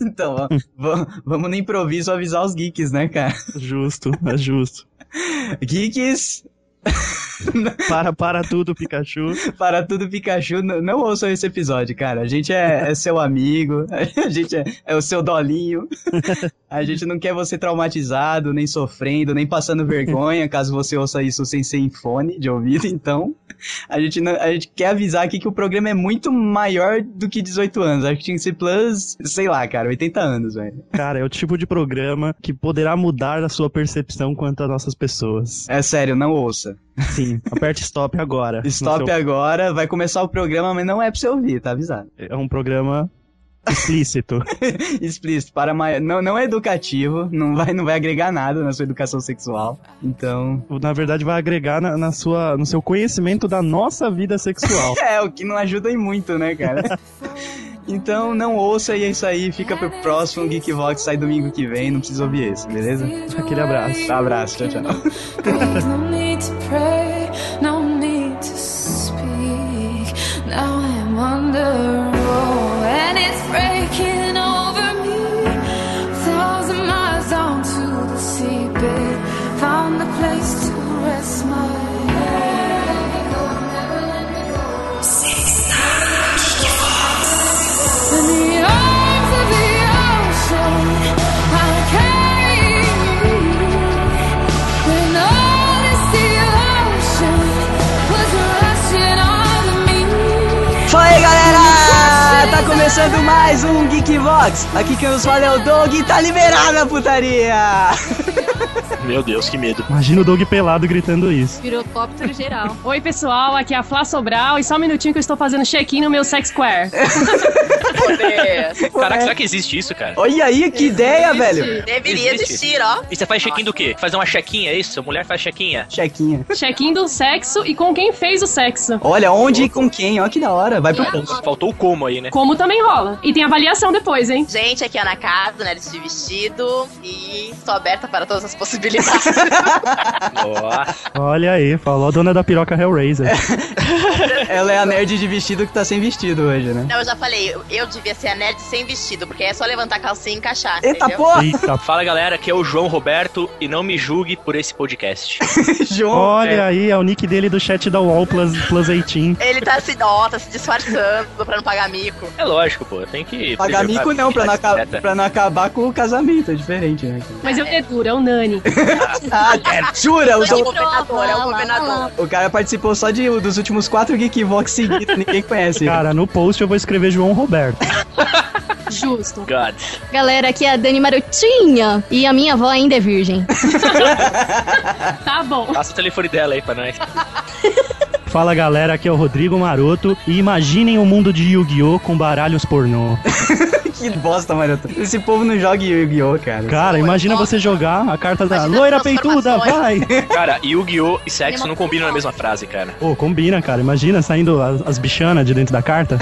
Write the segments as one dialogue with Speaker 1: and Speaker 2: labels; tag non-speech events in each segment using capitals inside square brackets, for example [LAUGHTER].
Speaker 1: Então, ó, va- vamos no improviso avisar os geeks, né, cara?
Speaker 2: Justo, é justo.
Speaker 1: Geeks,
Speaker 2: Para, para tudo, Pikachu.
Speaker 1: para tudo Pikachu, n- não ouçam esse episódio, cara. A gente é, é seu amigo, [LAUGHS] a gente é, é o seu dolinho. A gente não quer você traumatizado, nem sofrendo, nem passando vergonha, caso você ouça isso sem sem fone de ouvido. Então, a gente, não- a gente quer avisar aqui que o programa é muito maior do que 18 anos. Acho que tinha que ser plus, sei lá, cara, 80 anos, velho.
Speaker 2: Cara, é o tipo de programa que poderá mudar a sua percepção quanto às nossas pessoas.
Speaker 1: É sério, não ouça.
Speaker 2: Sim, aperte stop agora.
Speaker 1: Stop
Speaker 2: No seu-
Speaker 1: agora, vai começar o programa, mas não é pra você ouvir, tá avisado.
Speaker 2: É um programa explícito.
Speaker 1: explícito, para mai- não, não é educativo, não vai, não vai agregar nada na sua educação sexual. Então,
Speaker 2: Na verdade, vai agregar na, na sua, no seu conhecimento da nossa vida sexual.
Speaker 1: é, o que não ajuda em muito, né, cara? [LAUGHS] então, não ouça e é isso aí, fica pro próximo Geek Vox, sai domingo que vem, não precisa ouvir esse, beleza?
Speaker 2: Aquele abraço.
Speaker 1: Um abraço, tchau, tchau.
Speaker 3: no need to pray, no need to speak. Now I'm under oh, and it's breaking over me. Thousand miles down to the seabed, found a place to rest my head. In the arms of the ocean, I'll carry you. When all this ocean was rushing over me,
Speaker 1: Fala aí, galera! Tá começando mais um Geek Vox. Aqui quem nos fala é o Doug e tá liberada a putaria!
Speaker 4: Meu Deus, que medo.
Speaker 2: Imagina o Doug pelado gritando isso.
Speaker 5: Pirocóptero geral. Oi, pessoal, aqui é a Flá Sobral e só um minutinho que eu estou fazendo check-in no meu Sex Square.
Speaker 4: [LAUGHS]
Speaker 1: [LAUGHS]
Speaker 4: Caraca, será que existe isso, cara?
Speaker 1: Olha aí, que ideia, velho!
Speaker 6: Deveria
Speaker 4: Existe.
Speaker 6: existir, ó.
Speaker 4: E você faz check-in do quê? Fazer uma chequinha, é isso? Mulher faz é? chequinha.
Speaker 1: Chequinha.
Speaker 5: Check-in do sexo e com quem fez o sexo.
Speaker 1: Olha, onde e com quem? Olha que da hora, vai pro ponto.
Speaker 4: Faltou o como aí,
Speaker 1: [LAUGHS]
Speaker 4: né?
Speaker 5: Como também rola. E tem avaliação depois, hein?
Speaker 6: Gente, aqui é a Ana Casa, nariz de vestido. E estou aberta para todas
Speaker 4: [LAUGHS]
Speaker 6: as possibilidades.
Speaker 4: Nossa.
Speaker 2: Olha aí, falou a dona da piroca Hellraiser.
Speaker 1: Ela é a nerd de vestido que tá sem vestido hoje, né?
Speaker 6: Não, eu já falei, eu- eu devia ser a nerd sem vestido, porque é só levantar a calcinha e encaixar.
Speaker 1: Eita
Speaker 6: entendeu?
Speaker 1: porra,
Speaker 2: Eita,
Speaker 4: [LAUGHS] Fala galera, aqui é o João Roberto e não me julgue por esse podcast.
Speaker 1: [LAUGHS] João.
Speaker 2: olha aí, é o nick dele do chat da UOL Plus, plus 18.
Speaker 6: Ele tá se dota, se disfarçando pra não pagar mico.
Speaker 4: É lógico, pô, tem que.
Speaker 1: Pagar
Speaker 4: preservar
Speaker 1: mico
Speaker 4: é a
Speaker 1: não, pra não,
Speaker 4: dignidade
Speaker 1: aca-
Speaker 4: secreta.
Speaker 1: pra não acabar com o casamento, é diferente, né? cara?
Speaker 5: Mas eu é dura, é o Nani.
Speaker 1: Ah, é, jura, o,
Speaker 6: Não é um
Speaker 1: do-
Speaker 6: governador, é um governador.
Speaker 1: o cara participou só de, dos últimos quatro Geek Vox seguidos, ninguém conhece.
Speaker 2: Cara, no post eu vou escrever João Roberto.
Speaker 5: Justo.
Speaker 4: God.
Speaker 7: Galera, aqui é a Dani Marotinha e a minha avó ainda é virgem.
Speaker 5: Tá bom.
Speaker 4: Passa o telefone dela aí pra nós.
Speaker 2: Fala galera, aqui é o Rodrigo Maroto e imaginem um mundo de Yu-Gi-Oh! com baralhos pornô.
Speaker 1: [LAUGHS] que bosta, Maroto. Esse povo não joga Yu-Gi-Oh, cara.
Speaker 2: Cara, imagina você jogar a carta da loira peituda, vai!
Speaker 4: Cara, Yu-Gi-Oh! e sexo não combinam na mesma frase, cara.
Speaker 2: Pô, combina, cara, imagina saindo as, as bichanas de dentro da carta.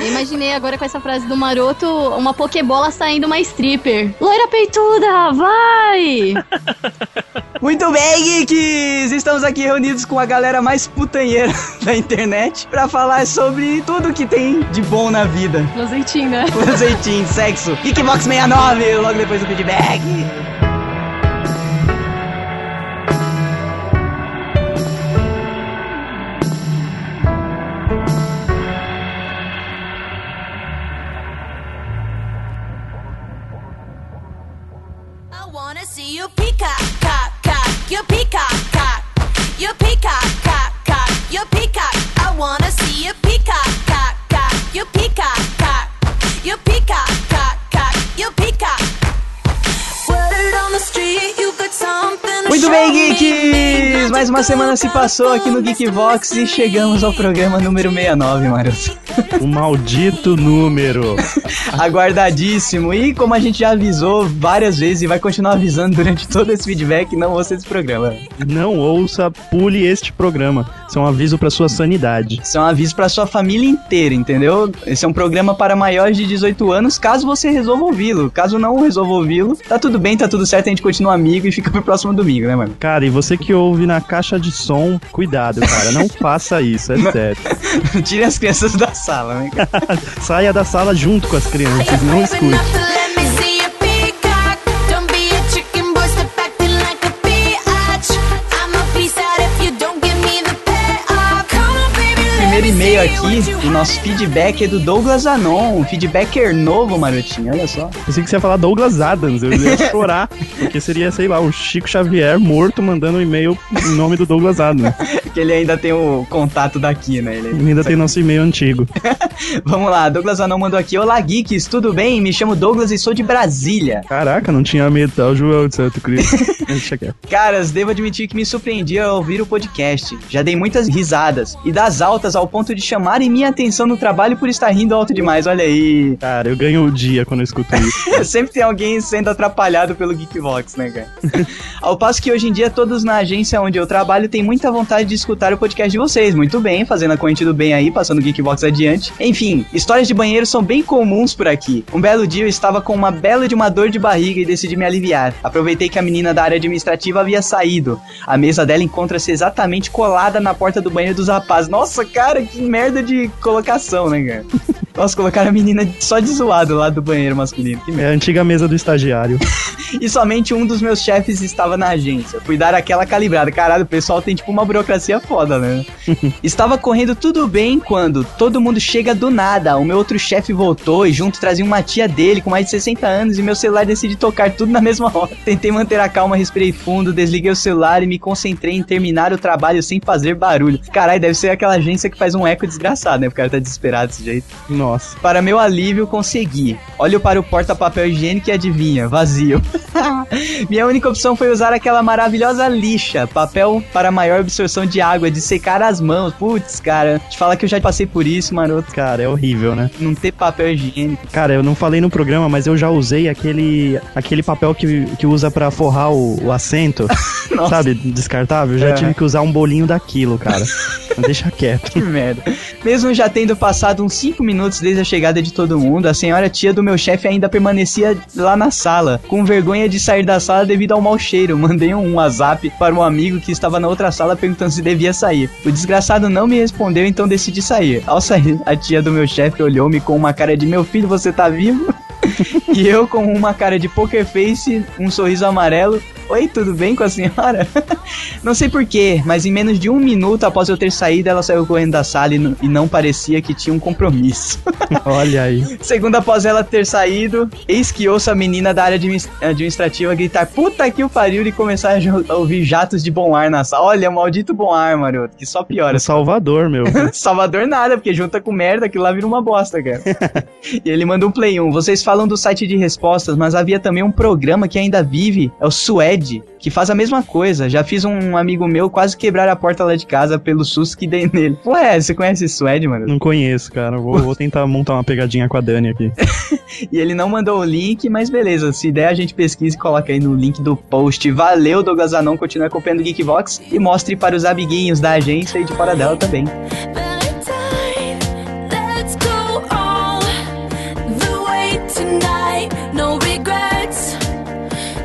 Speaker 7: Eu imaginei agora com essa frase do maroto uma pokebola saindo uma stripper. Loira peituda, vai!
Speaker 1: Muito bem, geeks! Estamos aqui reunidos com a galera mais putanheira [LAUGHS] da internet pra falar sobre tudo que tem de bom na vida.
Speaker 5: Lozeitinho, né?
Speaker 1: Conceitinho, sexo, Geekbox 69, logo depois do feedback.
Speaker 8: I wanna see you peacock, cock, cock, you peacock, cock, you peacock, cock, cock, you peacock. I wanna see you peacock, cock, cock, you peacock, cock, you peacock, cock, cock, you peacock. Word on the street, you got something. to
Speaker 1: Muito
Speaker 8: show
Speaker 1: bem,
Speaker 8: me.
Speaker 1: geeks! Mais uma semana se passou aqui no Geekbox e chegamos ao programa número 69, Maroto.
Speaker 2: O maldito número.
Speaker 1: Aguardadíssimo. E como a gente já avisou várias vezes e vai continuar avisando durante todo esse feedback, não ouça esse programa.
Speaker 2: Não ouça, pule este programa. Isso é um aviso pra sua sanidade.
Speaker 1: Isso é um aviso pra sua família inteira, entendeu? Esse é um programa para maiores de 18 anos, caso você resolva ouvi-lo. Caso não resolva ouvi-lo, tá tudo bem, tá tudo certo, a gente continua amigo e fica pro próximo domingo, né, mano? [LAUGHS]
Speaker 2: Cara, e você que ouve na caixa de som, cuidado, cara, não faça isso, é sério.
Speaker 1: Tire as crianças da sala, né?
Speaker 2: Saia da sala junto com as crianças, não escute.
Speaker 8: Nothing
Speaker 1: e-mail aqui, o nosso feedback é do Douglas Anon, um feedbacker novo, Marotinho, olha só.
Speaker 2: Pensei que você ia falar Douglas Adams,
Speaker 1: [LAUGHS]
Speaker 2: eu ia chorar. Porque seria, sei lá, o Chico Xavier morto mandando um e-mail em nome do Douglas Adams.
Speaker 1: Que ele ainda tem o contato daqui, né? Ele é-
Speaker 2: E ainda tem nosso e-mail antigo.
Speaker 1: Vamos lá, Douglas Anão mandou aqui. Olá, geeks, tudo bem? Me chamo Douglas e sou de Brasília.
Speaker 2: Caraca, não tinha medo, tá? O João de Santo Cristo. Deixa quieto.
Speaker 1: Caras, devo admitir que me surpreendi ao ouvir o podcast. Já dei muitas risadas e das altas ao ponto de chamarem minha atenção no trabalho por estar rindo alto demais. Olha aí.
Speaker 2: Cara, eu ganho o dia quando eu escuto isso.
Speaker 1: [LAUGHS] Sempre tem alguém sendo atrapalhado pelo Geekbox, né, cara? Ao passo que hoje em dia todos na agência onde eu trabalho têm muita vontade de escutar o podcast de vocês. Muito bem, fazendo a corrente do bem aí, passando o Geekbox adiante. Enfim, histórias de banheiro são bem comuns por aqui. Um belo dia eu estava com uma bela de uma dor de barriga e decidi me aliviar. Aproveitei que a menina da área administrativa havia saído. A mesa dela encontra-se exatamente colada na porta do banheiro dos rapazes. Nossa, cara, que merda de colocação, né, cara? Nossa, colocaram a menina só de zoado lá do banheiro masculino. Que merda.
Speaker 2: É a antiga mesa do estagiário.
Speaker 1: E somente um dos meus chefes estava na agência. Fui dar aquela calibrada. Caralho, o pessoal tem tipo uma burocracia foda, né? estava correndo tudo bem quando todo mundo chega do nada. O meu outro chefe voltou e junto trazia uma tia dele com mais de 60 anos e meu celular decide tocar tudo na mesma hora. [LAUGHS] Tentei manter a calma, respirei fundo, desliguei o celular e me concentrei em terminar o trabalho sem fazer barulho. Caralho, deve ser aquela agência que faz um eco desgraçado, né? O cara tá desesperado desse jeito.
Speaker 2: Nossa.
Speaker 1: Para meu alívio, consegui. Olho para o porta-papel higiênico e adivinha, vazio. Minha única opção foi usar aquela maravilhosa lixa, papel para maior absorção de água, de secar as mãos. Putz, cara, te falar que eu já passei por isso, maroto.
Speaker 2: Cara, é horrível, né?
Speaker 1: Não ter papel higiênico. [LAUGHS]
Speaker 2: Cara, eu não falei no programa, mas eu já usei aquele, aquele papel que, que usa pra forrar o, o assento,
Speaker 1: Nossa.
Speaker 2: sabe? Descartável. Já
Speaker 1: É.
Speaker 2: tive que usar um bolinho daquilo, cara. Mas Deixa quieto.
Speaker 1: [LAUGHS] Que merda. Mesmo já tendo passado uns 5 minutos desde a chegada de todo mundo, a senhora tia do meu chefe ainda permanecia lá na sala, com vergonha de sair da sala devido ao mau cheiro. [LAUGHS] Mandei um WhatsApp para um amigo que estava na outra sala perguntando se devia sair. O desgraçado não me respondeu, então decidi sair. Ao sair, a tia do meu chefe olhou-me com uma cara de: Meu filho, você tá vivo? [LAUGHS] e eu com uma cara de poker face, um sorriso amarelo. Oi, tudo bem com a senhora? não sei porquê, mas em menos de um minuto após eu ter saído, ela saiu correndo da sala e, n- e não parecia que tinha um compromisso. [LAUGHS]
Speaker 2: Olha aí.
Speaker 1: Segundo após ela ter saído, eis que ouço a menina da área admi- administrativa gritar puta que o pariu e começar a, jo- a ouvir jatos de bom ar na sala. Olha, maldito bom ar, maroto, que só piora.
Speaker 2: Olha, Salvador, meu.
Speaker 1: [LAUGHS] Salvador nada, porque junta com merda, aquilo lá vira uma bosta, cara. e ele manda um play 1. Vocês falam do site de respostas, mas havia também um programa que ainda vive, é o Suede, que faz a mesma coisa. Já fiz um amigo meu quase quebrar a porta lá de casa pelo susto que dei nele. Ué, você conhece Suede, mano?
Speaker 2: Não conheço, cara. Vou, vou tentar montar uma pegadinha com a Dani aqui.
Speaker 1: E ele não mandou o link, mas beleza. Se der, a gente pesquisa e coloca aí no link do post. Valeu, Douglas Anon. Continue acompanhando o Geekbox e mostre para os amiguinhos da agência e de fora dela também.
Speaker 7: Valentine, let's go all the way tonight. No regrets,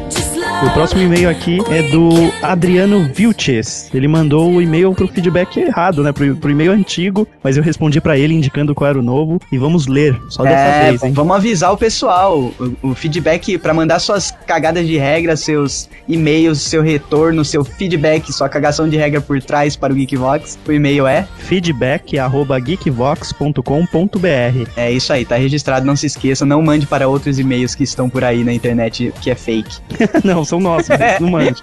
Speaker 7: just love.
Speaker 2: O próximo e-mail aqui é do Adriano Vilches. Ele mandou o e-mail pro feedback errado, né? Pro, pro e-mail antigo, mas eu respondi pra ele indicando qual era o novo. E vamos ler, só dessa
Speaker 1: É,
Speaker 2: vez, hein?
Speaker 1: vamos avisar o pessoal. O, o feedback para mandar suas cagadas de regra, seus e-mails, seu retorno, seu feedback, sua cagação de regra por trás para o Geekbox. O e-mail é.
Speaker 2: feedback.geekvox.com.br.
Speaker 1: É isso aí, tá registrado. Não se esqueça. Não mande para outros e-mails que estão por aí na internet que é fake.
Speaker 2: [LAUGHS] Não, são nossos, mas não mande.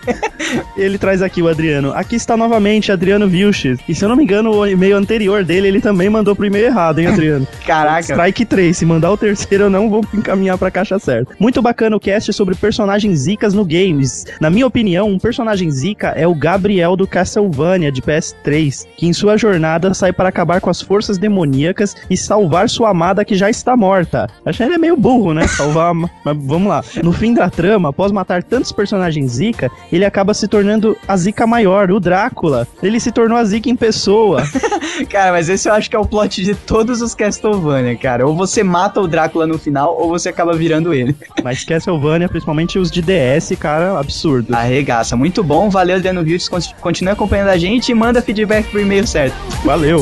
Speaker 2: Ele traz aqui o Adriano. Aqui está novamente Adriano Vilches. E se eu não me engano, o e-mail anterior dele, ele também mandou pro e-mail errado, hein, Adriano?
Speaker 1: Caraca.
Speaker 2: Strike 3, se mandar o terceiro eu não vou encaminhar pra caixa certa. Muito bacana o cast sobre personagens zicas no games. Na minha opinião, um personagem zica é o Gabriel do Castlevania de PS3, que em sua jornada sai para acabar com as forças demoníacas e salvar sua amada que já está morta. Acho que ele é meio burro, né? Salvar, a ma- mas vamos lá. No fim da trama, após matar tantos personagens zica, ele acaba se tornando a zica maior, o Drácula. Ele se tornou a zica em pessoa.
Speaker 1: Cara, mas esse eu acho que é o plot de todos os Castlevania, cara. Ou você mata o Drácula no final, ou você acaba virando ele.
Speaker 2: Mas Castlevania, principalmente os de DS, cara, absurdo.
Speaker 1: Arregaça. Muito bom. Valeu, Adriano Vildes. Con- Continue acompanhando a gente e manda feedback pro e-mail certo.
Speaker 2: Valeu.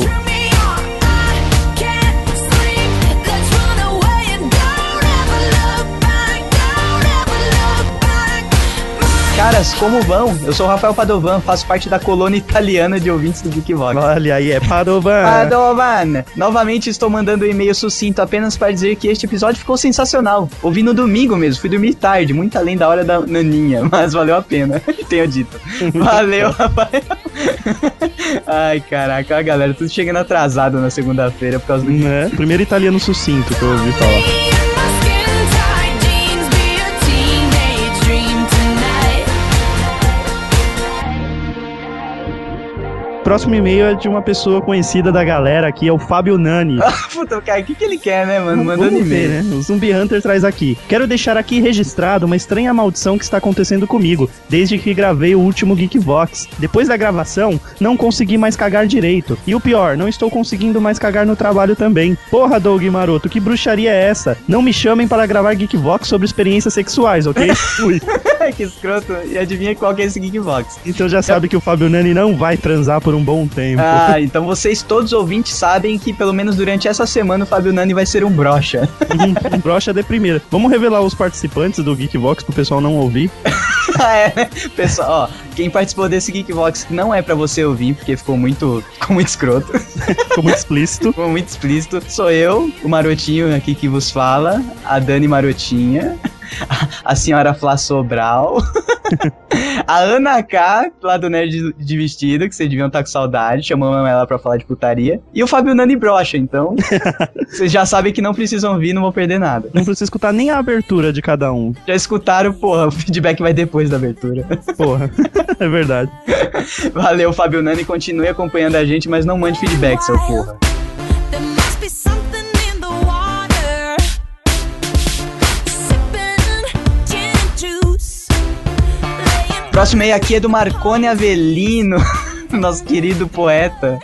Speaker 1: Cara, caras, como vão? Eu sou o Rafael Padovan, faço parte da colônia italiana de ouvintes do Geekvox.
Speaker 2: Olha aí, é Padovan.
Speaker 1: Padovan! Novamente estou mandando um e-mail sucinto apenas para dizer que este episódio ficou sensacional. Ouvi no domingo mesmo, fui dormir tarde, muito além da hora da naninha, [LAUGHS] mas valeu a pena, tenho dito.
Speaker 2: [LAUGHS]
Speaker 1: Valeu, Rafael. Ai, caraca, a galera, tudo chegando atrasado na segunda-feira por causa do... [LAUGHS]
Speaker 2: Né? Primeiro italiano sucinto que eu ouvi falar. Próximo e-mail é de uma pessoa conhecida da galera aqui, é o Fábio Nani.
Speaker 1: Puta, cara, o que, que ele quer, né, mano?
Speaker 2: Vamos
Speaker 1: Mandando
Speaker 2: ver,
Speaker 1: e-mail.
Speaker 2: né? O Zumbi Hunter traz aqui. Quero deixar aqui registrado uma estranha maldição que está acontecendo comigo, desde que gravei o último Geekvox. Depois da gravação, não consegui mais cagar direito. E o pior, não estou conseguindo mais cagar no trabalho também. Porra, Doug Maroto, que bruxaria é essa? Não me chamem para gravar Geekvox sobre experiências sexuais, ok? Fui.
Speaker 1: [LAUGHS] que escroto. E adivinha qual que é esse Geekbox?
Speaker 2: Então já sabe que o Fábio Nani não vai transar por um bom tempo. [LAUGHS]
Speaker 1: Ah, então vocês todos ouvintes sabem que pelo menos durante essa semana o Fábio Nani vai ser um brocha.
Speaker 2: Um brocha de primeira. Vamos revelar os participantes do Geekvox pro pessoal não ouvir.
Speaker 1: [LAUGHS] Ah, é, né? Pessoal, ó, quem participou desse Geekbox não é pra você ouvir, porque ficou muito, [LAUGHS] ficou muito escroto,
Speaker 2: Ficou muito explícito.
Speaker 1: ficou muito explícito. Sou eu, o Marotinho aqui que vos fala, a Dani Marotinha, [LAUGHS] a, a senhora Flá Sobral, [LAUGHS] a Ana K, lá do Nerd de- de Vestido, que vocês deviam estar com saudade, chamamos ela pra falar de putaria, e o Fábio Nani Brocha, então vocês já sabem que não precisam vir, não vão perder nada.
Speaker 2: Não precisa escutar nem a abertura de cada um.
Speaker 1: Já escutaram, porra, o feedback vai depois da abertura. [LAUGHS]
Speaker 2: Porra, [LAUGHS] é verdade. [LAUGHS]
Speaker 1: Valeu, Fábio Nani, continue acompanhando a gente, mas não mande feedback, seu porra.
Speaker 7: There must be something in the water. Sipping gin and juice. Laying
Speaker 1: Próximo aí aqui é do Marcone Avelino. [LAUGHS] Nosso querido poeta.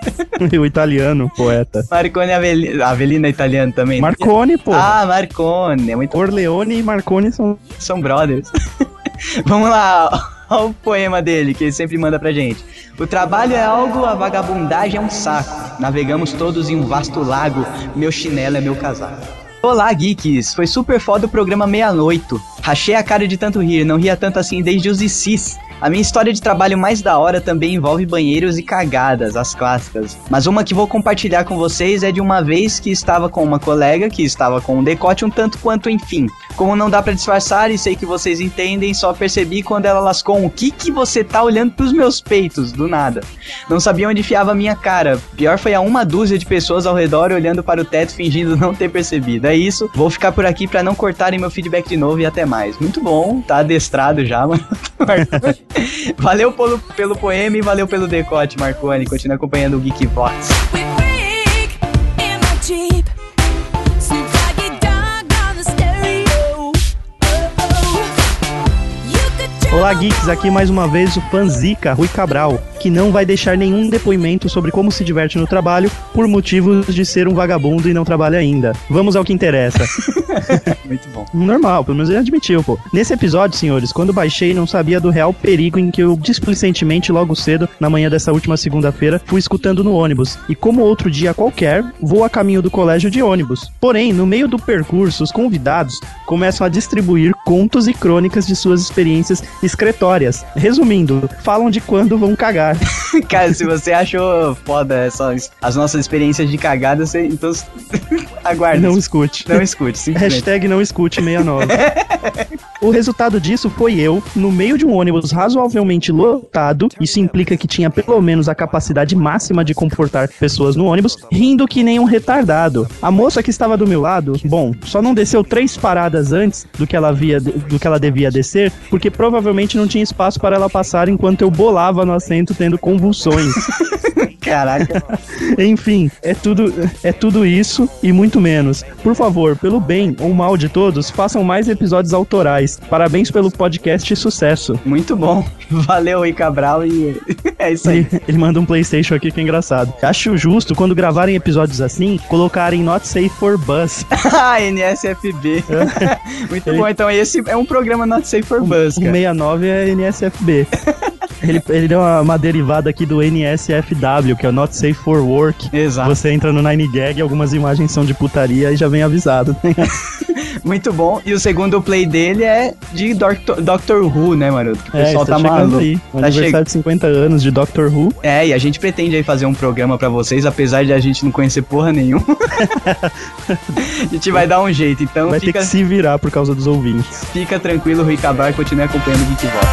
Speaker 2: O italiano, poeta.
Speaker 1: Marcone Avelino. Avelino é italiano também.
Speaker 2: Marconi, porra.
Speaker 1: Ah, Marcone. É muito
Speaker 2: Orleone e Marconi são.
Speaker 1: São brothers. [LAUGHS] Vamos lá, olha o poema dele que ele sempre manda pra gente. O trabalho é algo, a vagabundagem é um saco. Navegamos todos em um vasto lago, meu chinelo é meu casaco. Olá, geeks! Foi super foda o programa 68. Rachei a cara de tanto rir, não ria tanto assim desde os ICs. A minha história de trabalho mais da hora também envolve banheiros e cagadas, as clássicas. Mas uma que vou compartilhar com vocês é de uma vez que estava com uma colega que estava com um decote um tanto quanto enfim. Como não dá pra disfarçar e sei que vocês entendem, só percebi quando ela lascou um, o que que você tá olhando pros meus peitos, do nada. Não sabia onde enfiava a minha cara. Pior foi a uma dúzia de pessoas ao redor olhando para o teto fingindo não ter percebido. É isso, vou ficar por aqui pra não cortarem meu feedback de novo e até mais. Muito bom, tá adestrado já, [LAUGHS] mano. valeu pelo, pelo poema e valeu pelo decote, Marconi. Continua acompanhando o Geekbox.
Speaker 7: We break in my Jeep. Snoop Doggy Dogg on the stereo. Oh-oh. You could drive
Speaker 2: Olá, geeks. Aqui mais uma vez o Panzica Rui Cabral, que não vai deixar nenhum depoimento sobre como se diverte no trabalho por motivos de ser um vagabundo e não trabalha ainda. Vamos ao que interessa.
Speaker 1: [LAUGHS] Muito bom.
Speaker 2: Normal, pelo menos ele admitiu, pô. Nesse episódio, senhores, quando baixei, não sabia do real perigo em que eu displicentemente, logo cedo, na manhã dessa última segunda-feira, fui escutando no ônibus. E como outro dia qualquer, vou a caminho do colégio de ônibus. Porém, no meio do percurso, os convidados começam a distribuir contos e crônicas de suas experiências excretórias. Resumindo, falam de quando vão cagar.
Speaker 1: Cara, se você achou foda essas, as nossas experiências de cagada, você, então [LAUGHS] aguarde.
Speaker 2: Não escute.
Speaker 1: Não escute, simplesmente.
Speaker 2: Hashtag não escute 69. [LAUGHS] o resultado disso foi eu, no meio de um ônibus razoavelmente lotado, isso implica que tinha pelo menos a capacidade máxima de comportar pessoas no ônibus, rindo que nem um retardado. A moça que estava do meu lado, bom, só não desceu três paradas antes do que ela, via, do que ela devia descer, porque provavelmente não tinha espaço para ela passar enquanto eu bolava no assento tendo convulsões.
Speaker 1: Caraca.
Speaker 2: Enfim, é tudo, é tudo isso e muito menos. Por favor, pelo bem ou mal de todos, façam mais episódios autorais. Parabéns pelo podcast e sucesso.
Speaker 1: [LAUGHS] Muito bom. Valeu, Rui Cabral. E [LAUGHS] é isso aí.
Speaker 2: Ele, ele manda um PlayStation aqui que é engraçado. Acho justo quando gravarem episódios assim, colocarem Not Safe for
Speaker 1: [LAUGHS]
Speaker 2: Bus.
Speaker 1: Ah, [LAUGHS] NSFB. Muito bom. Então, esse é um programa Not Safe for Bus,
Speaker 2: O
Speaker 1: cara.
Speaker 2: 69 é
Speaker 1: [LAUGHS]
Speaker 2: NSFB. Ele, ele deu uma, uma derivada aqui do NSFW, que é o Not Safe for Work.
Speaker 1: Exato.
Speaker 2: Você entra no Nine Gag, algumas imagens são de putaria e já vem avisado.
Speaker 1: Muito bom. E o segundo play dele é de Doctor, Doctor Who, né, Maroto? Que o pessoal tá maluco.
Speaker 2: É, aí. O
Speaker 1: Tá
Speaker 2: aniversário
Speaker 1: chegando.
Speaker 2: de 50 anos de Doctor Who.
Speaker 1: É, e a gente pretende aí fazer um programa pra vocês, apesar de a gente não conhecer porra nenhuma. [LAUGHS] a gente vai dar um jeito, então
Speaker 2: vai ter
Speaker 1: fica,
Speaker 2: que se virar por causa dos ouvintes.
Speaker 1: fica tranquilo, Rui Cabral, e continue acompanhando o Geekbox.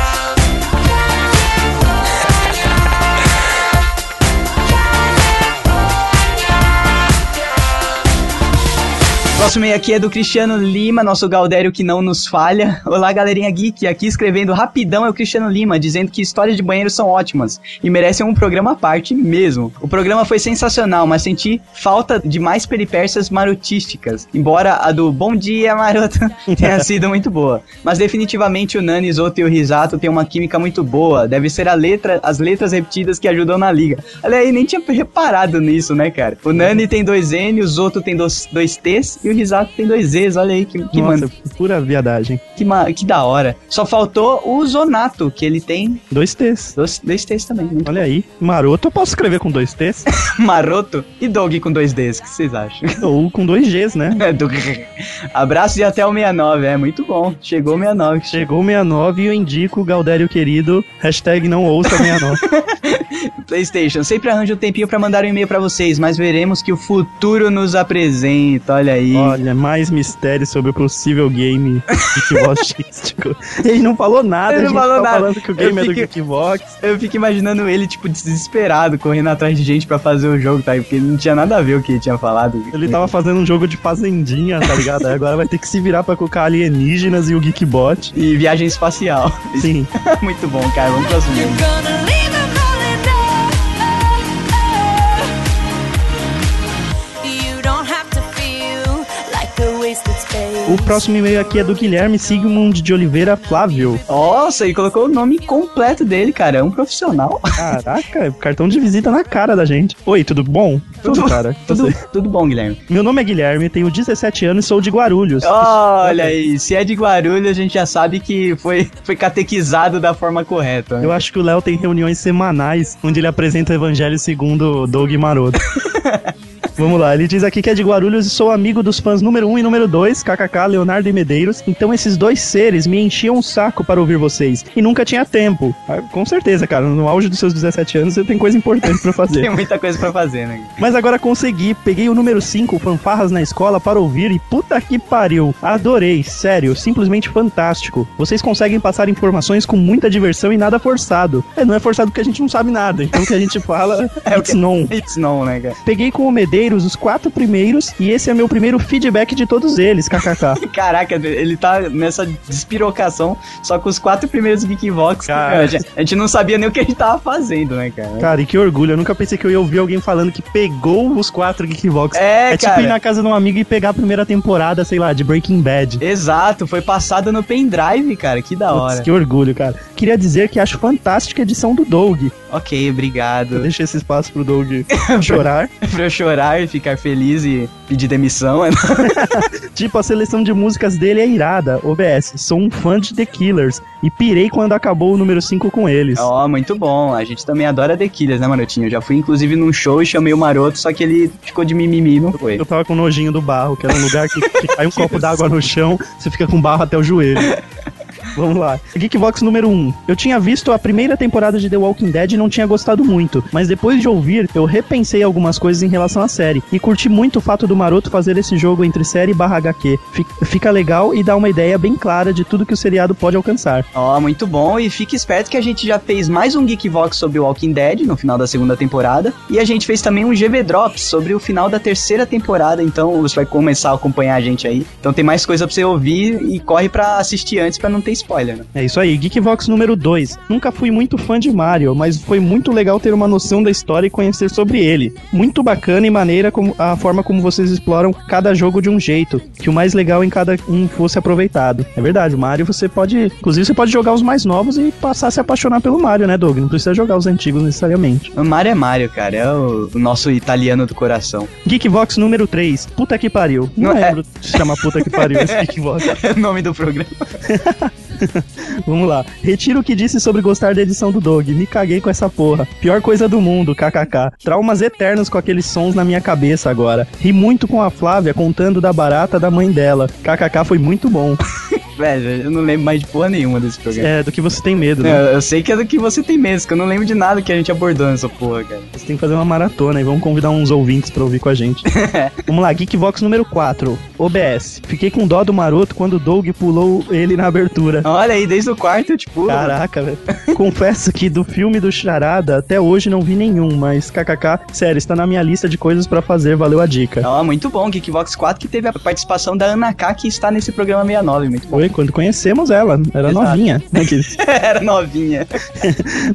Speaker 1: Próximo e-mail aqui é do Cristiano Lima, nosso Gaudério que não nos falha. Olá, galerinha geek. Aqui escrevendo rapidão é o Cristiano Lima, dizendo que histórias de banheiro são ótimas e merecem um programa à parte mesmo. O programa foi sensacional, mas senti falta de mais peripécias marotísticas, embora a do Bom Dia Marota tenha sido muito boa. Mas definitivamente o Nani Zoto e o Risato têm uma química muito boa. Deve ser a letra, as letras repetidas que ajudam na liga. Olha aí, nem tinha reparado nisso, né, cara? O Nani tem dois N, o Zoto tem dois, dois T's e o Risato tem dois Z's. Olha aí que, que,
Speaker 2: Nossa,
Speaker 1: mano,
Speaker 2: pura viadagem.
Speaker 1: que, ma- que da hora. Só faltou o Zonato, que ele tem
Speaker 2: Dois T's.
Speaker 1: dois, dois T's também. né? Muito
Speaker 2: Olha aí. Maroto, eu posso escrever com dois T's?
Speaker 1: [LAUGHS] maroto. E Dog com dois D's, o que vocês acham? [LAUGHS]
Speaker 2: Ou com dois G's, né?
Speaker 1: Do- Abraço e até o 69, é muito bom. Chegou o 69. que
Speaker 2: Chegou o 69 e eu indico o Gaudério querido. Hashtag não
Speaker 1: [LAUGHS]
Speaker 2: ouça 69.
Speaker 1: PlayStation, sempre arranjo um tempinho pra mandar um e-mail pra vocês, mas veremos que o futuro nos apresenta. Olha aí.
Speaker 2: Olha, mais mistérios sobre o possível game
Speaker 1: [LAUGHS]
Speaker 2: geekboxístico. Ele não falou nada,
Speaker 1: Ele não
Speaker 2: a gente
Speaker 1: falou
Speaker 2: tá
Speaker 1: nada.
Speaker 2: falando que o game
Speaker 1: Eu
Speaker 2: é do
Speaker 1: fiquei-
Speaker 2: Geekbox.
Speaker 1: Eu fico imaginando ele, tipo, desesperado, correndo atrás de gente pra fazer o jogo, tá? Porque ele não tinha nada a ver o que ele tinha falado.
Speaker 2: Ele tava fazendo um jogo de fazendinha, tá ligado? Aí agora vai ter que se virar pra colocar alienígenas e o Geekbot.
Speaker 1: E viagem espacial.
Speaker 2: Sim.
Speaker 1: [LAUGHS] muito bom, cara. Vamos pro próximo. e-mail.
Speaker 7: Gonna leave him holding on. oh, You don't have to feel like a wasted space.
Speaker 2: O próximo e-mail aqui é do Guilherme Sigmund de Oliveira Flávio.
Speaker 1: Nossa, ele colocou o nome completo dele, cara. É um profissional.
Speaker 2: Caraca, cartão de visita na cara da gente. Oi, [LAUGHS] tudo bom?
Speaker 1: Tudo-
Speaker 2: cara.
Speaker 1: Tudo,
Speaker 2: Você?
Speaker 1: tudo bom, Guilherme.
Speaker 2: [LAUGHS] Meu nome é Guilherme, tenho 17 anos e sou de Guarulhos.
Speaker 1: Ah. Olha aí, se é de Guarulhos, a gente já sabe que foi, foi catequizado da forma correta. né?
Speaker 2: Eu acho que o Léo tem reuniões semanais onde ele apresenta o Evangelho segundo Doug
Speaker 1: [LAUGHS]
Speaker 2: Maroto. Vamos lá, ele diz aqui que é de Guarulhos e sou amigo dos fãs número 1 um e número 2, KKK, Leonardo e Medeiros. Então esses dois seres me enchiam o saco para ouvir vocês e nunca tinha tempo. Ah, com certeza, cara, no auge dos seus 17 anos você tem coisa importante pra fazer.
Speaker 1: Tem muita coisa pra fazer, né?
Speaker 2: Mas agora consegui, peguei o número 5, Fanfarras na Escola, para ouvir e puta que pariu. Adorei, sério, simplesmente fantástico. Vocês conseguem passar informações com muita diversão e nada forçado. É, não é forçado porque a gente não sabe nada, então o que a gente
Speaker 1: [LAUGHS]
Speaker 2: fala é
Speaker 1: É o
Speaker 2: o que não.
Speaker 1: It's não, né, cara?
Speaker 2: Peguei com o Medeiros os quatro primeiros e esse é meu primeiro feedback de todos
Speaker 1: [LAUGHS]
Speaker 2: eles, kkk.
Speaker 1: Caraca, ele tá nessa despirocação só com os quatro primeiros Geekbox.
Speaker 2: Cara.
Speaker 1: A gente- a gente não sabia nem o que a gente tava fazendo, né, cara?
Speaker 2: Cara, e que orgulho, eu nunca pensei que eu ia ouvir alguém falando que pegou os quatro Geekbox.
Speaker 1: É,
Speaker 2: É, tipo
Speaker 1: cara.
Speaker 2: ir na casa de um amigo e pegar a primeira temporada, sei lá, de Breaking Bad.
Speaker 1: Exato, foi passada no pendrive, cara. Que da
Speaker 2: Putz,
Speaker 1: hora.
Speaker 2: que orgulho, cara. Queria dizer que acho fantástica a edição do Doug.
Speaker 1: Ok,
Speaker 2: Eu
Speaker 1: obrigado. [LAUGHS]
Speaker 2: deixei esse espaço pro Doug chorar.
Speaker 1: pra eu chorar e ficar feliz e pedir demissão. é nóis.
Speaker 2: tipo, a seleção de músicas dele é irada. OBS, sou um fã de The Killers e pirei quando acabou o número 5 com eles.
Speaker 1: Ó, muito bom. A gente também adora The Killers, né, Marotinho? Eu já fui, inclusive, num show e chamei o Maroto, só que ele ficou de mimimi, não foi?
Speaker 2: Eu tava com nojinho do barro, que era um lugar que, que cai um copo d'água no chão, você fica com barro até o joelho. Vamos lá. Geekbox número 1. Eu tinha visto a primeira temporada de The Walking Dead e não tinha gostado muito, mas depois de ouvir, eu repensei algumas coisas em relação à série e curti muito o fato do Maroto fazer esse jogo entre série barra HQ. Fi- Fica legal e dá uma ideia bem clara de tudo que o seriado pode alcançar.
Speaker 1: Ó, muito bom. E fique esperto que a gente já fez mais um Geekvox sobre Walking Dead no final da segunda temporada. E a gente fez também um GV Drops sobre o final da terceira temporada. Então você vai começar a acompanhar a gente aí. Então tem mais coisa pra você ouvir e corre pra assistir antes pra não ter spoiler, né?
Speaker 2: É isso aí, Geekvox número 2. Nunca fui muito fã de Mario, mas foi muito legal ter uma noção da história e conhecer sobre ele. Muito bacana e maneira como, a forma como vocês exploram cada jogo de um jeito, que o mais legal em cada um fosse aproveitado. É verdade, o Mario você pode. Inclusive, você pode jogar os mais novos e passar a se apaixonar pelo Mario, né, Doug? Não precisa jogar os antigos necessariamente.
Speaker 1: O Mario é Mario, cara. É o, o nosso italiano do coração. [LAUGHS]
Speaker 2: Geekvox número 3. Puta que pariu. Não,
Speaker 1: Não é.
Speaker 2: lembro de se chamar puta que pariu esse Geekvox.
Speaker 1: É o nome do programa.
Speaker 2: Vamos lá. Retiro o que disse sobre gostar da edição do Dog. Me caguei com essa porra. Pior coisa do mundo, kkk. Traumas eternos com aqueles sons na minha cabeça agora. Ri muito com a Flávia contando da barata da mãe dela. Kkk foi muito bom.
Speaker 1: Velho, eu não lembro mais de porra nenhuma desse programa.
Speaker 2: É, do que você tem medo, né?
Speaker 1: Não, eu sei que é do que você tem mesmo, que eu não lembro de nada que a gente abordou nessa porra, cara.
Speaker 2: Você tem que fazer uma maratona e vamos convidar uns ouvintes pra ouvir com a gente. vamos lá, Geekvox número 4. OBS. Fiquei com dó do maroto quando o Doug pulou ele na abertura.
Speaker 1: Olha aí, desde o quarto tipo, eu te pulo.
Speaker 2: Caraca, velho. [LAUGHS] Confesso que do filme do Charada até hoje não vi nenhum, mas kkk, sério, está na minha lista de coisas pra fazer, valeu a dica.
Speaker 1: Ó, é muito bom, Geekbox 4, que teve a participação da Ana K, que está nesse programa 69, muito bom.
Speaker 2: Foi quando conhecemos ela, era
Speaker 1: Exato.
Speaker 2: novinha. né, querido?
Speaker 1: [LAUGHS] Era novinha.
Speaker 2: [LAUGHS]
Speaker 1: [LAUGHS]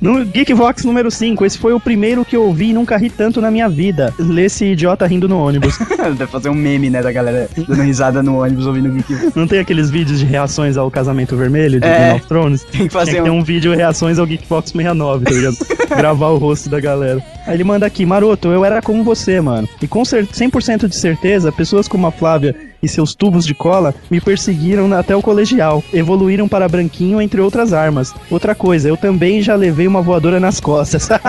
Speaker 2: No Geekvox número 5, esse foi o primeiro que eu ouvi e nunca ri tanto na minha vida. Lê esse idiota rindo no ônibus.
Speaker 1: Deve fazer um meme, né, da galera dando risada no ônibus ouvindo o Geek.
Speaker 2: Não tem aqueles vídeos de reações ao Casamento Vermelho de
Speaker 1: É.
Speaker 2: Game of Thrones?
Speaker 1: Tem que
Speaker 2: Tem
Speaker 1: fazer
Speaker 2: que [LAUGHS] ter
Speaker 1: um... [LAUGHS]
Speaker 2: um vídeo reações ao Geekbox 69, tá ligado? Gravar o rosto da galera. Aí ele manda aqui, Maroto, eu era como você, mano. E com cer- 100% de certeza, pessoas como a Flávia e seus tubos de cola me perseguiram na- até o colegial. Evoluíram para branquinho, entre outras armas. Outra coisa, eu também já levei uma voadora nas costas. [LAUGHS]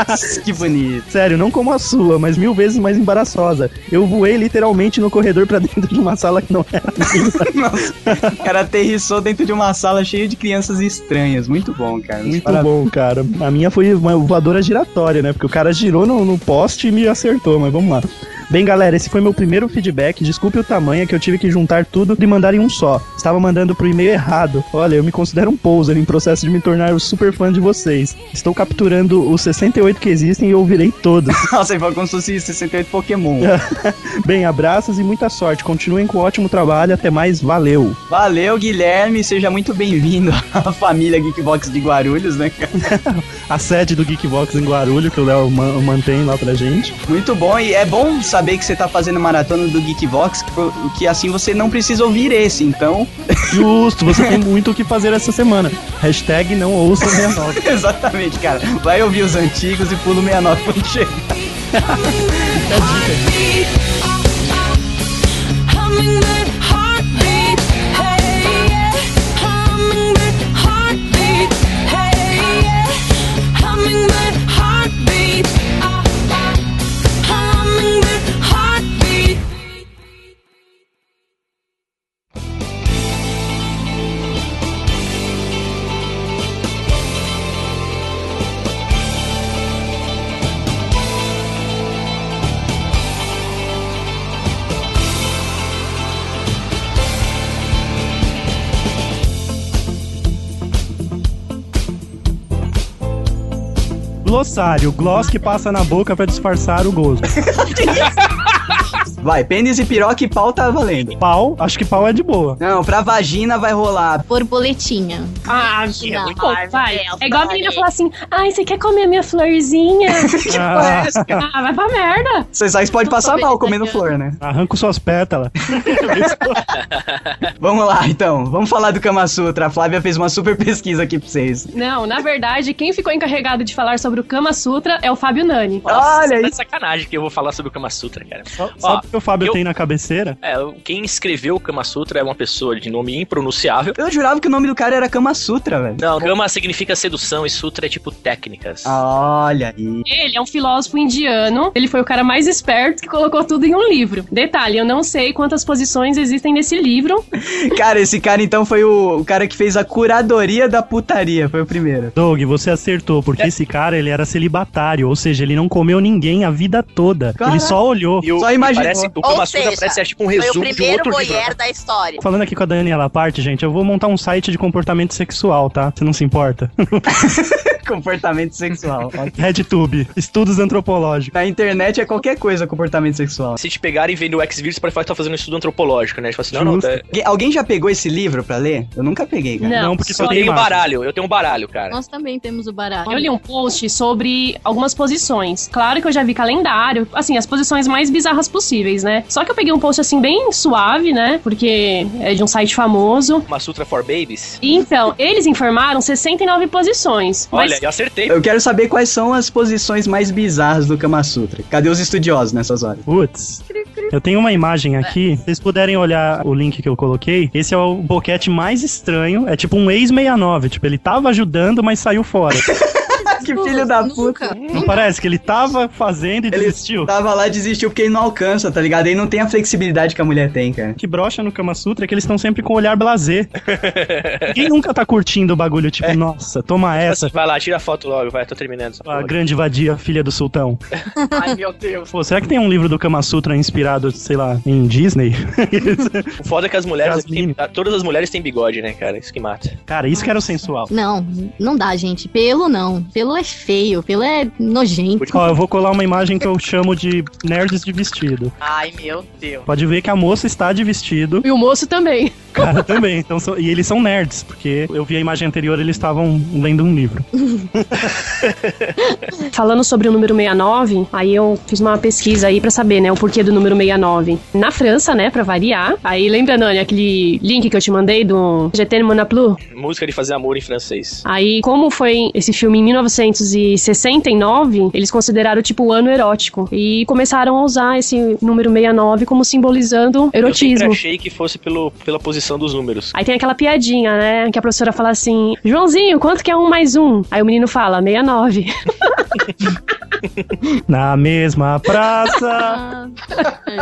Speaker 1: Que bonito.
Speaker 2: Sério, não como a sua, mas mil vezes mais embaraçosa. Eu voei literalmente no corredor pra dentro de uma sala que não era.
Speaker 1: O cara aterrissou dentro de uma sala cheia de crianças estranhas. Muito bom, cara.
Speaker 2: Muito bom, cara. A minha foi uma voadora giratória, né? Porque o cara girou no, no poste e me acertou, mas vamos lá. Bem, galera, esse foi meu primeiro feedback. Desculpe o tamanho é que eu tive que juntar tudo e mandar em um só. Estava mandando pro e-mail errado. Olha, eu me considero um poser em processo de me tornar um super fã de vocês. Estou capturando os 68 que existem e ouvirei todos. [LAUGHS]
Speaker 1: Nossa, ele falou como se fosse 68 Pokémon.
Speaker 2: Bem, abraços e muita sorte. Continuem com o ótimo trabalho. Até mais. Valeu.
Speaker 1: Valeu, Guilherme. Seja muito bem-vindo [LAUGHS] à família Geekbox de Guarulhos, né, cara?
Speaker 2: A sede do Geekbox em Guarulho, que o Léo man- mantém lá pra gente.
Speaker 1: Muito bom. E é bom saber que você tá fazendo maratona do Geekbox, que assim você não precisa ouvir esse. Então,
Speaker 2: Justo, você tem muito o que fazer essa semana. Hashtag não ouça 69.
Speaker 1: [LAUGHS] exatamente, cara. Vai ouvir os antigos e pula o 69 quando chegar.
Speaker 7: Hummingbird heartbeat, hey yeah. Hummingbird heartbeat, hey yeah. Hummingbird heartbeat, ah ah. Hummingbird heartbeat.
Speaker 2: Glossário, gloss que passa na boca pra disfarçar o gozo.
Speaker 1: Vai, pênis e piroca e pau tá valendo.
Speaker 2: Pau, acho que pau é de
Speaker 1: [LAUGHS]
Speaker 2: boa.
Speaker 1: Não, pra vagina vai rolar.
Speaker 9: Borboletinha.
Speaker 5: [LAUGHS] Ah, gente,
Speaker 9: Não,
Speaker 5: pô,
Speaker 6: ai, meu
Speaker 5: vai.
Speaker 6: Deus,
Speaker 5: é igual a
Speaker 6: vai.
Speaker 5: menina falar assim: ai, você quer comer a minha [LAUGHS] florzinha?
Speaker 2: Ah,
Speaker 5: ah, vai pra merda.
Speaker 1: Vocês só podem passar mal comendo flor, né?
Speaker 2: Ah, arranco suas pétalas.
Speaker 1: Vamos lá, então. Vamos falar do Kama Sutra. A Flávia fez uma super pesquisa aqui pra vocês.
Speaker 5: Não, na verdade, quem ficou encarregado de falar sobre o Kama Sutra é o Fábio Nani.
Speaker 1: Olha
Speaker 4: tá
Speaker 1: aí.
Speaker 4: de sacanagem que eu vou falar sobre o Kama Sutra, cara.
Speaker 2: Só-
Speaker 4: Ó,
Speaker 2: Sabe o que o Fábio
Speaker 4: eu-
Speaker 2: tem na cabeceira?
Speaker 4: É, quem escreveu o Kama Sutra é uma pessoa de nome impronunciável.
Speaker 1: Eu jurava que o nome do cara era Kama Sutra, velho.
Speaker 4: Não, Kama significa sedução e Sutra é tipo técnicas.
Speaker 1: Olha aí.
Speaker 5: Ele é um filósofo indiano. Ele foi o cara mais esperto que colocou tudo em um livro. Detalhe, eu não sei quantas posições existem nesse livro.
Speaker 1: Cara, esse cara então foi o, o cara que fez a curadoria da putaria. Foi o primeiro. [LAUGHS]
Speaker 2: Doug, você acertou, porque esse cara ele era celibatário, ou seja, ele não comeu ninguém a vida toda.
Speaker 1: Caraca.
Speaker 2: Ele só olhou.
Speaker 4: E o,
Speaker 1: Só imaginou.
Speaker 4: Parece, o
Speaker 6: Ou
Speaker 4: Kama
Speaker 6: seja,
Speaker 4: Sutra parece é, tipo um
Speaker 6: Foi o
Speaker 4: resumo de um
Speaker 6: primeiro
Speaker 4: outro livro.
Speaker 6: voyeur da história.
Speaker 2: Falando aqui com a Daniela à parte, gente, eu vou montar um site de comportamento sexual, tá? Você não se importa? [LAUGHS]
Speaker 1: Comportamento sexual. Ok.
Speaker 2: RedTube, estudos antropológicos.
Speaker 1: Na internet é qualquer coisa comportamento sexual.
Speaker 4: Se te pegarem vendo o X-Videos, para falar que tá fazendo um estudo antropológico, né? Tipo assim, não, não,
Speaker 2: Justo.
Speaker 4: tá-
Speaker 1: Alguém- Alguém já pegou esse livro pra ler? Eu nunca peguei, cara.
Speaker 5: Não,
Speaker 2: Não, porque só
Speaker 4: eu
Speaker 2: tem
Speaker 4: tenho um
Speaker 2: imagem.
Speaker 4: baralho, eu tenho um baralho, cara.
Speaker 9: Nós também temos o baralho.
Speaker 5: Eu li um post sobre algumas posições. Claro que eu já vi calendário, assim, as posições mais bizarras possíveis, né? Só que eu peguei um post assim bem suave, né? Porque é de um site famoso.
Speaker 4: Kama Sutra for Babies.
Speaker 5: E então, [LAUGHS] eles informaram 69 posições.
Speaker 4: Olha,
Speaker 5: mas
Speaker 4: eu acertei.
Speaker 1: Eu quero saber quais são as posições mais bizarras do Kama Sutra. Cadê os estudiosos nessas horas?
Speaker 2: Putz. Eu tenho uma imagem
Speaker 6: É.
Speaker 2: aqui, se vocês puderem olhar o link que eu coloquei, esse é o boquete mais estranho, é tipo um ex-69, tipo, ele tava ajudando, mas saiu
Speaker 6: [LAUGHS]
Speaker 2: fora.
Speaker 1: Ah, Que filho da puta.
Speaker 2: Não parece que ele tava fazendo e desistiu?
Speaker 1: Tava lá, desistiu porque ele não alcança, tá ligado? Ele não tem a flexibilidade que a mulher tem, cara.
Speaker 2: Que brocha no Kama Sutra é que eles estão sempre com o olhar blazer. Quem nunca tá curtindo o bagulho, tipo, nossa, toma essa, [LAUGHS]
Speaker 4: Vai lá, tira a foto logo, vai, tô terminando essa
Speaker 2: a
Speaker 4: porra.
Speaker 2: grande vadia, filha do sultão.
Speaker 6: [LAUGHS] Ai, meu Deus.
Speaker 2: Pô, será que tem um livro do Kama Sutra inspirado, sei lá, em Disney? [LAUGHS]
Speaker 4: O foda é que as mulheres. aqui
Speaker 2: Jasmine.
Speaker 4: têm- tá, todas as mulheres têm bigode, né, cara? Isso que mata.
Speaker 2: Cara, isso que era o sensual.
Speaker 7: Não, não dá, gente. Pelo não. Pelo é feio, pelo é nojento.
Speaker 2: Ó, eu vou colar uma imagem que eu chamo de nerds de vestido.
Speaker 6: Ai, meu Deus.
Speaker 2: Pode ver que a moça está de vestido,
Speaker 5: E o moço também.
Speaker 2: o cara [LAUGHS] também. Então, são- e eles são nerds, porque eu vi a imagem anterior, eles estavam lendo um livro.
Speaker 5: Falando sobre o número 69, aí eu fiz uma pesquisa aí pra saber, né, o porquê do número 69. Na França, né, pra variar. Aí lembra, Nani, aquele link que eu te mandei do GT Monaplu?
Speaker 4: Música de fazer amor em francês.
Speaker 5: Aí, como foi esse filme em 1969, eles consideraram tipo o ano erótico. E começaram a usar esse número 69 como simbolizando
Speaker 4: Eu sempre
Speaker 5: erotismo.
Speaker 4: achei que fosse pelo, pela posição dos números.
Speaker 5: Aí tem aquela piadinha, né? Que a professora fala assim: Joãozinho, quanto que é um mais um? Aí o menino fala: 69.
Speaker 2: Na mesma
Speaker 5: [LAUGHS]
Speaker 2: praça. Ah,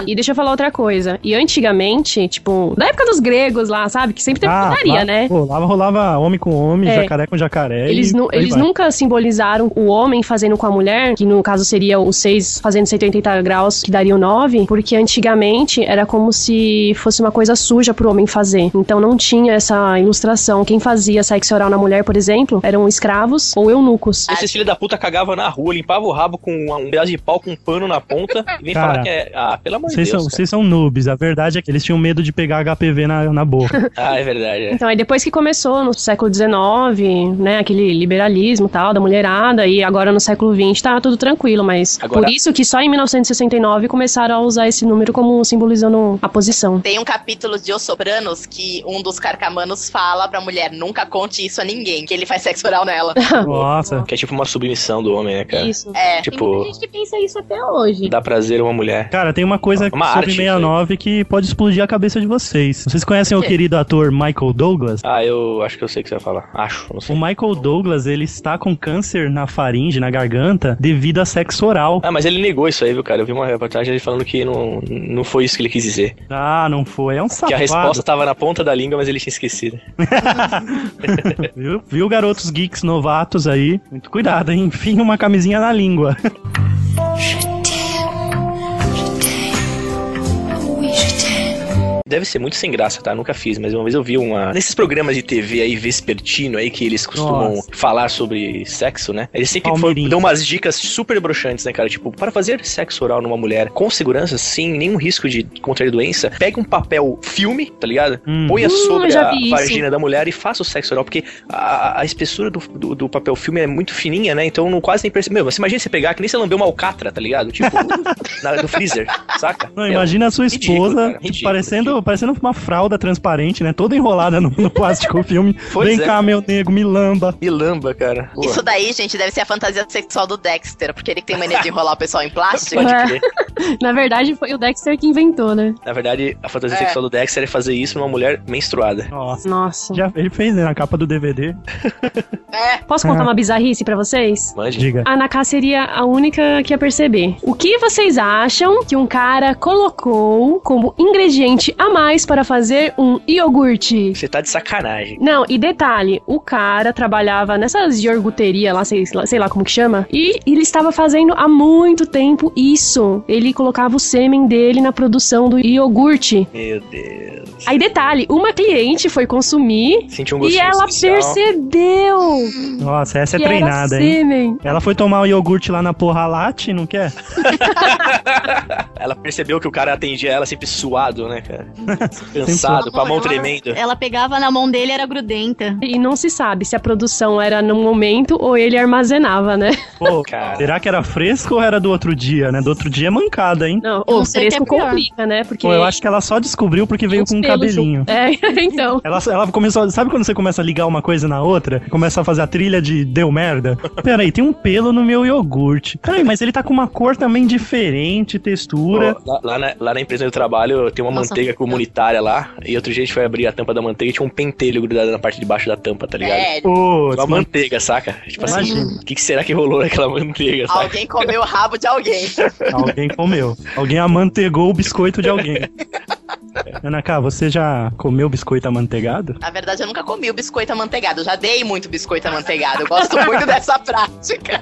Speaker 5: E deixa eu falar outra coisa. E antigamente, tipo, da época dos gregos lá, sabe? Que sempre teve putaria,
Speaker 2: Ah, lá-
Speaker 5: né?
Speaker 2: Rolava, rolava homem com homem,
Speaker 5: É.
Speaker 2: jacaré com jacaré.
Speaker 5: Eles,
Speaker 2: e
Speaker 5: nu-
Speaker 2: por aí
Speaker 5: eles
Speaker 2: vai.
Speaker 5: nunca simbolizaram o homem fazendo com a mulher, que no caso seria o 6 fazendo 180 graus, que daria o 9, porque antigamente era como se fosse uma coisa suja pro homem fazer. Então não tinha essa ilustração. Quem fazia sexo oral na mulher, por exemplo, eram escravos ou eunucos.
Speaker 6: Ah,
Speaker 4: Esses filhos da puta cagavam na rua, limpava o rabo com um, um pedaço de pau com um pano na ponta e vem
Speaker 2: Cara,
Speaker 4: falar que é. Ah, pelo amor de
Speaker 2: Vocês são,
Speaker 4: Deus. cara.
Speaker 2: vocês são noobs, a verdade é que eles tinham medo de pegar HPV na, na
Speaker 5: [LAUGHS]
Speaker 2: boca.
Speaker 4: Ah, é verdade. é.
Speaker 5: Então, aí depois que começou no século XIX, né, aquele liberalismo e tal, da mulherada, e agora no século XX tá tudo tranquilo, mas
Speaker 4: Agora-
Speaker 5: por isso que só em 1969 começaram a usar esse número como simbolizando a posição.
Speaker 6: Tem um capítulo de Os Sopranos que um dos carcamanos fala pra mulher: nunca conte isso a ninguém, que ele faz sexo oral
Speaker 4: [LAUGHS]
Speaker 6: nela.
Speaker 5: Tá
Speaker 2: Nossa.
Speaker 4: Que é tipo uma submissão do homem, né, cara?
Speaker 5: Isso.
Speaker 6: É.
Speaker 7: Tem muita
Speaker 4: Tipo,
Speaker 7: gente que pensa isso até hoje.
Speaker 4: dá prazer a uma mulher.
Speaker 2: Cara, tem uma coisa
Speaker 4: Uma arte
Speaker 2: sobre
Speaker 4: isso aí.
Speaker 2: 69 que pode explodir a cabeça de vocês. Vocês conhecem o
Speaker 6: Quê?
Speaker 2: querido ator Michael Douglas?
Speaker 4: Ah, eu acho que eu sei o que você vai falar. Acho, não
Speaker 2: O
Speaker 4: sei.
Speaker 2: Michael Douglas, ele está com câncer na faringe, na garganta, devido a sexo oral.
Speaker 4: Ah, mas ele negou isso aí, viu, cara? Eu vi uma reportagem ele falando que não, não foi isso que ele quis dizer.
Speaker 2: Ah, não foi. É um safado.
Speaker 4: Que a resposta tava na ponta da língua, mas ele tinha esquecido. é-
Speaker 2: Viu? Viu, garotos geeks novatos aí? Muito cuidado, hein? Enfim, uma camisinha na língua.
Speaker 4: Deve ser muito sem graça, tá? Nunca fiz, mas uma vez eu vi uma. Nesses programas de TV aí, vespertino aí, que eles costumam
Speaker 2: Nossa.
Speaker 4: falar sobre sexo, né? Eles sempre for-
Speaker 2: Palmeirinho.
Speaker 4: dão umas dicas super broxantes, né, cara? Tipo, para fazer sexo oral numa mulher com segurança, sem nenhum risco de contrair doença, pegue um papel filme, tá ligado?
Speaker 2: Hum.
Speaker 4: Ponha
Speaker 5: Hum,
Speaker 4: sobre
Speaker 5: eu já
Speaker 4: a
Speaker 5: vi isso.
Speaker 4: vagina da mulher e faça o sexo oral, porque a, a- a espessura do, do, do papel filme é muito fininha, né? Então não quase nem percebe. Meu, você imagina você pegar que nem você lambeu uma alcatra, tá ligado? Tipo, [LAUGHS] na, no freezer, saca?
Speaker 2: Não,
Speaker 4: É,
Speaker 2: imagina a sua
Speaker 4: ridículo,
Speaker 2: esposa
Speaker 4: cara, ridículo,
Speaker 2: parecendo,
Speaker 4: ridículo.
Speaker 2: parecendo uma fralda transparente, né? Toda enrolada no, no plástico filme.
Speaker 4: [LAUGHS] Pois
Speaker 2: Vem
Speaker 4: é.
Speaker 2: cá, meu nego, me lamba.
Speaker 4: Me lamba, cara. Pô.
Speaker 6: Isso daí, gente, deve ser a fantasia sexual do Dexter, porque ele tem mania de enrolar o pessoal
Speaker 4: [LAUGHS]
Speaker 6: em plástico.
Speaker 4: Pode
Speaker 5: É.
Speaker 4: crer.
Speaker 5: Na verdade, foi o Dexter que inventou, né?
Speaker 4: Na verdade, a fantasia
Speaker 6: É.
Speaker 4: sexual do Dexter é fazer isso numa mulher menstruada.
Speaker 2: Nossa.
Speaker 5: Nossa.
Speaker 2: Já, ele fez né, na capa do DVD.
Speaker 4: Tá
Speaker 6: É.
Speaker 5: Posso contar
Speaker 2: Ah.
Speaker 5: uma bizarrice pra vocês?
Speaker 4: Mande.
Speaker 2: Diga.
Speaker 5: A Naká seria a única que ia perceber. O que vocês acham que um cara colocou como ingrediente a mais para fazer um iogurte?
Speaker 4: Você tá de sacanagem.
Speaker 5: Não, e detalhe, o cara trabalhava nessas iogurteria lá, sei, lá- sei lá como que chama, e ele estava fazendo há muito tempo isso. Ele colocava o sêmen dele na produção do iogurte.
Speaker 4: Meu Deus.
Speaker 5: Aí detalhe, uma cliente foi consumir
Speaker 4: Senti um
Speaker 5: e
Speaker 4: gostinho
Speaker 5: ela
Speaker 4: especial.
Speaker 5: percebeu
Speaker 2: Nossa, essa é
Speaker 5: que
Speaker 2: treinada,
Speaker 5: era assim.
Speaker 2: hein?
Speaker 5: sêmen.
Speaker 2: Ela foi tomar o iogurte lá na porra latte, não quer?
Speaker 4: Ela percebeu que o cara atendia ela sempre suado, né,
Speaker 2: [LAUGHS]
Speaker 4: cara? Cansado, com a mão tremendo.
Speaker 7: Ela pegava na mão dele, era grudenta.
Speaker 5: E não se sabe se a produção era no momento ou ele armazenava, né?
Speaker 2: Pô,
Speaker 4: Cara.
Speaker 2: será que era fresco ou era do outro dia, né? Do outro dia é mancada, hein?
Speaker 5: Não,
Speaker 7: Eu
Speaker 5: o
Speaker 7: não sei o que
Speaker 5: fresco
Speaker 7: é pior.
Speaker 5: complica, né? Porque
Speaker 2: Pô, eu acho que ela só descobriu porque veio
Speaker 5: uns
Speaker 2: com um
Speaker 5: pelos
Speaker 2: cabelinho.
Speaker 5: junto. É, [LAUGHS] então.
Speaker 2: Ela, ela começou. Sabe quando você começa a ligar uma coisa na outra? Começa a fazer a trilha de deu merda? Peraí, tem um pelo no meu iogurte. Peraí, mas ele tá com uma cor também diferente, textura.
Speaker 10: mistura.
Speaker 4: Ó, lá, lá na, lá na empresa do trabalho tem uma
Speaker 7: Nossa.
Speaker 4: manteiga comunitária lá. E outro dia a gente foi abrir a tampa da manteiga e tinha um pentelho grudado na parte de baixo da tampa, tá ligado? [LAUGHS]
Speaker 6: Sério.
Speaker 2: Pô,
Speaker 4: Uma manteiga, saca? Tipo assim,
Speaker 2: Imagina.
Speaker 4: o que, que será que rolou naquela manteiga, saca?
Speaker 6: Alguém comeu o rabo de alguém.
Speaker 2: alguém comeu. Alguém amantegou o biscoito de
Speaker 5: [LAUGHS]
Speaker 2: alguém. Ana K, você já comeu biscoito amanteigado?
Speaker 6: Na verdade, eu nunca comi o biscoito amanteigado. Eu já dei muito biscoito amanteigado. Eu gosto
Speaker 4: [LAUGHS]
Speaker 6: muito dessa prática.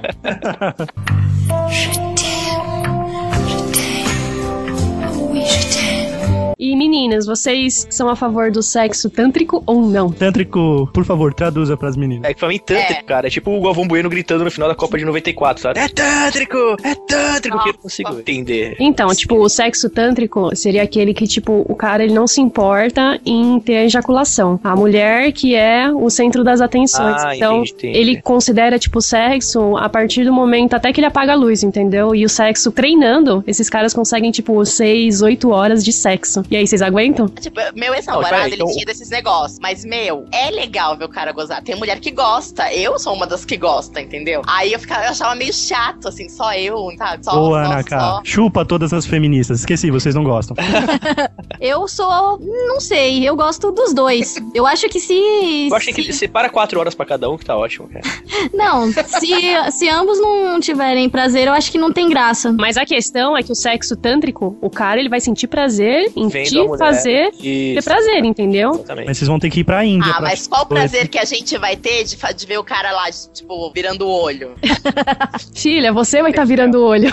Speaker 5: E meninas, vocês são a favor do sexo tântrico ou não?
Speaker 2: Tântrico, por favor, traduza pras meninas.
Speaker 4: É que pra mim, tântrico,
Speaker 6: É.
Speaker 4: cara. É tipo o Galvão Bueno gritando no final da Copa de 94, sabe? É tântrico! É tântrico! que eu não consigo entender.
Speaker 5: Então, tipo, o sexo tântrico seria aquele que, tipo, o cara ele não se importa em ter a ejaculação. A mulher que é o centro das atenções.
Speaker 4: Ah,
Speaker 5: então,
Speaker 4: entendi, entendi.
Speaker 5: ele considera, tipo, o sexo a partir do momento até que ele apaga a luz, entendeu? E o sexo treinando, esses caras conseguem, tipo, 6, 8 horas de sexo. E aí, vocês aguentam?
Speaker 6: Tipo, meu
Speaker 4: Não,
Speaker 6: ex-namorado,
Speaker 4: peraí,
Speaker 6: ele
Speaker 4: então-
Speaker 6: tinha desses negócios. Mas, meu, é legal ver o cara gozar. Tem mulher que gosta. Eu sou uma das que gosta, entendeu? Aí eu, ficava, eu achava meio chato, assim, só eu, sabe? Só,
Speaker 2: Boa,
Speaker 6: só, Ah,
Speaker 2: Ana K.
Speaker 6: só.
Speaker 2: Chupa todas as feministas. Esqueci, vocês não gostam.
Speaker 7: Eu sou. Não sei, eu gosto dos dois. Eu acho que se.
Speaker 4: Eu acho que
Speaker 7: se-
Speaker 4: separa quatro horas pra cada um, que tá ótimo, cara.
Speaker 7: Não, se, se ambos não tiverem prazer, eu acho que não tem graça.
Speaker 5: Mas a questão é que o sexo tântrico, o cara, ele vai sentir prazer em
Speaker 4: Vendo a
Speaker 5: te
Speaker 4: mulher.
Speaker 5: fazer ter
Speaker 4: Isso,
Speaker 5: prazer, entendeu?
Speaker 4: exatamente.
Speaker 2: Mas vocês vão ter que ir pra Índia.
Speaker 6: Ah,
Speaker 2: um pra- assim.
Speaker 6: mas qual o prazer que a gente vai ter de, fa- de ver o cara lá, tipo, virando o olho?
Speaker 5: Filha, você vai estar virando o
Speaker 4: [LAUGHS]
Speaker 5: olho.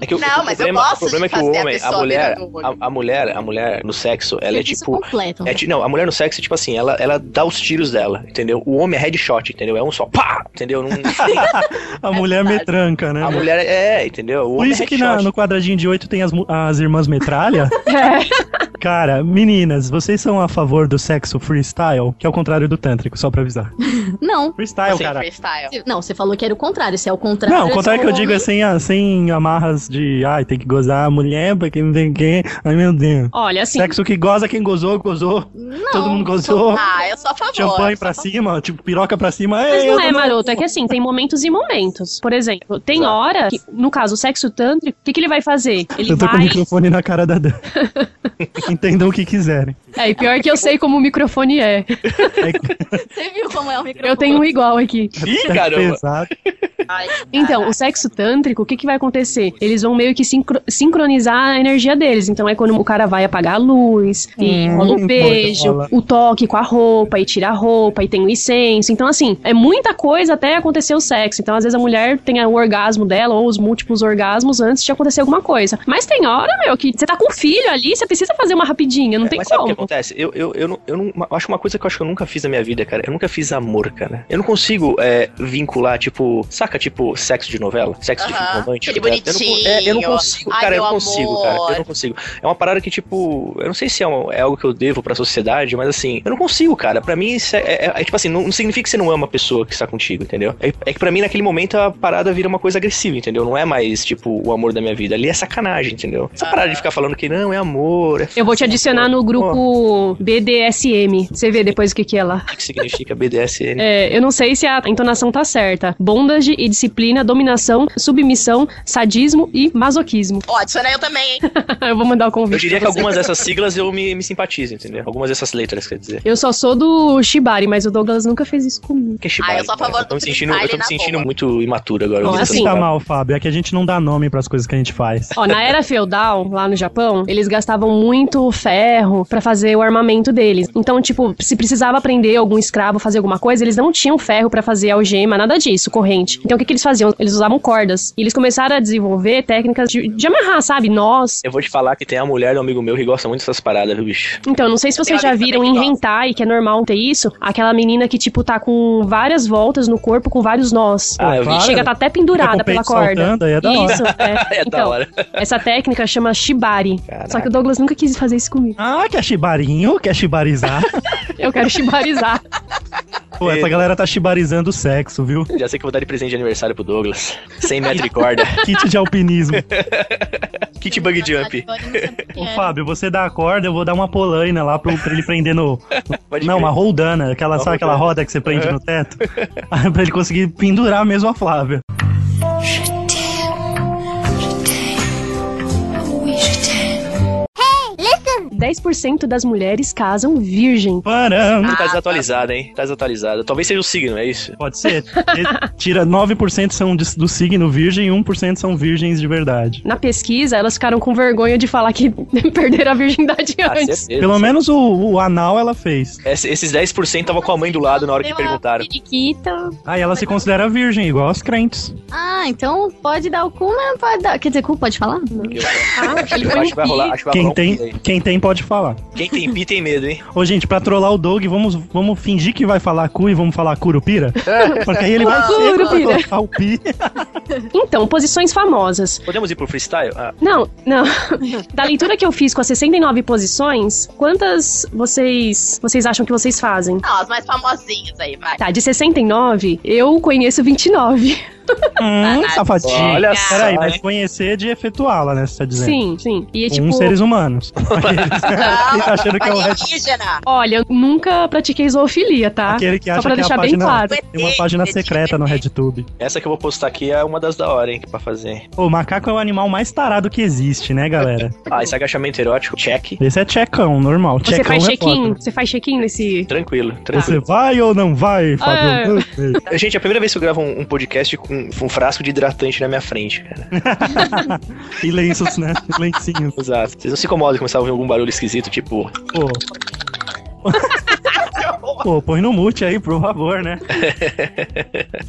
Speaker 4: É que o-
Speaker 6: Não,
Speaker 4: o
Speaker 6: mas eu
Speaker 4: problema,
Speaker 6: gosto
Speaker 4: o problema é
Speaker 6: de
Speaker 4: que o
Speaker 6: fazer a
Speaker 4: homem, a
Speaker 6: pessoa
Speaker 4: mulher,
Speaker 6: virando o olho.
Speaker 4: a, a mulher, a mulher no sexo, ela é
Speaker 7: Serviço
Speaker 4: tipo
Speaker 7: completo.
Speaker 4: É, ti- não, a mulher no sexo, tipo assim, ela, ela dá os tiros dela, entendeu? O homem é headshot, entendeu? É um só, pá, entendeu? Não,
Speaker 2: [LAUGHS] A mulher
Speaker 6: É verdade.
Speaker 2: metranca, [LAUGHS] né?
Speaker 4: a mulher é, é, entendeu? O
Speaker 2: Por
Speaker 4: homem
Speaker 2: isso
Speaker 4: é
Speaker 2: que na-
Speaker 4: headshot.
Speaker 2: no quadradinho de oito tem as, mu- as irmãs metralha.
Speaker 6: [LAUGHS]
Speaker 5: É.
Speaker 2: Cara, meninas, vocês são a favor do sexo freestyle? Que é o contrário do tântrico, só pra avisar.
Speaker 7: Não.
Speaker 2: Freestyle,
Speaker 4: Assim,
Speaker 2: É cara.
Speaker 6: Freestyle.
Speaker 7: Não, você falou que era o contrário. Se é o contrário.
Speaker 2: Não, o contrário que eu
Speaker 7: sou
Speaker 2: digo é
Speaker 7: homem.
Speaker 2: sem, a- sem amarras de, ai, tem que gozar a mulher, porque não tem quem. Ai, meu Deus.
Speaker 5: Olha, assim,
Speaker 2: Sexo que goza, quem gozou, gozou.
Speaker 7: um- Não,
Speaker 2: Todo mundo gozou.
Speaker 6: Ah, eu sou a favor.
Speaker 2: Champanhe
Speaker 6: eu sou
Speaker 2: pra
Speaker 6: a favor.
Speaker 2: cima, tipo, piroca pra cima.
Speaker 5: Mas
Speaker 2: ei,
Speaker 5: não
Speaker 2: eu
Speaker 4: né?
Speaker 5: é,
Speaker 2: tô-
Speaker 5: maroto. É que assim, tem momentos e momentos. Por exemplo, tem hora que, no caso, o sexo tântrico, o que, que ele vai fazer? Ele
Speaker 2: Eu tô com o
Speaker 5: vai.
Speaker 2: microfone na cara da Dan. Entendam o que quiserem.
Speaker 5: É, e pior que eu sei como o microfone é.
Speaker 7: Você viu como é o microfone?
Speaker 5: Eu tenho um igual aqui.
Speaker 4: Ih,
Speaker 2: É
Speaker 4: caramba.
Speaker 2: pesado.
Speaker 6: Ai,
Speaker 5: Então, o sexo tântrico, o que, que vai acontecer? Eles vão meio que sincro- sincronizar a energia deles. Então é quando o cara vai apagar a luz, e
Speaker 2: Hum,
Speaker 5: rola o
Speaker 2: pode
Speaker 5: beijo,
Speaker 2: falar.
Speaker 5: o toque com a roupa, e tira a roupa, e tem o incenso. Então, assim, é muita coisa até acontecer o sexo. Então, às vezes, a mulher tem o orgasmo dela, ou os múltiplos orgasmos antes de acontecer alguma coisa. Mas tem hora, meu, que você tá com um filho ali, você precisa fazer uma rapidinha, não tem
Speaker 4: É, Mas sabe o que
Speaker 5: como.
Speaker 4: acontece? Eu, eu, eu, não, eu não. uma- Acho uma coisa que eu acho que eu nunca fiz na minha vida, cara. Eu nunca fiz amor, cara. Eu não consigo é, vincular, tipo. Saca, tipo, sexo de novela? Sexo de
Speaker 6: Aham.
Speaker 4: filme romântico.
Speaker 6: Aquele
Speaker 4: tá ligado? Eu não, con- é, eu não
Speaker 6: bonitinho.
Speaker 4: consigo,
Speaker 6: Ai,
Speaker 4: cara. eu
Speaker 6: meu
Speaker 4: não consigo, cara. Eu
Speaker 6: amor.
Speaker 4: não consigo. É uma parada que, tipo. Eu não sei se é, um- é algo que eu devo pra sociedade, mas assim. Eu não consigo, cara. Pra mim, isso é, é- é- é tipo assim. Não, não significa que você não ama a pessoa que está contigo, entendeu? É, é que pra mim, naquele momento, a parada vira uma coisa agressiva, entendeu? Não é mais, tipo, o amor da minha vida. Ali é sacanagem, entendeu? Essa parada de ficar falando que não, é amor. É
Speaker 5: Eu vou te adicionar no grupo BDSM. Você vê depois o que, que é lá.
Speaker 4: O que significa
Speaker 5: [LAUGHS]
Speaker 4: BDSN?
Speaker 5: É, eu não sei se a entonação tá certa. Bondage e disciplina, dominação, submissão, sadismo e masoquismo. [LAUGHS]
Speaker 6: Ó, adiciona eu também, hein?
Speaker 5: eu vou mandar o
Speaker 4: Eu
Speaker 5: convite.
Speaker 4: diria que
Speaker 5: pra É, você.
Speaker 4: algumas dessas siglas eu me, me simpatizo, entendeu? Algumas dessas letras, quer dizer.
Speaker 5: Eu só sou do Shibari, mas o Douglas nunca fez isso comigo.
Speaker 4: Que shibari,
Speaker 6: Ah, eu sou a
Speaker 4: cara.
Speaker 6: favor
Speaker 4: tô me
Speaker 6: do
Speaker 4: sentindo, Eu tô me
Speaker 6: freestyle na
Speaker 4: sentindo
Speaker 6: boa.
Speaker 4: muito imaturo agora.
Speaker 5: Bom,
Speaker 4: ouvindo essas
Speaker 5: assim,
Speaker 2: Tá
Speaker 4: palavras.
Speaker 2: mal, Fábio. É que a gente não dá nome pras coisas que a gente faz.
Speaker 5: Ó, na era feudal, lá no Japão, eles gastavam muito ferro pra fazer o armamento deles. Então, tipo, se precisava prender algum escravo, fazer alguma coisa, eles não tinham ferro pra fazer algema, nada disso, corrente. Então, o que, que eles faziam? Eles usavam cordas. E eles começaram a desenvolver técnicas de, de amarrar, sabe? Nós.
Speaker 4: Eu vou te falar que tem a mulher do amigo meu que gosta muito dessas paradas, viu, bicho?
Speaker 5: Então, não sei se vocês
Speaker 6: Tem
Speaker 5: já
Speaker 6: alguém
Speaker 5: viram
Speaker 6: também
Speaker 5: em
Speaker 6: que gosta.
Speaker 5: Hentai, que é normal ter isso, aquela menina que, tipo, tá com várias voltas no corpo, com vários nós.
Speaker 4: Ah, eu vi.
Speaker 5: E Chega, tá até
Speaker 2: Fica com o
Speaker 5: pendurada
Speaker 2: peito
Speaker 5: pela corda.
Speaker 2: saltando, aí é da hora.
Speaker 5: Isso, é.
Speaker 4: [LAUGHS] É da
Speaker 5: então,
Speaker 4: hora.
Speaker 5: essa técnica chama shibari.
Speaker 4: Caraca.
Speaker 5: Só que o Douglas nunca quis fazer isso comigo.
Speaker 2: Ah, quer chibarinho? Quer chibarizar?
Speaker 5: Eu
Speaker 4: [LAUGHS]
Speaker 5: quero shibarizar.
Speaker 2: Pô, essa galera tá chibarizando o sexo, viu?
Speaker 4: Já sei que eu vou dar de presente de aniversário pro Douglas. 100 metros de corda.
Speaker 2: Kit de alpinismo.
Speaker 4: Kit bug
Speaker 7: Agora
Speaker 4: jump.
Speaker 7: eu não sei o que
Speaker 2: Ô,
Speaker 7: é.
Speaker 2: Fábio, você dá a corda, eu vou dar uma polaina lá pro, pra ele prender no.
Speaker 4: Pode
Speaker 2: Não,
Speaker 4: crer.
Speaker 2: uma roldana, aquela, sabe aquela roda que você prende no teto? [LAUGHS] Aí pra ele conseguir pendurar mesmo a Flávia.
Speaker 3: We should
Speaker 5: 10% das mulheres casam virgem.
Speaker 2: Param.
Speaker 4: Tá
Speaker 6: Ah,
Speaker 4: desatualizada, hein? Tá desatualizada. Talvez seja o signo, é isso?
Speaker 2: Pode ser. [LAUGHS] Ele Tira 9% são de- do signo virgem e 1% são virgens de verdade.
Speaker 5: Na pesquisa, elas ficaram com vergonha de falar que [LAUGHS] perderam a virgindade
Speaker 4: Ah,
Speaker 5: antes.
Speaker 4: certeza.
Speaker 2: É, Pelo menos o, o anal ela fez.
Speaker 4: Esse- Esses 10% tava com a mãe do lado na hora que perguntaram.
Speaker 7: Periquita.
Speaker 2: Ah, e ela se considera virgem, igual aos crentes.
Speaker 7: Ah, então pode dar o cu, mas não pode dar. Quer dizer, cu pode falar?
Speaker 4: Eu- eu
Speaker 5: Ah,
Speaker 4: acho que vai rolar, acho que vai rolar
Speaker 2: Quem
Speaker 4: um pi
Speaker 2: tem,
Speaker 4: aí.
Speaker 2: quem tem pode falar.
Speaker 4: Quem tem pi tem medo, hein?
Speaker 2: Ô, gente, pra trollar o Doug, vamos, vamos fingir que vai falar cu e vamos falar curupira? Porque aí ele vai ser
Speaker 5: Curupira.
Speaker 2: colocar o
Speaker 5: [LAUGHS]
Speaker 2: pi.
Speaker 5: Então, posições famosas.
Speaker 4: Podemos ir pro freestyle? Ah,
Speaker 5: Não, não. [LAUGHS] da leitura que eu fiz com as 69 posições, quantas vocês vocês acham que vocês fazem?
Speaker 6: Não, as mais famosinhas aí, vai.
Speaker 5: Tá, de 69, eu conheço 29.
Speaker 2: Hum, safadinho.
Speaker 4: olha só,
Speaker 2: Peraí, mas
Speaker 4: hein?
Speaker 2: conhecer é de efetuá-la, né? Você tá dizendo?
Speaker 5: Sim, sim. E é
Speaker 2: Com
Speaker 5: tipo,
Speaker 2: seres humanos.
Speaker 6: Ah,
Speaker 2: [LAUGHS] Aqueles- tá achando que é o Red
Speaker 6: Alienígena.
Speaker 5: olha, eu nunca pratiquei zoofilia, tá?
Speaker 2: Aquele que
Speaker 5: Só
Speaker 2: acha
Speaker 5: pra
Speaker 2: que é a
Speaker 5: deixar bem
Speaker 2: página-
Speaker 5: claro.
Speaker 2: Tem uma página secreta no RedTube.
Speaker 4: Essa que eu vou postar aqui é uma das da hora, hein? Pra fazer.
Speaker 2: O macaco é o animal mais tarado que existe, né, galera?
Speaker 4: Ah, esse agachamento erótico, check.
Speaker 2: Esse é checão, normal.
Speaker 5: Você
Speaker 2: Checão
Speaker 5: faz
Speaker 2: é
Speaker 5: check-in? Tá.
Speaker 2: foda.
Speaker 5: Você faz check-in nesse.
Speaker 4: Tranquilo, tranquilo.
Speaker 2: Você vai ou não vai, Fábio? Ah.
Speaker 4: Gente, é a primeira vez que eu gravo um, um podcast com um frasco de hidratante na minha frente, cara.
Speaker 2: E lenços,
Speaker 5: [LAUGHS]
Speaker 2: né? Lencinhos.
Speaker 4: Exato. Vocês não se incomodam de começar a ouvir algum barulho esquisito, tipo.
Speaker 2: Pô.
Speaker 5: [LAUGHS]
Speaker 2: Pô, põe no mute aí, por favor,
Speaker 5: [LAUGHS]
Speaker 2: né?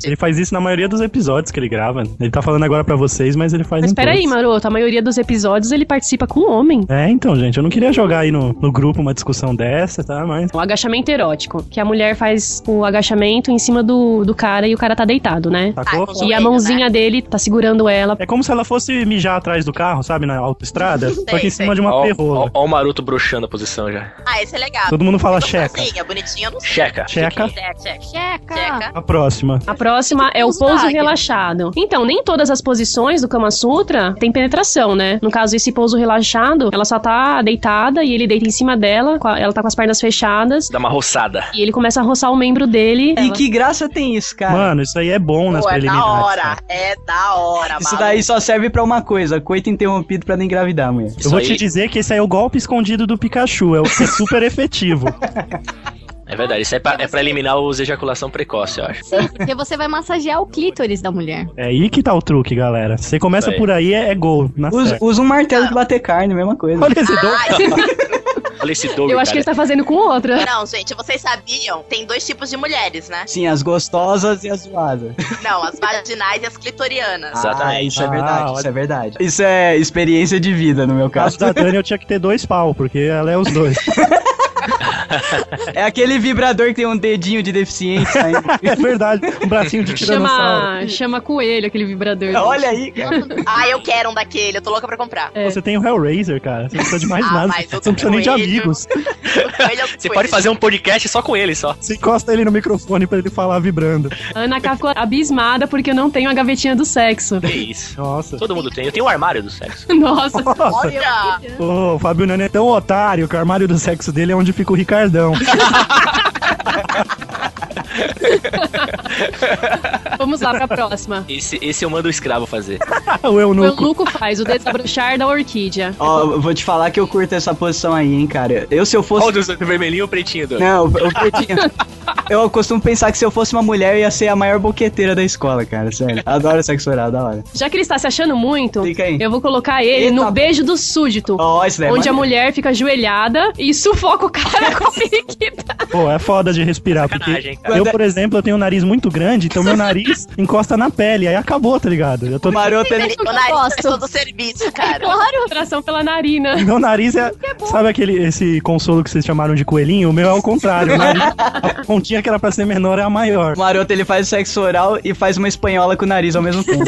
Speaker 2: Ele faz isso na maioria dos episódios que ele grava. Ele tá falando agora pra vocês, mas ele faz
Speaker 5: Mas
Speaker 2: em
Speaker 5: peraí,
Speaker 2: todos.
Speaker 5: maroto, a maioria dos episódios ele participa com um homem.
Speaker 2: É, então, gente, eu não queria jogar aí no, no grupo uma discussão dessa, tá? Mas.
Speaker 5: O É um agachamento erótico, que a mulher faz o agachamento em cima do, do cara e o cara tá deitado, né?
Speaker 2: Sacou?
Speaker 6: Ah,
Speaker 5: E a
Speaker 6: Joelho,
Speaker 5: mãozinha dele tá segurando ela.
Speaker 2: É como se ela fosse mijar atrás do carro, sabe? Na autoestrada. só que em
Speaker 6: sei.
Speaker 2: cima de uma
Speaker 4: Ó, ó,
Speaker 2: perrola.
Speaker 4: ó o Maroto broxando a posição já.
Speaker 6: Ah, esse é legal.
Speaker 2: Todo mundo fala
Speaker 6: Tô
Speaker 2: checa.
Speaker 6: Sozinha, bonitinha, eu não sei.
Speaker 4: Checa.
Speaker 2: Checa.
Speaker 6: é. Checa, checa.
Speaker 7: Checa.
Speaker 6: Checa.
Speaker 2: A próxima.
Speaker 5: A próxima é o
Speaker 7: Os
Speaker 5: pouso
Speaker 7: dog.
Speaker 5: relaxado. Então, nem todas as posições do Kama Sutra tem penetração, né? No caso, esse pouso relaxado, ela só tá deitada e ele deita em cima dela, com a- ela tá com as pernas fechadas.
Speaker 4: Dá uma roçada.
Speaker 5: E ele começa a roçar o membro dele.
Speaker 1: E
Speaker 5: Ela-
Speaker 1: que graça tem isso, cara?
Speaker 2: Mano, isso aí é bom nas
Speaker 6: Pô, é da
Speaker 2: preliminares.
Speaker 6: hora.
Speaker 2: cara.
Speaker 6: É da hora,
Speaker 1: Isso
Speaker 6: maluco.
Speaker 1: daí só serve pra uma coisa, coito interrompido pra não engravidar, mulher.
Speaker 4: Isso
Speaker 2: Eu vou
Speaker 4: aí
Speaker 2: te dizer que esse aí é o golpe escondido do Pikachu. É o
Speaker 6: [LAUGHS]
Speaker 2: que é super efetivo.
Speaker 4: É verdade, isso é pra, é pra eliminar os ejaculação precoce, eu acho.
Speaker 7: Sim, porque você vai massagear o clítoris da mulher.
Speaker 2: É aí que tá o truque, galera. Se você começa
Speaker 4: Isso aí.
Speaker 2: por aí, é, é gol. Na
Speaker 1: Usa,
Speaker 2: certa.
Speaker 1: usa um martelo pra bater carne, mesma coisa.
Speaker 2: Olha
Speaker 6: Ah,
Speaker 2: esse dom.
Speaker 4: Olha esse Doug,
Speaker 5: Eu acho
Speaker 4: cara.
Speaker 5: que ele tá fazendo com
Speaker 6: [LAUGHS]
Speaker 5: outra.
Speaker 6: Não, gente, vocês sabiam? Tem dois tipos de mulheres, né?
Speaker 1: Sim, as gostosas e as zoadas.
Speaker 6: Não, as vaginais e as clitorianas.
Speaker 4: Exatamente.
Speaker 1: Ah, isso é
Speaker 2: Ah,
Speaker 1: verdade,
Speaker 2: olha.
Speaker 1: isso é verdade. Isso é experiência de vida, no meu
Speaker 2: No caso
Speaker 1: caso.
Speaker 2: da Dani, eu tinha que ter dois pau, porque ela é os
Speaker 6: [LAUGHS]
Speaker 2: dois.
Speaker 1: É aquele vibrador que tem um dedinho de deficiência
Speaker 5: [LAUGHS]
Speaker 1: ainda.
Speaker 2: é verdade. Um bracinho de tiranossauro.
Speaker 5: Chama, chama coelho, aquele vibrador.
Speaker 1: Olha aí, cara.
Speaker 6: Ah, eu quero um daquele, eu tô louca pra comprar.
Speaker 5: É.
Speaker 2: Você tem o Hellraiser, cara. Você não precisa de mais
Speaker 6: Ah,
Speaker 2: nada.
Speaker 6: mas
Speaker 2: Você
Speaker 6: eu
Speaker 2: não precisa nem de
Speaker 6: coelho.
Speaker 2: amigos.
Speaker 6: Ele é [LAUGHS] o
Speaker 4: Você pode fazer um podcast só com ele, só.
Speaker 2: Você encosta ele no microfone pra ele falar vibrando.
Speaker 5: A Ana K ficou abismada porque eu não tenho a gavetinha do sexo. [LAUGHS]
Speaker 4: É isso.
Speaker 2: Nossa.
Speaker 4: Todo mundo tem. Eu tenho um armário do sexo.
Speaker 5: Nossa.
Speaker 2: Nossa.
Speaker 6: Olha,
Speaker 2: Ô, o Fábio Nani é tão otário que o armário do sexo dele é onde fica o Ricardão.
Speaker 5: Vamos lá pra próxima.
Speaker 4: Esse, esse eu mando o escravo fazer.
Speaker 2: o
Speaker 5: O
Speaker 2: eunuco.
Speaker 5: Eunuco faz o desabrochar da orquídea.
Speaker 1: Ó, eu vou te falar que eu curto essa posição aí, hein, cara. Eu, se eu fosse.
Speaker 4: Qual dos dois, o vermelhinho ou o pretinho, Doug?
Speaker 1: Não, eu pretinho. Eu costumo pensar que se eu fosse uma mulher, eu ia ser a maior boqueteira da escola, cara. Sério. Adoro sexo oral, da hora.
Speaker 5: Já que ele está se achando muito,
Speaker 1: Fica aí.
Speaker 5: eu vou colocar ele
Speaker 1: Eita.
Speaker 5: no beijo do súdito.
Speaker 1: Ó, isso daí. é
Speaker 5: onde a
Speaker 1: maneiro.
Speaker 5: mulher fica ajoelhada e sufoca
Speaker 4: [LAUGHS]
Speaker 5: o cara com a periquita.
Speaker 2: Pô, é foda de respirar, porque
Speaker 4: Sacanagem, cara.
Speaker 2: eu, por exemplo, eu tenho um nariz muito grande, então meu nariz encosta na pele, aí acabou, tá ligado? Eu Então- tô...
Speaker 1: O maroto, ele.
Speaker 6: o nariz é todo serviço, cara.
Speaker 5: Claro. Tração pela narina.
Speaker 2: [LAUGHS] Meu nariz é. Sabe aquele esse consolo que vocês chamaram de coelhinho? O meu é o contrário. O nariz, a pontinha que era pra ser menor é a maior.
Speaker 1: O maroto, ele faz sexo oral e faz uma espanhola com o nariz ao mesmo tempo.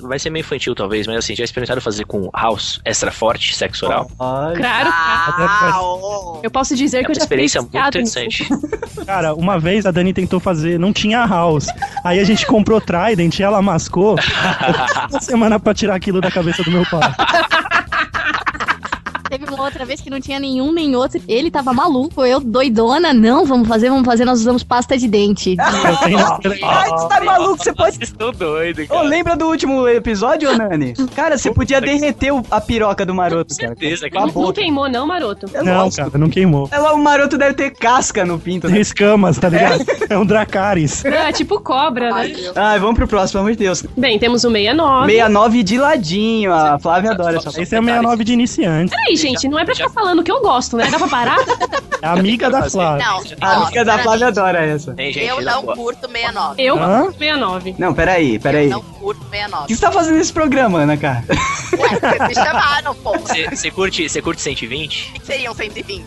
Speaker 4: Vai ser meio infantil, talvez, mas assim, já experimentaram fazer com house extra forte, sexo oral?
Speaker 1: Olha.
Speaker 5: Claro.
Speaker 6: Ah, ô.
Speaker 5: Eu posso dizer
Speaker 4: É
Speaker 5: que
Speaker 4: uma
Speaker 5: eu já fiquei
Speaker 4: experiência muito
Speaker 5: viciada em-
Speaker 4: interessante.
Speaker 5: [LAUGHS]
Speaker 2: Cara, uma vez a Dani tentou fazer, não tinha house. Aí a gente comprou Trident e ela mascou. Eu fiquei uma semana pra tirar aquilo da cabeça do meu pai.
Speaker 7: Teve um outra vez que não tinha nenhum nem outro. Ele tava maluco, eu doidona. Não, vamos fazer, vamos fazer, nós usamos pasta de dente.
Speaker 5: Ah.
Speaker 2: Eu tenho estranho.
Speaker 1: Ai, você tá maluco, você pode...
Speaker 4: Vocês estão doidos,
Speaker 1: Ô,
Speaker 4: cara.
Speaker 1: lembra do último episódio, ô, Nani? Cara, você podia
Speaker 4: Puta que-
Speaker 1: derreter o- a piroca do maroto, cara.
Speaker 4: certeza,
Speaker 1: Com a
Speaker 4: cara.
Speaker 5: Não, não
Speaker 1: boca.
Speaker 5: queimou, não, maroto.
Speaker 1: É
Speaker 2: Não,
Speaker 1: lógico.
Speaker 2: cara, não queimou.
Speaker 1: É lá, o maroto deve ter casca no pinto,
Speaker 2: Tem
Speaker 1: né?
Speaker 2: escamas, tá ligado? É um Dracarys.
Speaker 5: Não, é tipo cobra, né?
Speaker 1: Ai, vamos pro próximo, pelo amor de Deus.
Speaker 5: Bem, temos o 69.
Speaker 1: 69 de ladinho, a Flávia adora essa
Speaker 4: Só- só-
Speaker 1: parte.
Speaker 2: Esse é o 69 de iniciante.
Speaker 5: Peraí, gente, não é pra ficar falando que eu gosto, né? Dá
Speaker 4: [LAUGHS]
Speaker 5: pra parar?
Speaker 2: É amiga da Flávia.
Speaker 6: Não,
Speaker 1: A
Speaker 6: ó,
Speaker 1: amiga da Flávia adora essa.
Speaker 4: Tem é gente
Speaker 6: eu
Speaker 4: lá
Speaker 5: um
Speaker 6: não
Speaker 4: fora.
Speaker 6: curto 69.
Speaker 5: Eu
Speaker 2: Hã?
Speaker 5: gosto de 69.
Speaker 1: Não, peraí, peraí.
Speaker 6: Eu
Speaker 1: O
Speaker 6: não curto 69.
Speaker 1: que você tá fazendo nesse programa, Ana, cara?
Speaker 6: Ué, me chamaram, pô. O
Speaker 4: Você você curte, você curte 120?
Speaker 6: que seriam 120?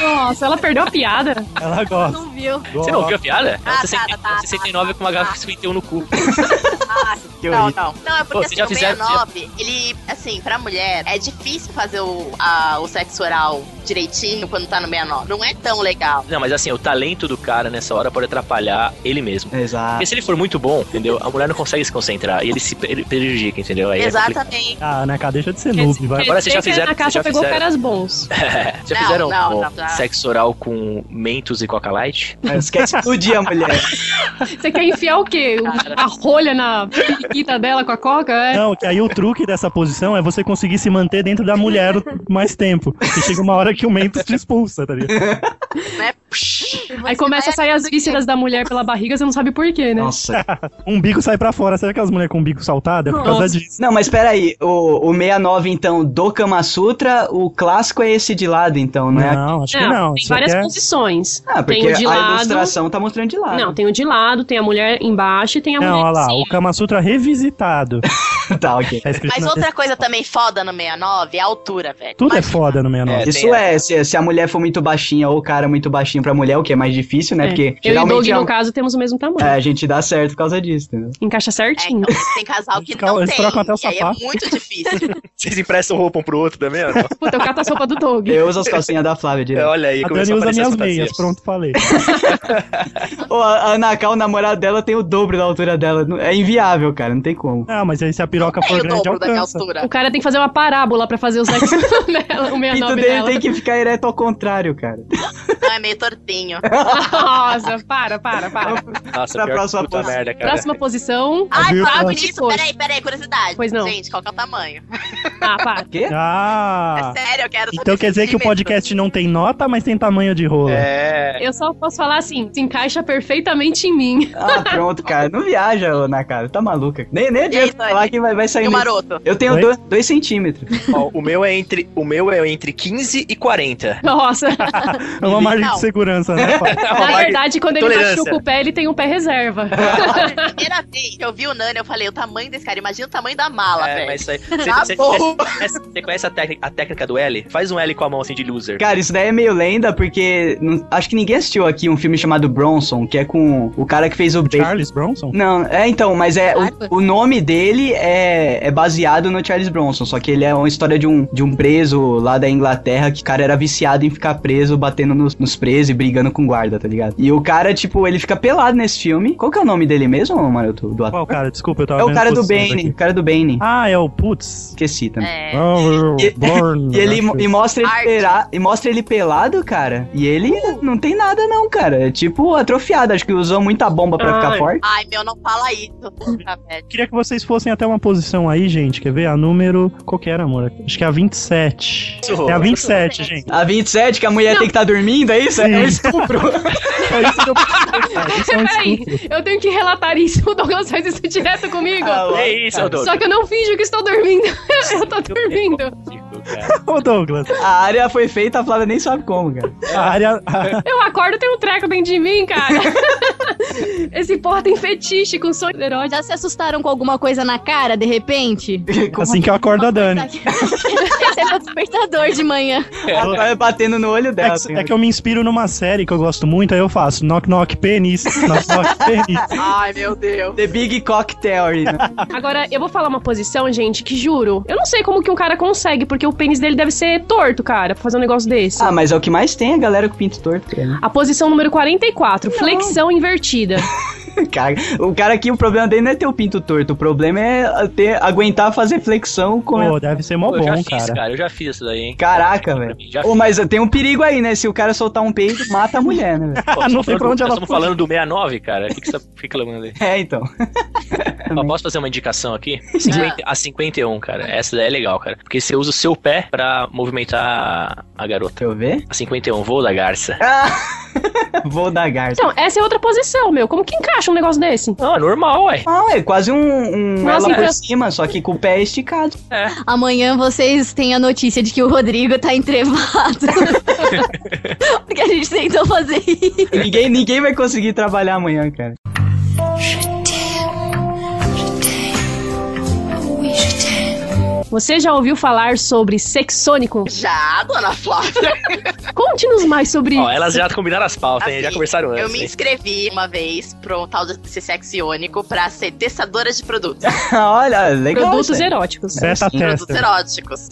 Speaker 5: Nossa, ela perdeu a piada.
Speaker 2: Ela gosta.
Speaker 7: Não viu?
Speaker 4: Você não ouviu a piada? É um
Speaker 6: Ah,
Speaker 4: 60
Speaker 6: tá, tá, tá,
Speaker 4: 69 com uma garrafa 51 no cu. [LAUGHS]
Speaker 6: Ah,
Speaker 1: [LAUGHS] Que
Speaker 6: não,
Speaker 1: horrível.
Speaker 6: não. Não, é
Speaker 4: Pô,
Speaker 6: porque
Speaker 4: vocês
Speaker 6: assim,
Speaker 4: já
Speaker 6: o
Speaker 4: fizeram-
Speaker 6: 69, ele, assim, pra mulher, é difícil fazer o, a- o sexo oral direitinho quando tá no 69. Não é tão legal.
Speaker 4: Não, mas assim, o talento do cara nessa hora pode atrapalhar ele
Speaker 1: [LAUGHS]
Speaker 4: mesmo.
Speaker 1: Exato.
Speaker 4: Porque se ele for muito bom, entendeu? A mulher não consegue se concentrar e ele se pre- prejudica, entendeu? Aí é complicado.
Speaker 6: Exatamente.
Speaker 2: Ah, né, cara, deixa de ser noob, vai.
Speaker 4: Agora vocês já
Speaker 5: Quer dizer que
Speaker 4: fizeram-
Speaker 5: Na caixa
Speaker 4: já
Speaker 5: pegou
Speaker 4: fizeram.
Speaker 5: caras bons.
Speaker 4: [LAUGHS] Já
Speaker 6: Não,
Speaker 4: fizeram
Speaker 6: não,
Speaker 4: ó,
Speaker 6: não, tá. não.
Speaker 4: sexo oral com mentos e coca light?
Speaker 5: é
Speaker 1: Mas quer explodir a
Speaker 5: [LAUGHS]
Speaker 1: mulher.
Speaker 5: Você quer enfiar
Speaker 1: [LAUGHS]
Speaker 5: o quê? O- A rolha na periquita dela com a coca? É?
Speaker 2: Não, que aí o truque dessa posição é você conseguir se manter dentro da mulher mais tempo. E chega uma hora que o Mentos te expulsa, tá ligado?
Speaker 6: Né? é, Psh.
Speaker 5: Aí começa a sair as vísceras da mulher pela barriga, você não sabe por quê, né?
Speaker 1: Nossa.
Speaker 2: Um bico sai pra fora. Será que as mulheres com o bico saltado? É por causa
Speaker 5: Nossa.
Speaker 2: disso.
Speaker 1: Não, mas peraí, o, o 69, então, do Kama Sutra, o clássico é esse de lado, então, não é?
Speaker 2: né? Não, acho que não.
Speaker 5: tem
Speaker 2: Isso
Speaker 5: várias
Speaker 2: aqui é-
Speaker 5: posições.
Speaker 1: Ah, porque
Speaker 5: tem o de
Speaker 1: a
Speaker 5: lado.
Speaker 1: ilustração tá mostrando de lado.
Speaker 5: Não, tem o de lado, tem a mulher embaixo e tem a
Speaker 2: Não,
Speaker 5: mulher
Speaker 2: olha lá,
Speaker 5: em
Speaker 2: o
Speaker 5: cima.
Speaker 2: Kama Sutra revisitado.
Speaker 1: [LAUGHS] tá, ok.
Speaker 2: Tá escrito
Speaker 6: Mas
Speaker 2: na-
Speaker 6: outra coisa também foda no 69 é a altura, velho.
Speaker 2: Tudo é
Speaker 6: Imagina.
Speaker 2: foda no 69.
Speaker 4: É,
Speaker 1: Isso
Speaker 4: tem
Speaker 1: é, se, se a mulher for muito baixinha ou o cara é muito baixinho pra mulher, o que é mais difícil, né?
Speaker 5: É.
Speaker 1: Porque
Speaker 5: Eu e Doug,
Speaker 1: geralmente é
Speaker 5: no
Speaker 1: um-
Speaker 5: caso, temos o mesmo
Speaker 1: é,
Speaker 5: tamanho.
Speaker 1: a gente dá certo por causa disso, entendeu?
Speaker 5: Encaixa
Speaker 6: É,
Speaker 5: certinho.
Speaker 6: então, tem casal que
Speaker 2: Eles trocam-
Speaker 6: não
Speaker 2: eles
Speaker 6: tem.
Speaker 2: trocam até o
Speaker 6: e aí
Speaker 2: sapato.
Speaker 6: é
Speaker 2: [LAUGHS]
Speaker 6: muito difícil.
Speaker 4: Vocês emprestam roupa um pro outro também? [LAUGHS] ó?
Speaker 5: Puta, eu cato a sopa do Doug.
Speaker 1: Eu uso as calcinhas da Flávia
Speaker 4: É, [LAUGHS]
Speaker 1: direto.
Speaker 4: Olha aí,
Speaker 2: A Dani
Speaker 4: começou
Speaker 2: usa
Speaker 4: aparecer
Speaker 2: minhas
Speaker 4: as fantasias.
Speaker 2: meias, pronto, falei.
Speaker 1: Ô, a Ana Cal, o namorado dela, tem o dobro da altura dela. Não- É inviável, cara, não tem como.
Speaker 2: Ah, mas aí se a piroca
Speaker 6: Tem
Speaker 2: for
Speaker 6: o
Speaker 2: grande,
Speaker 6: dobro da minha
Speaker 2: alcança.
Speaker 5: O
Speaker 6: altura.
Speaker 5: cara tem que fazer uma parábola pra fazer o sexo [LAUGHS] nela, o
Speaker 6: é
Speaker 1: O pinto
Speaker 5: 69
Speaker 1: dele
Speaker 5: dela.
Speaker 1: tem que ficar ereto ao contrário, cara.
Speaker 6: Não, é meio
Speaker 2: [LAUGHS]
Speaker 6: tortinho.
Speaker 5: [LAUGHS] Nossa, para, para, para.
Speaker 4: Nossa,
Speaker 1: Pra
Speaker 4: pior que
Speaker 1: próxima
Speaker 4: puta
Speaker 1: posição.
Speaker 4: merda, cara.
Speaker 5: Próxima posição.
Speaker 6: Ai,
Speaker 2: viu?
Speaker 6: fala
Speaker 2: Ah.
Speaker 6: nisso. Peraí, peraí, curiosidade.
Speaker 5: Pois não.
Speaker 6: Gente, qual que é o tamanho?
Speaker 5: Ah, para.
Speaker 1: Quê?
Speaker 2: Ah!
Speaker 6: É sério, eu quero saber.
Speaker 2: Então quer dizer que o
Speaker 6: centímetros.
Speaker 2: podcast não tem nota, mas tem tamanho de rola.
Speaker 4: É.
Speaker 5: Eu só posso falar assim, se encaixa perfeitamente em mim.
Speaker 1: Ah, pronto, cara. Não viaja, Ana Cal. Tá maluca. Nem, nem adianta
Speaker 6: aí, Dani?
Speaker 1: falar que vai, vai
Speaker 2: é
Speaker 1: sair
Speaker 6: E o
Speaker 1: nesse-
Speaker 6: maroto?
Speaker 1: Eu tenho
Speaker 2: Oi?
Speaker 1: dois, dois centímetros.
Speaker 4: Ó, o meu é entre o meu é entre 15 e 40.
Speaker 2: [LAUGHS]
Speaker 5: Nossa.
Speaker 2: É uma margem
Speaker 6: Não.
Speaker 2: de
Speaker 1: [LAUGHS]
Speaker 2: segurança, né? pai?
Speaker 4: [LAUGHS]
Speaker 5: Na verdade, quando ele
Speaker 4: Tolerância.
Speaker 5: machuca o pé, ele tem um pé reserva.
Speaker 6: Primeira vez que eu vi o Nani, eu falei, o tamanho desse cara, imagina o tamanho da mala,
Speaker 4: É,
Speaker 6: velho.
Speaker 4: mas isso aí. Você,
Speaker 6: Tá
Speaker 4: você-
Speaker 6: bom.
Speaker 4: você conhece, você conhece a, técnica- a técnica do L? Faz um L com a mão assim de loser.
Speaker 1: Cara, isso daí é meio lenda, porque não- acho que ninguém assistiu aqui um filme chamado Bronson, que é com o cara que fez o Baby.
Speaker 2: Charles Bronson?
Speaker 1: Não, é então, mas é
Speaker 7: Caramba.
Speaker 1: o, o nome dele é, é baseado no Charles Bronson, só que ele é uma história de um, de um preso lá da Inglaterra que o cara era viciado em ficar preso, batendo nos, nos presos e brigando com guarda, tá ligado? E o cara, tipo, ele fica pelado nesse filme. Qual que é o nome dele mesmo, Maroto? Do ator?
Speaker 2: Qual cara? Desculpa, eu tava
Speaker 1: É o
Speaker 2: vendo
Speaker 1: cara do
Speaker 2: posições
Speaker 1: Bane, o
Speaker 2: aqui.
Speaker 1: cara do Bane.
Speaker 2: Ah, é o Putz.
Speaker 1: Esqueci também.
Speaker 6: É.
Speaker 2: Oh,
Speaker 1: [LAUGHS] E-
Speaker 2: Born,
Speaker 1: E ele
Speaker 2: acho.
Speaker 1: e mostra ele,
Speaker 6: Arte. Uh.
Speaker 1: pera- e mostra ele pelado, cara. E ele não tem nada, não, cara. É tipo atrofiado. Acho que usou muita bomba pra ficar
Speaker 5: Ai.
Speaker 1: forte.
Speaker 6: Ai, meu, não fala isso. Puta merda.
Speaker 2: Queria que vocês fossem até uma posição aí, gente. Quer ver? A número. Qual que era, amor? Acho que é a 27.
Speaker 4: Isso,
Speaker 2: É a 27, gente.
Speaker 1: A 27, que a mulher tem que estar dormindo, é isso? É
Speaker 2: Sim.
Speaker 1: um estupro.
Speaker 2: É isso que eu [LAUGHS] pensei, cara. Isso [LAUGHS] é um
Speaker 5: [LAUGHS] Peraí,
Speaker 2: estupro.
Speaker 5: eu tenho que relatar isso. O Douglas faz isso direto comigo.
Speaker 2: Ah,
Speaker 1: Ah,
Speaker 4: É isso, eu dou.
Speaker 5: Só que eu não finjo que estou dormindo. [LAUGHS] Eu tô dormindo.
Speaker 4: Tipo,
Speaker 2: Ô, Douglas,
Speaker 1: A área foi feita, a Flávia nem sabe como, cara.
Speaker 2: a área.
Speaker 5: Eu acordo e tem um treco dentro de mim, cara. [LAUGHS] Esse porra tem fetiche com sonho erótico.
Speaker 7: Já se assustaram com alguma coisa na cara, de repente?
Speaker 2: Assim que eu acordo a
Speaker 7: Tá
Speaker 2: Dani.
Speaker 7: Recebe o despertador de manhã.
Speaker 1: A Flávia batendo no olho
Speaker 2: É
Speaker 1: dela. assim, né?
Speaker 2: que, é que eu me inspiro numa série que eu gosto muito, aí eu faço knock knock penis, knock knock [LAUGHS] penis.
Speaker 6: Ai, meu Deus.
Speaker 1: The Big Cock Theory. Né?
Speaker 5: Agora, eu vou falar uma posição, gente, que juro. Eu não sei como que um cara consegue, porque o pênis dele deve ser torto, cara, pra fazer um negócio desse.
Speaker 1: ah, mas é o que mais tem, a galera com pinto torto. cara.
Speaker 5: A posição número 44, flexão invertida.
Speaker 1: [LAUGHS] Cara, o cara aqui, o problema dele não é ter o pinto torto, o problema é ter, aguentar fazer flexão com.
Speaker 2: Pô, deve ser mó
Speaker 4: eu já
Speaker 2: bom,
Speaker 4: fiz, cara.
Speaker 2: cara.
Speaker 4: Eu já fiz isso daí, hein?
Speaker 1: Caraca,
Speaker 4: Pra
Speaker 1: velho.
Speaker 4: mim, já
Speaker 1: Ô,
Speaker 4: fiz.
Speaker 1: mas tem um perigo aí, né? Se o cara soltar um peito, mata a mulher, né? velho?
Speaker 2: [LAUGHS]
Speaker 4: Pô,
Speaker 2: Ah, Não
Speaker 4: estamos
Speaker 2: tem pra
Speaker 4: falando-
Speaker 2: onde ela
Speaker 4: Estamos falando do 69, cara. O que, que você tá
Speaker 2: [LAUGHS]
Speaker 4: reclamando aí?
Speaker 1: É, então.
Speaker 4: Ó, posso fazer uma indicação aqui? 50 a 51, cara. Essa daí é legal, cara. Porque você usa o seu pé pra movimentar a- a garota.
Speaker 1: Deixa eu ver.
Speaker 4: A 51, voo da garça.
Speaker 1: Ah! [LAUGHS] Vou dar garça.
Speaker 5: Então, essa é outra posição, meu. Como que encaixa um negócio desse?
Speaker 4: Ah, normal, ué.
Speaker 1: Ah, é quase um, um
Speaker 5: Nossa,
Speaker 1: ela por
Speaker 5: então-
Speaker 1: cima, só que com o pé esticado.
Speaker 7: Amanhã vocês têm a notícia de que o Rodrigo tá
Speaker 4: [LAUGHS]
Speaker 7: entrevado. Porque a gente tentou fazer isso.
Speaker 1: Ninguém, ninguém vai conseguir trabalhar amanhã, cara. [LAUGHS]
Speaker 5: Você já ouviu falar sobre sexônico?
Speaker 6: Já,
Speaker 2: [LAUGHS]
Speaker 6: dona Flávia.
Speaker 5: Conte-nos mais sobre
Speaker 4: Ó,
Speaker 5: isso.
Speaker 4: elas
Speaker 5: [LAUGHS]
Speaker 4: já combinaram as pautas, hein?
Speaker 6: Assim,
Speaker 4: Já conversaram antes.
Speaker 6: Eu me
Speaker 4: hein?
Speaker 6: inscrevi uma vez pra um tal de sexiônico pra ser testadora de
Speaker 2: [LAUGHS]
Speaker 6: produtos.
Speaker 1: Olha, legal.
Speaker 5: produtos
Speaker 1: isso aí.
Speaker 5: eróticos.
Speaker 2: Beta
Speaker 6: produtos
Speaker 2: tester.
Speaker 6: eróticos.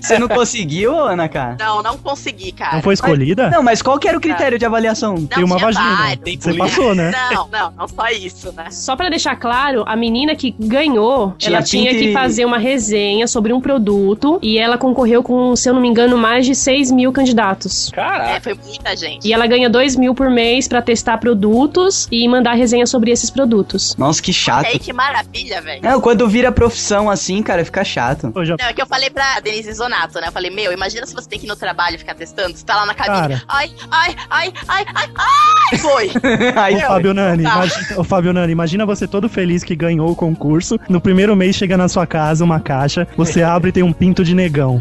Speaker 1: Você não conseguiu, Ana Cara?
Speaker 6: Não, não consegui, cara.
Speaker 2: Não foi escolhida?
Speaker 1: Não, mas qual que era o critério de avaliação?
Speaker 6: Não,
Speaker 2: Tem uma
Speaker 6: tinha
Speaker 2: vagina.
Speaker 6: vários.
Speaker 4: Tem
Speaker 2: Você
Speaker 4: polícia.
Speaker 2: passou, né?
Speaker 6: Não, não, não só isso, né?
Speaker 5: Só pra deixar claro, a menina que ganhou,
Speaker 1: Tinha
Speaker 5: ela tinha
Speaker 1: que-
Speaker 5: que... fazer uma resenha sobre um produto e ela concorreu com, se eu não me engano, mais de 6 mil candidatos.
Speaker 6: É,
Speaker 2: Ah.
Speaker 4: Caraca.
Speaker 6: foi muita gente.
Speaker 5: E ela ganha 2 mil por mês pra testar produtos e mandar resenha sobre esses produtos.
Speaker 1: Nossa, que
Speaker 6: E aí,
Speaker 1: chato.
Speaker 6: que maravilha, velho.
Speaker 1: Não, quando vira profissão assim, cara, fica chato. [LAUGHS]
Speaker 2: Pô, já-
Speaker 6: Não, é que eu falei pra Denise Zonato, né? Eu falei, meu, imagina se você tem que ir no trabalho e ficar testando. Você tá lá na cabine.
Speaker 2: Cara.
Speaker 6: Ai, ai, ai, ai, ai,
Speaker 4: [LAUGHS]
Speaker 6: ai, foi.
Speaker 1: Aí,
Speaker 2: Ô, Fábio Nani,
Speaker 6: tá.
Speaker 2: imagina, ô, Fábio Nani, imagina você todo feliz que ganhou o concurso. No primeiro mês chega na sua casa uma caixa, você abre e tem um pinto de negão.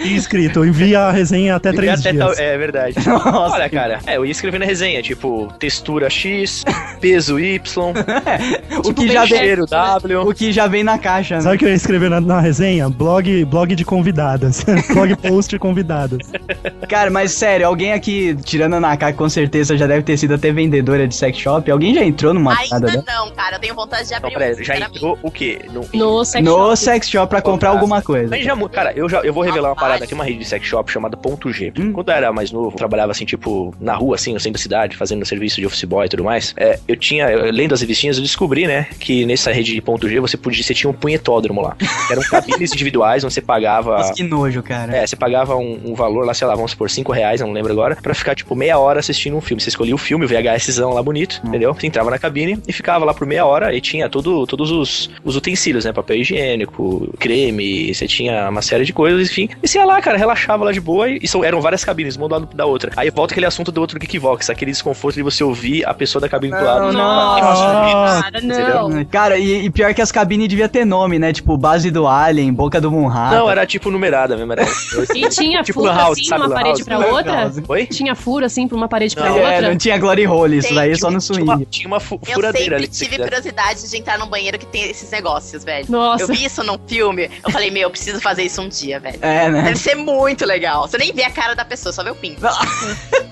Speaker 2: e escrito, envia a resenha até três
Speaker 4: Até tal-
Speaker 2: dias.
Speaker 4: É verdade.
Speaker 1: nossa,
Speaker 4: Olha, cara, é, eu ia escrever na resenha, tipo, textura X, peso
Speaker 1: [LAUGHS]
Speaker 4: Y,
Speaker 1: o
Speaker 4: tipo,
Speaker 1: que já vem,
Speaker 4: cheiro W.
Speaker 1: né? o que já vem na caixa, né?
Speaker 2: Sabe o que eu ia escrever na, na resenha? Blog, blog de convidadas. [LAUGHS] blog post de convidadas.
Speaker 1: Cara, mas sério, alguém aqui, tirando a Naká, com certeza já deve ter sido até vendedora de sex shop. Alguém já entrou numa parada
Speaker 6: Ainda
Speaker 4: né?
Speaker 1: dela?
Speaker 6: não, cara. Eu tenho vontade de
Speaker 4: Não,
Speaker 6: abrir
Speaker 4: peraí,
Speaker 6: um,
Speaker 4: já
Speaker 6: sinceramente.
Speaker 4: entrou o quê? No...
Speaker 5: No sex
Speaker 1: No
Speaker 5: shop.
Speaker 1: sex shop pra comprar alguma coisa.
Speaker 4: Mas já mu- cara, eu já eu vou revelar uma
Speaker 6: Rapaz.
Speaker 4: parada aqui, uma rede de sex shop chamada Ponto G.
Speaker 1: Hum.
Speaker 4: Quando eu era mais novo, eu trabalhava assim, tipo, na rua, assim, no centro da cidade, fazendo serviço de office boy e tudo mais. É, eu tinha, eu- lendo as revistinhas, eu descobri, né, que nessa rede de Ponto G você podia, você tinha um punhetódromo lá. Que
Speaker 1: [LAUGHS]
Speaker 4: eram cabines individuais onde você pagava.
Speaker 1: Nossa, que nojo, cara.
Speaker 4: É, você pagava um, um valor lá, sei lá, vamos supor, 5 reais, eu não lembro agora, pra ficar, tipo, meia hora assistindo um filme. Você escolhia o filme, o VHSzão lá bonito, entendeu? Você entrava na cabine e ficava lá por meia hora e tinha todo, todos os, os utensílios, né? Papel higiênico, creme, você tinha uma série de coisas, enfim. E você ia lá, cara, relaxava lá de boa e, e são- eram várias cabines, uma do lado da outra. Aí volta aquele assunto do outro Geekvox, aquele desconforto de você ouvir a pessoa da cabine do lado.
Speaker 1: Nossa.
Speaker 5: Cara,
Speaker 4: Entendeu?
Speaker 5: não.
Speaker 1: Cara, e, e pior que as cabines devia ter nome, né? Tipo, base do Alien, boca do Munhá.
Speaker 10: é,
Speaker 4: Não, era tipo numerada mesmo, era.
Speaker 1: [LAUGHS]
Speaker 5: E tinha
Speaker 4: Tipo
Speaker 5: furo
Speaker 4: house,
Speaker 5: assim,
Speaker 4: sabe
Speaker 5: uma
Speaker 4: house?
Speaker 5: parede pra
Speaker 1: Não,
Speaker 5: outra?
Speaker 1: house.
Speaker 4: Oi?
Speaker 5: Tinha furo assim pra uma parede pra
Speaker 4: Não,
Speaker 1: É,
Speaker 5: outra?
Speaker 1: não tinha Glory Hole, isso
Speaker 6: Tem,
Speaker 1: daí só no
Speaker 4: Tinha uma,
Speaker 1: swing.
Speaker 4: tinha uma fu-
Speaker 6: Eu
Speaker 4: furadeira ali.
Speaker 6: sempre
Speaker 4: que você
Speaker 6: tive
Speaker 4: quiser.
Speaker 6: curiosidade de entrar num banheiro que tem esses negócios, velho.
Speaker 5: Nossa.
Speaker 6: Eu vi isso num filme, eu falei, meu, eu preciso fazer isso um dia, velho.
Speaker 1: É, né? [LAUGHS]
Speaker 6: Deve ser muito legal. Você nem vê a cara da pessoa, só vê o pinto.
Speaker 4: [LAUGHS]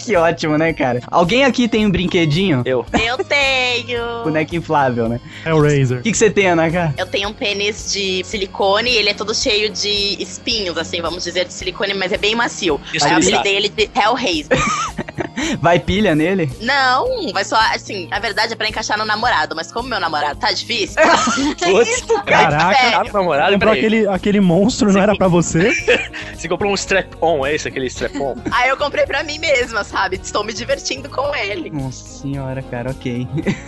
Speaker 1: Que ótimo, né, cara? Alguém aqui tem um brinquedinho?
Speaker 4: Eu.
Speaker 6: Eu tenho.
Speaker 1: Boneco inflável, né?
Speaker 2: Hellraiser.
Speaker 1: O que que você tem, Ana, cara?
Speaker 6: Eu tenho um pênis de silicone, ele é todo cheio de espinhos, assim, vamos dizer, de silicone, mas é bem macio.
Speaker 4: Isso
Speaker 6: Aí eu
Speaker 4: aí, tá.
Speaker 6: apelidei ele de Hellraiser.
Speaker 1: Vai pilha nele?
Speaker 6: Não, vai só, assim, na verdade é pra encaixar no namorado, mas como meu namorado
Speaker 4: [LAUGHS]
Speaker 6: tá difícil,
Speaker 4: Putz,
Speaker 2: Caraca.
Speaker 4: Ah, namorado,
Speaker 2: Comprou
Speaker 4: peraí.
Speaker 2: aquele, aquele monstro, não era pra você?
Speaker 4: Você comprou um strap-on, é esse aquele
Speaker 6: [LAUGHS]
Speaker 4: strap-on?
Speaker 6: aí eu comprei pra mim mesma, sabe? Estou me divertindo com ele.
Speaker 1: Nossa senhora, cara, ok.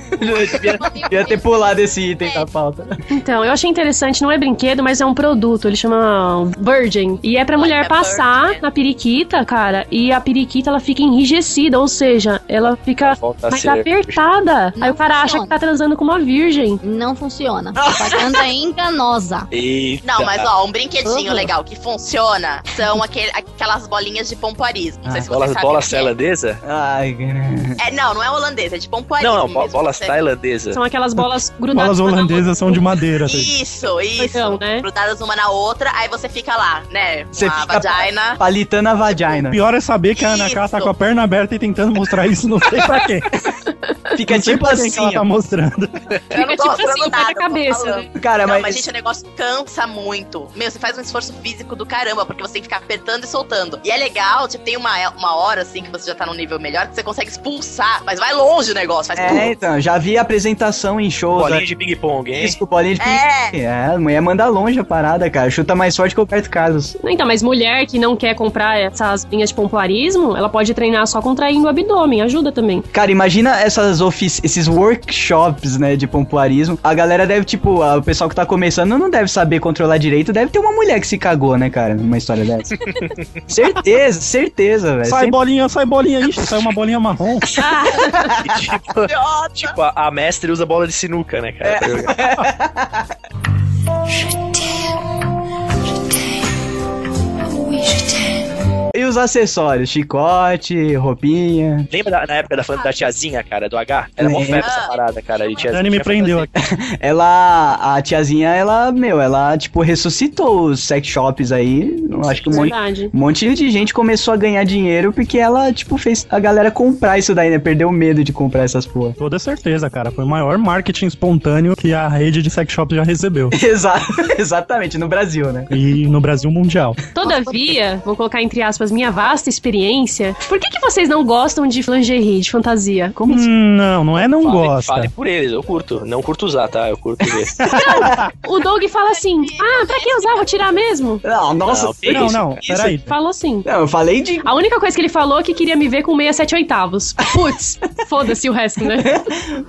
Speaker 1: [LAUGHS] devia, devia ter pulado esse item da pauta.
Speaker 5: Então, eu achei interessante, não é brinquedo, mas é um produto, ele chama Virgin. E é pra mulher
Speaker 6: é
Speaker 5: passar
Speaker 6: Virgin, é.
Speaker 5: na periquita, cara, e a periquita ela fica enrijecida, ou seja, ela fica
Speaker 4: Volta a
Speaker 5: mais
Speaker 4: ser.
Speaker 5: apertada.
Speaker 7: Não
Speaker 5: Aí o cara acha
Speaker 7: funciona.
Speaker 5: que tá transando com uma virgem.
Speaker 7: Não
Speaker 4: Ah.
Speaker 7: funciona. A propaganda é enganosa.
Speaker 4: Eita.
Speaker 6: Não, mas ó, um brinquedinho
Speaker 7: Uhum.
Speaker 6: legal que funciona são aquele- aquelas bolinhas de pompoarismo. Não sei
Speaker 1: Ah,
Speaker 6: se
Speaker 4: Bola,
Speaker 6: você sabe.
Speaker 4: bola
Speaker 6: o que é.
Speaker 4: tailandesa?
Speaker 1: Ai, cara.
Speaker 6: É, não, não é holandesa, é de pompoarismo.
Speaker 4: Não, não, bo-
Speaker 6: mesmo,
Speaker 4: bolas
Speaker 6: você-
Speaker 4: tailandesa.
Speaker 5: São
Speaker 2: [LAUGHS]
Speaker 5: aquelas bolas grudadas.
Speaker 2: Bolas
Speaker 5: uma na
Speaker 2: holandesas são de madeira. tá?
Speaker 6: Isso, isso.
Speaker 5: Então, né?
Speaker 6: Grudadas uma na outra, aí você fica lá, né? Com
Speaker 1: Você
Speaker 6: a
Speaker 1: fica-
Speaker 6: vagina.
Speaker 1: Palitando a vagina.
Speaker 2: Pior é saber que a Ana
Speaker 6: Isso.
Speaker 2: K tá com a perna aberta e tentando mostrar isso, não sei pra quê.
Speaker 1: Fica
Speaker 10: não sei
Speaker 1: tipo
Speaker 10: pra quem
Speaker 1: assim,
Speaker 10: que ela tá
Speaker 1: ó.
Speaker 10: mostrando.
Speaker 6: [LAUGHS]
Speaker 5: Fica
Speaker 6: Eu não
Speaker 5: tipo
Speaker 6: tô mostrando
Speaker 5: assim,
Speaker 6: nada,
Speaker 5: pega a
Speaker 6: eu tô
Speaker 5: cabeça,
Speaker 6: falando.
Speaker 5: né?
Speaker 1: Cara,
Speaker 6: Não,
Speaker 1: mas,
Speaker 6: mas, gente, o negócio cansa muito. Meu, você faz um esforço físico do caramba, porque você tem que ficar apertando e soltando. E é legal, tipo, tem uma, uma hora, assim, que você já tá num nível melhor, que você consegue expulsar, mas vai longe o negócio, faz
Speaker 1: É, então, já vi apresentação em shows.
Speaker 4: Bolinha
Speaker 1: né?
Speaker 4: de ping-pong, hein?
Speaker 1: Disco, bolinha de
Speaker 6: É.
Speaker 1: É, a mulher manda longe a parada, cara. Chuta mais forte que o Roberto Carlos.
Speaker 5: Não, Então, mas mulher que não quer comprar essas linhas de pompoarismo, ela pode treinar só contraindo o abdômen, ajuda também.
Speaker 1: Cara, imagina essas ofici- esses workshops, né, de pompoarismo. A galera deve, tipo, a- o pessoal que tá começando não deve saber controlar direito. Deve ter uma mulher que se cagou, né, cara, numa história dessa. certeza, certeza, velho.
Speaker 2: Sai
Speaker 1: É Sempre-
Speaker 2: bolinha,
Speaker 1: [LAUGHS]
Speaker 2: sai bolinha. Ixi, sai uma bolinha marrom.
Speaker 4: E, tipo, tipo, a, a mestre usa bola de sinuca, né, cara? pra jogar.
Speaker 6: É.
Speaker 1: E os acessórios? Chicote, roupinha.
Speaker 4: [LAUGHS] Lembra da, na época da,
Speaker 6: Ah.
Speaker 4: fan- da tiazinha, cara, do H? Era mó febre essa parada, cara. de
Speaker 1: é
Speaker 2: A
Speaker 4: tiazinha.
Speaker 2: Dani
Speaker 1: assim
Speaker 2: me prendeu aqui.
Speaker 1: Ela, a tiazinha, ela, meu, ela, tipo, ressuscitou os sex shops aí. Eu Acho que um monte,
Speaker 5: Verdade.
Speaker 1: um monte de gente começou a ganhar dinheiro porque ela, tipo, fez a galera comprar isso daí, né? Perdeu o medo de comprar essas porra. [LAUGHS]
Speaker 2: Toda certeza, cara. Foi o maior marketing espontâneo que a rede de sex shop já recebeu.
Speaker 1: Exa- [LAUGHS] exatamente, no Brasil, né?
Speaker 2: E no
Speaker 1: [LAUGHS]
Speaker 2: Brasil mundial.
Speaker 5: Todavia, vou colocar entre aspas minha vasta experiência. Por que, que vocês não gostam de lingerie, de fantasia? Como assim?
Speaker 2: Hum, não, não é não
Speaker 4: Fale-
Speaker 2: gosta.
Speaker 4: Fale por eles, eu curto. Não curto usar, tá? Eu curto
Speaker 6: [LAUGHS]
Speaker 4: ver.
Speaker 5: O Doug fala assim: Ah, pra que usar? Vou tirar mesmo.
Speaker 1: Não, Ah, nossa,
Speaker 4: Não, que
Speaker 2: Não,
Speaker 4: isso,
Speaker 2: não,
Speaker 4: cara.
Speaker 1: é
Speaker 2: peraí. é
Speaker 5: Falou assim.
Speaker 1: Não, eu falei de.
Speaker 5: A única coisa que ele falou é que queria me ver com 67 oitavos. Putz, foda-se o resto, né?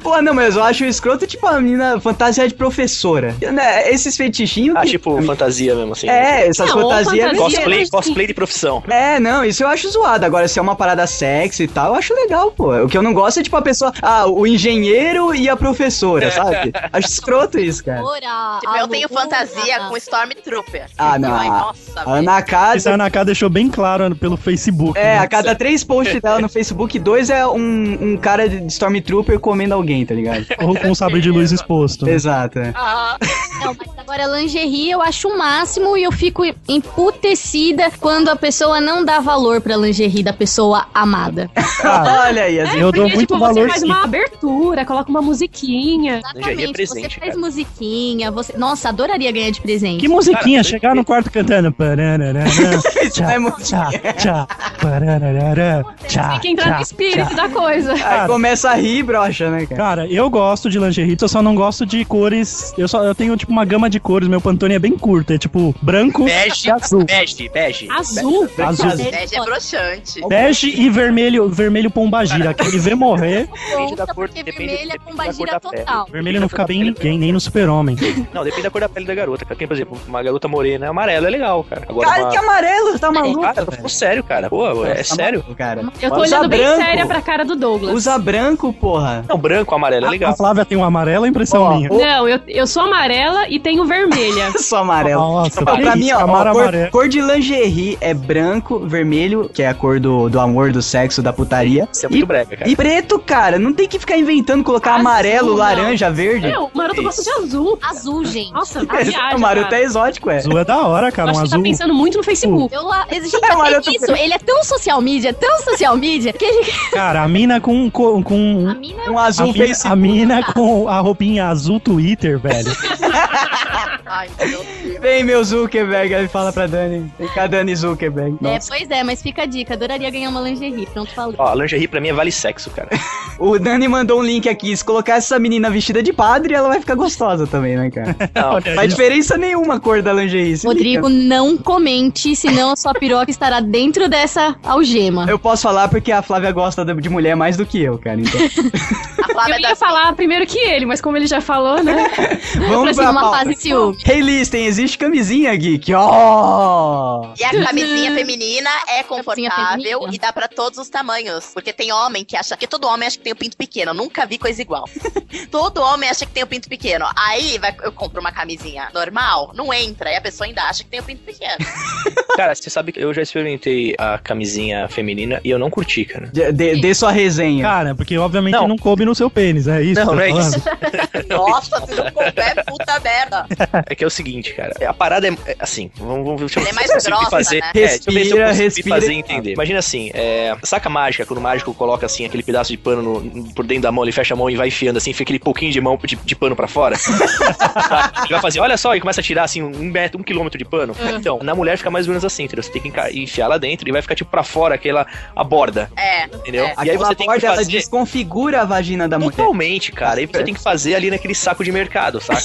Speaker 1: Pô, não, mas eu acho escroto, tipo, a menina fantasia de professora. Né, Esses fetichinhos.
Speaker 4: Ah,
Speaker 1: que-
Speaker 4: tipo, fantasia mesmo, assim. né?
Speaker 1: É, essas
Speaker 5: Não, ou
Speaker 1: fantasias.
Speaker 5: fantasia-
Speaker 4: Cosplay,
Speaker 6: né?
Speaker 5: Sim.
Speaker 4: cosplay de profissão.
Speaker 1: É, não, isso eu acho zoado. Agora, se é uma parada sexy e tal, eu acho legal, pô. O que eu não gosto é, tipo, a pessoa. Ah, o engenheiro e a
Speaker 4: É.
Speaker 1: professora, sabe? Acho escroto isso, cara.
Speaker 7: Ora,
Speaker 6: Tipo, eu tenho
Speaker 7: aluna.
Speaker 6: fantasia com Stormtrooper.
Speaker 1: Ah, não.
Speaker 6: Ai,
Speaker 1: a-
Speaker 6: nossa,
Speaker 1: A
Speaker 6: velho.
Speaker 1: Ana
Speaker 2: Essa
Speaker 1: Casa.
Speaker 2: Ana K deixou bem claro pelo Facebook.
Speaker 1: É,
Speaker 2: né?
Speaker 1: a cada três posts dela no Facebook, dois é um, um cara de Stormtrooper comendo alguém, tá ligado?
Speaker 2: Ou com o sabre de luz exposto. né?
Speaker 1: Exato, é.
Speaker 6: Ah,
Speaker 7: Não, mas agora lingerie eu acho o máximo e eu fico emputecida quando a pessoa não dá valor pra lingerie da pessoa amada.
Speaker 2: Cara,
Speaker 1: Olha aí, as
Speaker 2: Ah. eu dou muito valor
Speaker 5: tipo, você faz
Speaker 2: sim.
Speaker 5: uma abertura, coloca uma musiquinha.
Speaker 4: Lingerie é presente,
Speaker 7: você faz
Speaker 4: cara.
Speaker 7: musiquinha, você. Nossa, adoraria ganhar de presente.
Speaker 2: Que musiquinha,
Speaker 4: Cara,
Speaker 2: chegar no quarto
Speaker 1: [LAUGHS]
Speaker 2: cantando. Parararã, tchá,
Speaker 1: é muito-
Speaker 2: tchá, tchá, parararã, tchá,
Speaker 5: Tem que entrar
Speaker 2: tchá,
Speaker 5: no espírito
Speaker 2: tchá.
Speaker 5: da coisa.
Speaker 1: Aí começa a rir, brocha, né, cara?
Speaker 2: Cara, eu gosto de lingerie, eu só não gosto de cores. Eu só eu tenho tipo uma gama de cores, meu pantone é bem curto, é tipo branco,
Speaker 4: Bege,
Speaker 2: e azul.
Speaker 4: bege, bege.
Speaker 6: Ah,
Speaker 5: Azul.
Speaker 2: Azul.
Speaker 6: bege é broxante.
Speaker 2: Bege e vermelho, vermelho pombagira, que ele vê morrer,
Speaker 4: Depende da cor-
Speaker 7: porque
Speaker 4: depende-
Speaker 7: vermelha é
Speaker 4: depende da cor
Speaker 7: pombagira
Speaker 4: da pele.
Speaker 7: total.
Speaker 2: vermelho não fica bem em ninguém, nem no super-homem.
Speaker 4: Não, depende da cor da pele da garota, cara. Quem, por exemplo, uma garota morena, amarela é legal, cara. Agora,
Speaker 1: Cara,
Speaker 4: uma...
Speaker 1: que amarelo, tá maluco?
Speaker 4: Cara, eu tô falando sério, cara. Pô, é
Speaker 1: Tá
Speaker 4: sério.
Speaker 1: maluco, cara.
Speaker 5: Eu tô
Speaker 1: Usa
Speaker 5: olhando bem
Speaker 1: branco.
Speaker 5: séria pra cara do Douglas.
Speaker 1: Usa branco, porra. [LAUGHS]
Speaker 4: Não, branco,
Speaker 1: Ah,
Speaker 4: amarelo é
Speaker 2: A
Speaker 1: tá
Speaker 4: legal.
Speaker 2: Flávia tem um amarelo, é impressão
Speaker 1: Ó,
Speaker 2: minha.
Speaker 1: o-
Speaker 5: Não, eu, eu sou amarela e
Speaker 2: [LAUGHS]
Speaker 5: tenho vermelha.
Speaker 1: Só amarelo.
Speaker 2: Nossa,
Speaker 1: Ó, pra
Speaker 2: que
Speaker 1: mim, ó,
Speaker 2: isso, amar
Speaker 1: ó, cor,
Speaker 2: amarelo.
Speaker 1: cor de lingerie é branco, vermelho, que é a cor do, do amor, do sexo, da putaria.
Speaker 4: Isso é muito
Speaker 1: e,
Speaker 4: brega, cara. Ah,
Speaker 1: e preto, cara, não tem que ficar inventando colocar
Speaker 5: Azul,
Speaker 1: amarelo,
Speaker 5: não.
Speaker 1: laranja,
Speaker 4: É,
Speaker 1: verde.
Speaker 5: Meu, o maroto gosta de azul.
Speaker 7: Azul, gente.
Speaker 5: Nossa, a viagem,
Speaker 1: o maroto
Speaker 5: cara.
Speaker 1: é exótico, é.
Speaker 2: Azul é da hora, cara, um
Speaker 5: Acho que
Speaker 2: azul.
Speaker 5: tá pensando muito no Facebook.
Speaker 7: Eu lá, [LAUGHS] gente,
Speaker 1: Olha, eu tô
Speaker 7: até isso, ele é tão social media, tão social media, que ele,
Speaker 2: Cara, a mina com com, com
Speaker 7: a mina é
Speaker 1: Um
Speaker 2: a,
Speaker 1: azul
Speaker 2: mina,
Speaker 1: face-
Speaker 2: a mina com a roupinha azul Twitter, velho.
Speaker 6: Ai, meu Deus.
Speaker 1: Vem, meu Zuckerberg, aí fala pra Dani. Vem cá, Dani Zuckerberg.
Speaker 7: É,
Speaker 1: Nossa.
Speaker 7: pois é, mas fica a dica, adoraria ganhar uma lingerie, pronto, falei.
Speaker 4: Ó, a lingerie pra mim é vale sexo,
Speaker 1: [LAUGHS]
Speaker 4: cara.
Speaker 1: O Dani mandou um link aqui. Se colocar essa menina vestida de padre, ela vai ficar gostosa também, né,
Speaker 4: [LAUGHS]
Speaker 1: cara?
Speaker 4: Não,
Speaker 1: Não faz diferença nenhuma a cor da lingerie. se
Speaker 7: Rodrigo, não comente, senão a sua piroca estará dentro dessa algema.
Speaker 1: liga. Eu posso falar porque a Flávia gosta de de mulher mais do que eu, cara.
Speaker 7: [LAUGHS]
Speaker 1: Então,
Speaker 6: A Flávia
Speaker 5: Eu
Speaker 6: da
Speaker 5: ia falar primeiro que ele, mas como ele já falou, né?
Speaker 1: vamos
Speaker 7: Assim,
Speaker 1: pra
Speaker 7: uma
Speaker 1: pauta.
Speaker 7: fase de ciúme.
Speaker 1: Hey, listen, existe camisinha, Geek. Ó!
Speaker 6: E a camisinha feminina é confortável
Speaker 7: feminina.
Speaker 6: e dá pra todos os tamanhos. Porque tem homem que acha. Porque todo homem acha que tem o pinto pequeno. Eu nunca vi coisa igual. todo homem acha que tem o pinto pequeno. Aí vai- eu compro uma camisinha normal, não entra. E a pessoa ainda acha que tem o pinto pequeno.
Speaker 4: Cara, você sabe que eu já experimentei a camisinha feminina e eu não curti, cara.
Speaker 1: Dê, dê- dê sua resenha.
Speaker 2: Cara, porque obviamente não,
Speaker 4: Não,
Speaker 2: coube no seu seu pênis, é isso? que eu tô
Speaker 4: Não, não é
Speaker 2: falando?
Speaker 4: isso.
Speaker 6: Nossa, se não couber, puta merda.
Speaker 4: É que é o seguinte, cara. A parada é é assim. Vamos, vamos deixa eu-
Speaker 6: Ela é mais
Speaker 4: deixa eu conseguir
Speaker 6: grossa,
Speaker 4: fazer,
Speaker 6: né?
Speaker 4: é, deixa eu ver se eu
Speaker 1: Respira,
Speaker 4: consigo
Speaker 1: respira.
Speaker 4: fazer entender. Imagina assim, é, saca a mágica, quando o mágico coloca assim aquele pedaço de pano no- no- por dentro da mão, ele fecha a mão e vai enfiando assim, fica aquele pouquinho de mão de, de pano pra [LAUGHS] fora. Tá? ele vai fazer, olha só, e começa a tirar assim um metro, um quilômetro de pano.
Speaker 6: Uhum.
Speaker 4: Então, na mulher fica mais ou menos assim, entendeu? Você tem que enca- enfiar lá dentro e vai ficar tipo pra fora aquela a borda,
Speaker 6: É.
Speaker 4: entendeu?
Speaker 6: É.
Speaker 4: E aí
Speaker 1: Aquela
Speaker 4: você tem que
Speaker 1: borda, ela
Speaker 4: fazer.
Speaker 1: desconfigura a vagina da mulher.
Speaker 4: Totalmente, cara. E você tem que fazer ali naquele saco de
Speaker 1: [LAUGHS]
Speaker 4: mercado, saca?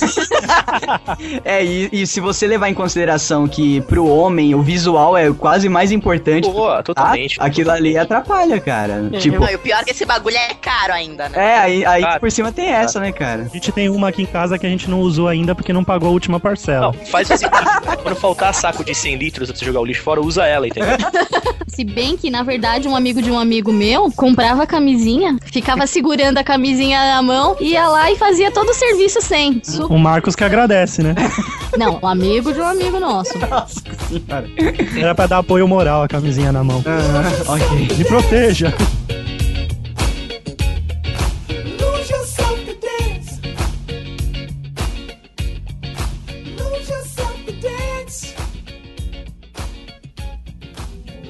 Speaker 1: É, e, e se você levar em consideração que pro homem o visual é quase mais importante,
Speaker 4: Boa,
Speaker 1: tá?
Speaker 4: totalmente.
Speaker 1: aquilo ali atrapalha, cara. Tipo,
Speaker 6: Não, e o pior é que esse bagulho é caro ainda, né?
Speaker 1: é, aí, aí
Speaker 4: Ah,
Speaker 1: por cima tem essa, né, cara?
Speaker 2: A gente tem uma aqui em casa que a gente não usou ainda porque não pagou a última parcela.
Speaker 4: Não, faz o seguinte: [LAUGHS] quando faltar saco de 100 litros pra você jogar o lixo fora, usa ela, entendeu?
Speaker 7: Se bem que, na verdade, um amigo de um amigo meu comprava a camisinha, ficava segurando a camisinha na mão, ia lá e fazia todo o serviço sem. Su-
Speaker 2: O Marcos que
Speaker 1: [LAUGHS]
Speaker 2: agradece, né?
Speaker 7: Não, um amigo de um amigo nosso.
Speaker 1: Nossa senhora.
Speaker 2: Era pra dar apoio moral a camisinha na mão.
Speaker 1: Ah, ok.
Speaker 2: Me proteja.
Speaker 8: Lose yourself to dance. Lose yourself to dance.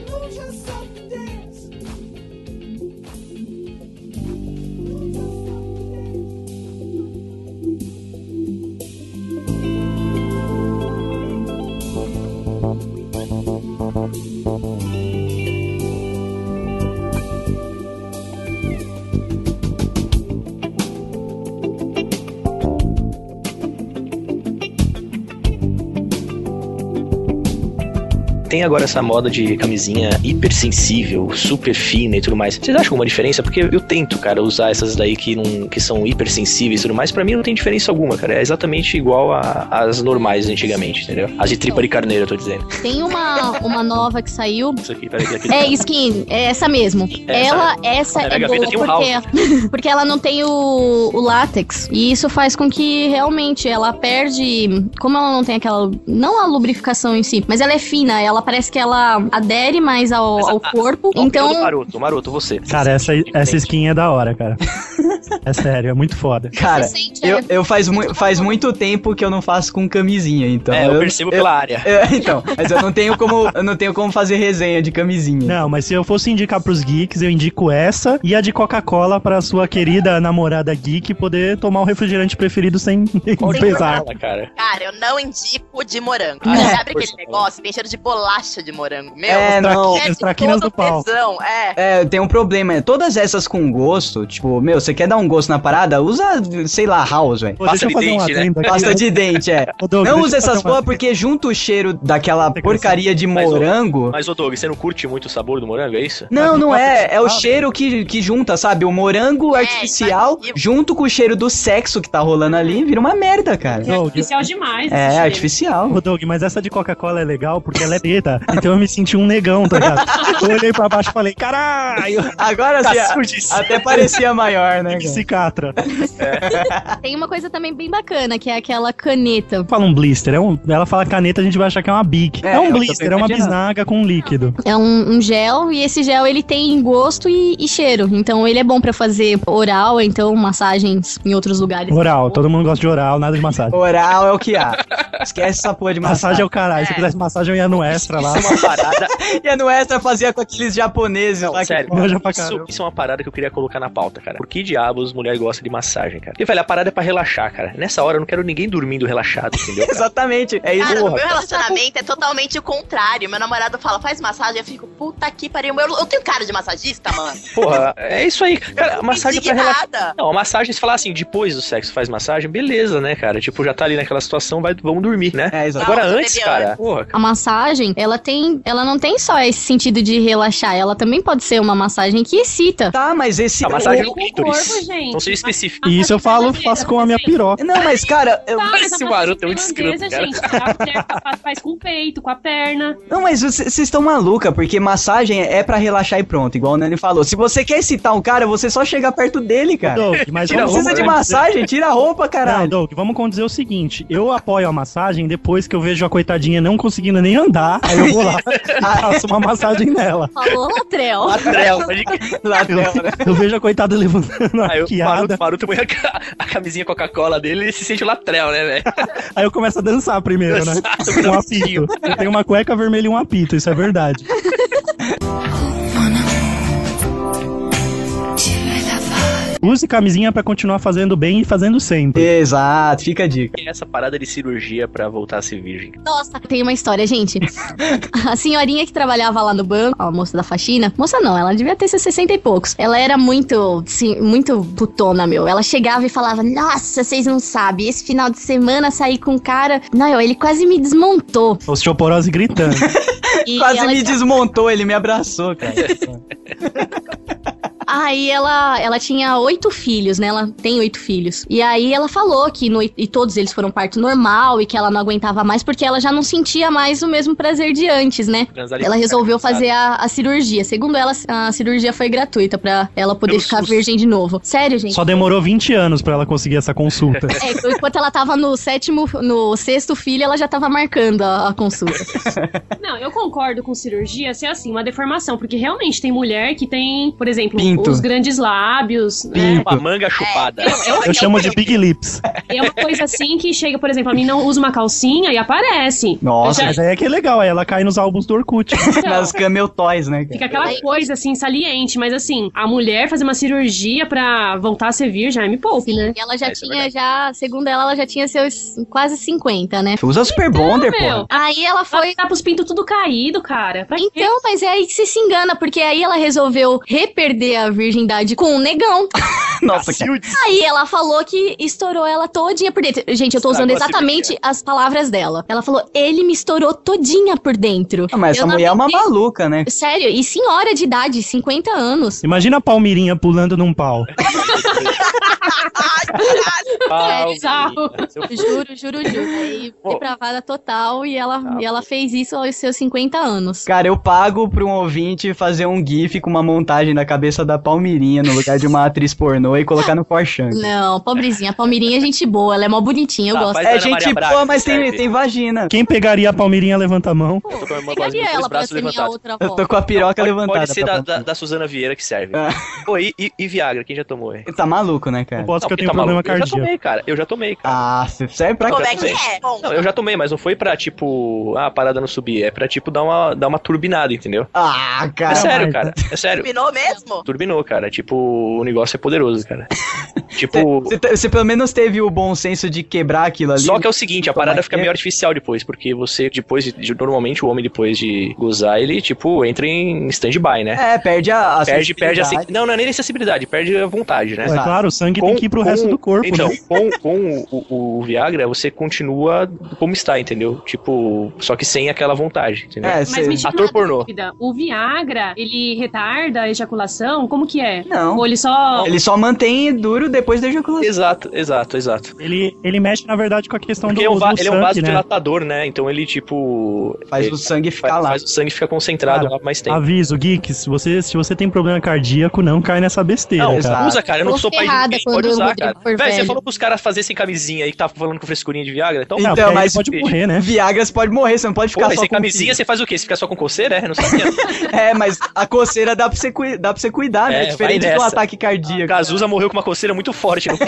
Speaker 8: Lose yourself to dance.
Speaker 4: Tem agora essa moda de camisinha hipersensível, super fina e tudo mais. Vocês acham alguma diferença? Porque eu tento, cara, usar essas daí que, não, que são hipersensíveis e tudo mais. Pra mim não tem diferença alguma, cara. É exatamente igual a- às normais antigamente, entendeu? As de tripa de carneiro, eu tô dizendo.
Speaker 7: Tem uma, uma nova que saiu.
Speaker 4: Isso aqui, peraí. aqui- tá-
Speaker 7: É skin, é essa mesmo.
Speaker 4: É,
Speaker 7: Ela, essa
Speaker 4: Na
Speaker 7: é
Speaker 4: gaveta
Speaker 7: boa,
Speaker 4: tem um
Speaker 7: porque, [LAUGHS] porque ela não tem o, o látex. E isso faz com que realmente ela perde. Como ela não tem aquela. Não a lubrificação em si, mas ela é fina. Ela parece que ela adere mais ao,
Speaker 4: Mas a- um
Speaker 7: ao corpo.
Speaker 4: Ó,
Speaker 7: então.
Speaker 4: do Maroto, Maroto, você.
Speaker 2: Cara, essa, essa skin é da
Speaker 1: [LAUGHS]
Speaker 2: hora, cara. É sério, é muito foda.
Speaker 1: Cara,
Speaker 7: [LAUGHS] você sente,
Speaker 1: eu,
Speaker 7: é,
Speaker 1: eu faz, mu- faz muito tempo que eu não faço com camisinha, então.
Speaker 4: É, eu percebo pela área.
Speaker 1: [LAUGHS] É, então, mas eu não tenho como, eu não tenho como fazer resenha de camisinha.
Speaker 2: Não, mas se eu fosse indicar pros geeks, eu indico essa e a de Coca-Cola pra sua querida namorada geek poder tomar o refrigerante preferido sem [LAUGHS] um pesar.
Speaker 4: Fala, cara.
Speaker 6: Cara, eu não indico de morango.
Speaker 4: Ah,
Speaker 6: Você
Speaker 4: é.
Speaker 6: abre aquele negócio, tem cheiro de bolacha de morango. Meu,
Speaker 1: É, não.
Speaker 6: perde
Speaker 2: As traquinas
Speaker 6: todo
Speaker 2: do pau.
Speaker 6: o tesão, É.
Speaker 1: É, tem um problema, é, todas essas com gosto, tipo, meu, você quer dar um gosto na parada? Usa, sei lá, house, velho.
Speaker 2: Pô, deixa
Speaker 4: Passa
Speaker 2: eu
Speaker 4: de
Speaker 2: fazer um
Speaker 4: dente, né?
Speaker 2: adendo aqui.
Speaker 1: Pasta de dente, é.
Speaker 2: Ô, Doug,
Speaker 1: Não
Speaker 2: deixa
Speaker 1: usa
Speaker 2: eu
Speaker 1: essas
Speaker 2: fazer um
Speaker 1: porra
Speaker 2: adendo.
Speaker 1: porque junta o cheiro daquela
Speaker 2: Tem
Speaker 1: porcaria de
Speaker 4: Mas, ô,
Speaker 1: morango.
Speaker 4: Mas, ô Doug, você não curte muito o sabor do morango, é isso?
Speaker 1: Não, não
Speaker 2: Mas
Speaker 1: é.
Speaker 2: pode
Speaker 1: É o
Speaker 2: ser,
Speaker 1: cheiro que, que junta, sabe? O morango
Speaker 6: É,
Speaker 1: artificial
Speaker 6: imagina.
Speaker 1: junto com o cheiro do sexo que tá rolando ali vira uma merda, cara.
Speaker 2: Doug,
Speaker 11: É Artificial demais. esse
Speaker 1: É,
Speaker 11: cheiro.
Speaker 2: [LAUGHS]
Speaker 1: artificial.
Speaker 2: Ô, Doug, mas essa de Coca-Cola é legal porque ela é preta. então eu me senti um negão, tá ligado? Eu olhei pra baixo e
Speaker 1: [LAUGHS]
Speaker 2: falei, caralho!
Speaker 1: Agora sim,
Speaker 2: Tá
Speaker 1: a-
Speaker 2: sujíssimo.
Speaker 1: até parecia maior, né?
Speaker 2: Que
Speaker 1: cara?
Speaker 2: cicatra.
Speaker 7: tem uma coisa também bem bacana, que é aquela caneta.
Speaker 2: Fala um blister. É um, ela fala caneta, a gente vai achar que é uma bic.
Speaker 1: É,
Speaker 2: É, um
Speaker 1: eu tô
Speaker 2: blister, é uma
Speaker 1: imaginando.
Speaker 2: bisnaga com líquido.
Speaker 7: É um, um gel e esse gel ele tem gosto e, e cheiro. Então ele é bom pra fazer oral, ou então massagens em outros lugares.
Speaker 2: Oral, todo mundo gosta de oral, nada de massagem.
Speaker 1: Oral é o que há. Esquece essa porra de
Speaker 2: Massagem é
Speaker 1: massagem.
Speaker 2: o caralho. Se eu quisesse massagem, eu ia no extra lá.
Speaker 4: Isso é uma parada.
Speaker 1: E a Nuestra fazia com aqueles japoneses
Speaker 4: Não,
Speaker 1: lá que-
Speaker 4: sério.
Speaker 2: Manja pra
Speaker 4: Isso,
Speaker 2: caramba.
Speaker 4: isso é uma parada que eu queria colocar na pauta, cara. Por que diabos mulher gosta de massagem, cara? Porque, velho, a parada é pra relaxar, cara. Nessa hora eu não quero ninguém dormindo relaxado,
Speaker 1: [LAUGHS]
Speaker 4: entendeu?
Speaker 1: [LAUGHS]
Speaker 4: cara?
Speaker 1: Exatamente. É isso.
Speaker 6: Cara, no
Speaker 1: porra.
Speaker 6: meu relacionamento é totalmente o contrário. Meu namorado fala, faz massagem, eu fico, puta que pariu. Eu, eu tenho cara de
Speaker 2: [LAUGHS]
Speaker 6: massagista, mano.
Speaker 4: Porra, é isso aí. Cara, a massagem é pra relaxar.
Speaker 6: Indignada.
Speaker 4: Não, a massagem, se falar assim, depois do sexo faz massagem, beleza, né, cara? Tipo, já tá ali naquela situação, vai, vamos dormir, né?
Speaker 1: É, exatamente.
Speaker 4: Agora
Speaker 6: Não,
Speaker 4: antes,
Speaker 6: teve
Speaker 4: cara,
Speaker 6: antes.
Speaker 4: porra, cara.
Speaker 7: A massagem, ela tem, ela não tem só esse sentido de relaxar, ela também pode ser uma massagem que excita.
Speaker 1: Tá, mas esse.
Speaker 4: A massagem no
Speaker 11: o
Speaker 4: clítoris.
Speaker 11: corpo, gente.
Speaker 4: Não seja específico.
Speaker 2: E isso eu falo, faço com a minha piroca.
Speaker 1: Não, mas, cara, eu-
Speaker 11: Tá, mas
Speaker 4: Esse
Speaker 11: a
Speaker 4: maroto é muito
Speaker 11: massagem
Speaker 4: escroto,
Speaker 11: tailandesa,
Speaker 4: cara.
Speaker 11: gente, a
Speaker 4: [LAUGHS]
Speaker 11: mulher faz- faz com o peito, com a perna.
Speaker 1: Não, mas vocês estão maluca, porque massagem é pra relaxar e pronto, igual o Nani falou. Se você quer excitar um cara, você só chega perto dele, cara.
Speaker 2: Doug, mas
Speaker 4: Tira
Speaker 1: É. Não
Speaker 2: vamos-
Speaker 1: precisa de
Speaker 2: vamos-
Speaker 1: massagem, tira a roupa,
Speaker 2: Não,
Speaker 1: caralho.
Speaker 2: Doug, vamos dizer o seguinte: eu apoio a massagem depois que eu vejo a coitadinha não conseguindo nem andar Aí eu vou lá
Speaker 1: [LAUGHS]
Speaker 2: e faço uma massagem nela.
Speaker 7: [LAUGHS] Falou, Latrel.
Speaker 4: [LAUGHS] Latrel, pode crer.
Speaker 1: Latrel, né?
Speaker 2: Eu vejo a coitada levantando
Speaker 4: Aí
Speaker 2: a
Speaker 4: o Maruto,
Speaker 2: piada.
Speaker 4: Maruto põe a, ca- a camisinha Coca-Cola dele e se sente o Latrel, né, velho?
Speaker 2: Aí eu começo a dançar primeiro, né?
Speaker 4: Dançar,
Speaker 2: Um apito. Eu tenho uma cueca vermelha e um apito, isso é verdade. Use camisinha pra continuar fazendo bem e fazendo sempre.
Speaker 1: Exato, fica a dica.
Speaker 4: E essa parada de cirurgia pra voltar a ser virgem.
Speaker 7: Nossa, tem uma
Speaker 1: [LAUGHS]
Speaker 7: história, gente. A senhorinha que trabalhava lá no banco, a moça da faxina, moça não, ela devia ter seus 60 e poucos. Ela era muito, sim, muito putona, meu. Ela chegava e falava: Nossa, vocês não sabem, esse final de semana saí com um cara. Não, ele quase me desmontou.
Speaker 2: Osteoporose gritando.
Speaker 1: [LAUGHS]
Speaker 7: E
Speaker 1: Quase
Speaker 7: ela-
Speaker 1: me desmontou, ele me abraçou, cara.
Speaker 7: [LAUGHS] Aí ela, ela tinha oito filhos, né? Ela tem oito filhos. E aí ela falou que no, e todos eles foram um parto normal e que ela não aguentava mais porque ela já não sentia mais o mesmo prazer de antes, né?
Speaker 4: Transar
Speaker 7: Ela resolveu fazer a, a cirurgia. Segundo ela, a cirurgia foi gratuita pra ela poder
Speaker 4: Pelo
Speaker 7: ficar
Speaker 4: SUS.
Speaker 7: virgem de novo. Sério, gente?
Speaker 2: Só demorou 20 anos pra ela conseguir essa consulta.
Speaker 7: É, enquanto ela tava no sétimo, no sexto filho, ela já tava marcando a, a
Speaker 4: [LAUGHS]
Speaker 7: consulta.
Speaker 11: Não, eu concordo com cirurgia ser assim, uma deformação, porque realmente tem mulher que tem, por exemplo,
Speaker 1: Pinto.
Speaker 11: os grandes lábios, né?
Speaker 4: Uma manga
Speaker 7: É. [LAUGHS]
Speaker 4: chupada.
Speaker 2: Eu chamo
Speaker 6: assim,
Speaker 2: de Big Lips.
Speaker 11: É uma coisa assim que chega, por exemplo, a menina usa uma calcinha e aparece.
Speaker 1: Nossa,
Speaker 2: Mas aí é que é legal, aí ela cai nos álbuns do Orkut.
Speaker 11: Então,
Speaker 1: [LAUGHS] nas camel toys, né, cara?
Speaker 11: Fica aquela coisa assim saliente, mas assim, a mulher fazer uma cirurgia pra voltar a ser virgem, aí me poupe, né?
Speaker 7: E ela já
Speaker 4: É, isso é
Speaker 7: tinha, já, segundo ela, ela já tinha seus quase 50, né?
Speaker 1: Usa Super Bonder, pô.
Speaker 11: Meu,
Speaker 7: Aí ela foi
Speaker 11: foi tá pros pintos tudo caído, cara. Pra quê?
Speaker 7: Então, mas é aí que você se engana, porque aí ela resolveu reperder a virgindade com um negão.
Speaker 1: Nossa, cara.
Speaker 7: Aí ela falou que estourou ela todinha por dentro. Gente, eu tô usando
Speaker 4: Estragou a
Speaker 7: exatamente as palavras dela. Ela falou, ele me estourou todinha por dentro.
Speaker 1: Ah, Mas essa
Speaker 7: Eu não
Speaker 1: mulher é uma
Speaker 7: acredito.
Speaker 1: maluca, né?
Speaker 7: Sério, e senhora de idade, 50 anos.
Speaker 2: Imagina a Palmirinha pulando num pau.
Speaker 4: Ah,
Speaker 7: É,
Speaker 11: bizarro.
Speaker 4: seu f-
Speaker 7: Juro, juro,
Speaker 4: [LAUGHS]
Speaker 7: juro. Aí,
Speaker 4: Bom.
Speaker 7: depravada total, e ela,
Speaker 4: Tá.
Speaker 7: e ela fez isso aos seus 50 anos.
Speaker 1: Cara, eu pago pra um ouvinte fazer um gif com uma montagem da cabeça da Palmirinha no lugar de uma atriz pornô e colocar no Forchan.
Speaker 7: Não, pobrezinha. A Palmirinha é gente boa, ela é mó bonitinha, eu
Speaker 4: Ah,
Speaker 7: gosto.
Speaker 4: mas
Speaker 1: É
Speaker 4: Ana
Speaker 1: gente
Speaker 4: Maria Braga,
Speaker 1: boa, mas tem,
Speaker 4: serve.
Speaker 1: tem vagina.
Speaker 2: Quem pegaria a Palmirinha levanta a mão.
Speaker 7: Pô,
Speaker 4: tô com a irmã
Speaker 7: pegaria
Speaker 4: com os
Speaker 7: ela pra
Speaker 4: braços
Speaker 7: ser minha
Speaker 4: levantados.
Speaker 11: Tá
Speaker 7: outra
Speaker 1: Eu
Speaker 7: avó.
Speaker 1: tô com a piroca
Speaker 4: pode,
Speaker 1: levantada. tá
Speaker 4: Pode ser
Speaker 2: tá
Speaker 1: pra
Speaker 4: da, da,
Speaker 1: Palmirinha.
Speaker 4: da Suzana Vieira que serve.
Speaker 1: Ah.
Speaker 4: Pô, e, e- e Viagra, quem já tomou? É?
Speaker 1: Tá maluco, né,
Speaker 2: Eu
Speaker 1: cara?
Speaker 2: posso
Speaker 4: Não,
Speaker 2: É. que eu
Speaker 4: quem
Speaker 2: tenho
Speaker 4: tá
Speaker 2: problema
Speaker 4: maluco? Eu já
Speaker 2: cardíaco.
Speaker 4: tomei, cara. Eu já tomei, cara.
Speaker 1: Ah, serve pra
Speaker 6: Como
Speaker 1: quê?
Speaker 6: é que é? Bom,
Speaker 4: Não, eu já tomei, mas não foi pra, tipo, ah, a parada não subir. É pra, tipo, dar uma, dar uma turbinada, entendeu?
Speaker 1: Ah,
Speaker 4: É
Speaker 1: cara.
Speaker 4: sério,
Speaker 2: mas-
Speaker 4: cara. É sério.
Speaker 6: combinou mesmo?
Speaker 4: Turbinou, cara. Tipo, o negócio é
Speaker 2: [LAUGHS]
Speaker 4: poderoso, cara. tipo,
Speaker 1: Você, você pelo menos teve o bom senso de quebrar aquilo ali. Então,
Speaker 4: só que é o seguinte, a
Speaker 1: Tomar
Speaker 4: parada fica
Speaker 1: quê?
Speaker 4: meio artificial depois, porque você, depois, de- de- normalmente o homem, depois de gozar, ele, tipo, entra em stand-by, né?
Speaker 1: É, perde a, a
Speaker 4: perde, perde a... sen-
Speaker 1: sensibilidade.
Speaker 4: Não, não é nem a sensibilidade, perde a vontade, né?
Speaker 2: É
Speaker 1: Exato.
Speaker 2: claro, o sangue tem que ir pro resto do corpo,
Speaker 4: então,
Speaker 2: né?
Speaker 4: com, com o- o, o Viagra, você continua como está, entendeu? Tipo, só que sem aquela vontade, entendeu?
Speaker 1: É,
Speaker 11: Mas
Speaker 1: cê...
Speaker 11: me tira
Speaker 4: Ator
Speaker 11: uma
Speaker 4: pornô.
Speaker 11: dúvida. O Viagra, ele retarda a ejaculação? Como que é?
Speaker 1: Não.
Speaker 11: Ou ele só...
Speaker 1: Ele só mantém duro depois da ejaculação.
Speaker 4: Exato, exato, exato.
Speaker 2: Ele, ele mexe, na verdade, com a questão
Speaker 4: Porque
Speaker 2: do,
Speaker 4: é um
Speaker 2: do
Speaker 4: va- ele é um vaso
Speaker 2: sangue, né?
Speaker 4: dilatador, né? Então ele, tipo.
Speaker 1: Faz
Speaker 4: ele
Speaker 1: o sangue ficar
Speaker 4: faz-
Speaker 1: lá.
Speaker 4: faz o sangue ficar concentrado
Speaker 2: Cara,
Speaker 4: lá mais tempo.
Speaker 2: Aviso, geeks, se você, se você tem problema cardíaco, não cai nessa besteira,
Speaker 4: Não,
Speaker 2: cara.
Speaker 1: exato.
Speaker 4: usa, cara. Eu não
Speaker 7: Tô
Speaker 4: sou pai de
Speaker 7: ferrada
Speaker 4: ninguém.
Speaker 7: quando
Speaker 4: Pode
Speaker 7: o
Speaker 4: usar,
Speaker 7: Rodrigo
Speaker 4: cara.
Speaker 7: for
Speaker 4: Véi, você
Speaker 7: velho.
Speaker 4: falou pros caras fazerem sem camisinha aí que tá falando com frescurinha de Viagra? Então,
Speaker 2: Não,
Speaker 1: Então,
Speaker 2: porque aí
Speaker 1: mas-
Speaker 2: ele pode morrer,
Speaker 1: [LAUGHS]
Speaker 2: né?
Speaker 1: Viagra você pode morrer, você não pode ficar
Speaker 4: [LAUGHS] porra,
Speaker 1: só
Speaker 4: sem
Speaker 1: com
Speaker 4: camisinha você faz o quê? Você fica só com coceira? É, não
Speaker 1: [LAUGHS]
Speaker 4: sabia.
Speaker 1: É, mas a coceira dá pra você, cui- dá pra você cuidar, né?
Speaker 4: É,
Speaker 1: É diferente
Speaker 4: vai
Speaker 1: do
Speaker 4: nessa.
Speaker 1: ataque cardíaco. né?
Speaker 4: Cazuza morreu com uma coceira muito forte. não- [LAUGHS]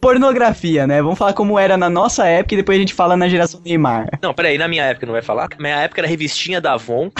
Speaker 1: Pornografia, né? Vamos falar como era na nossa época e depois a gente fala na geração Neymar.
Speaker 4: Não, peraí, na minha época não vai falar? Na minha época era revistinha da Avon,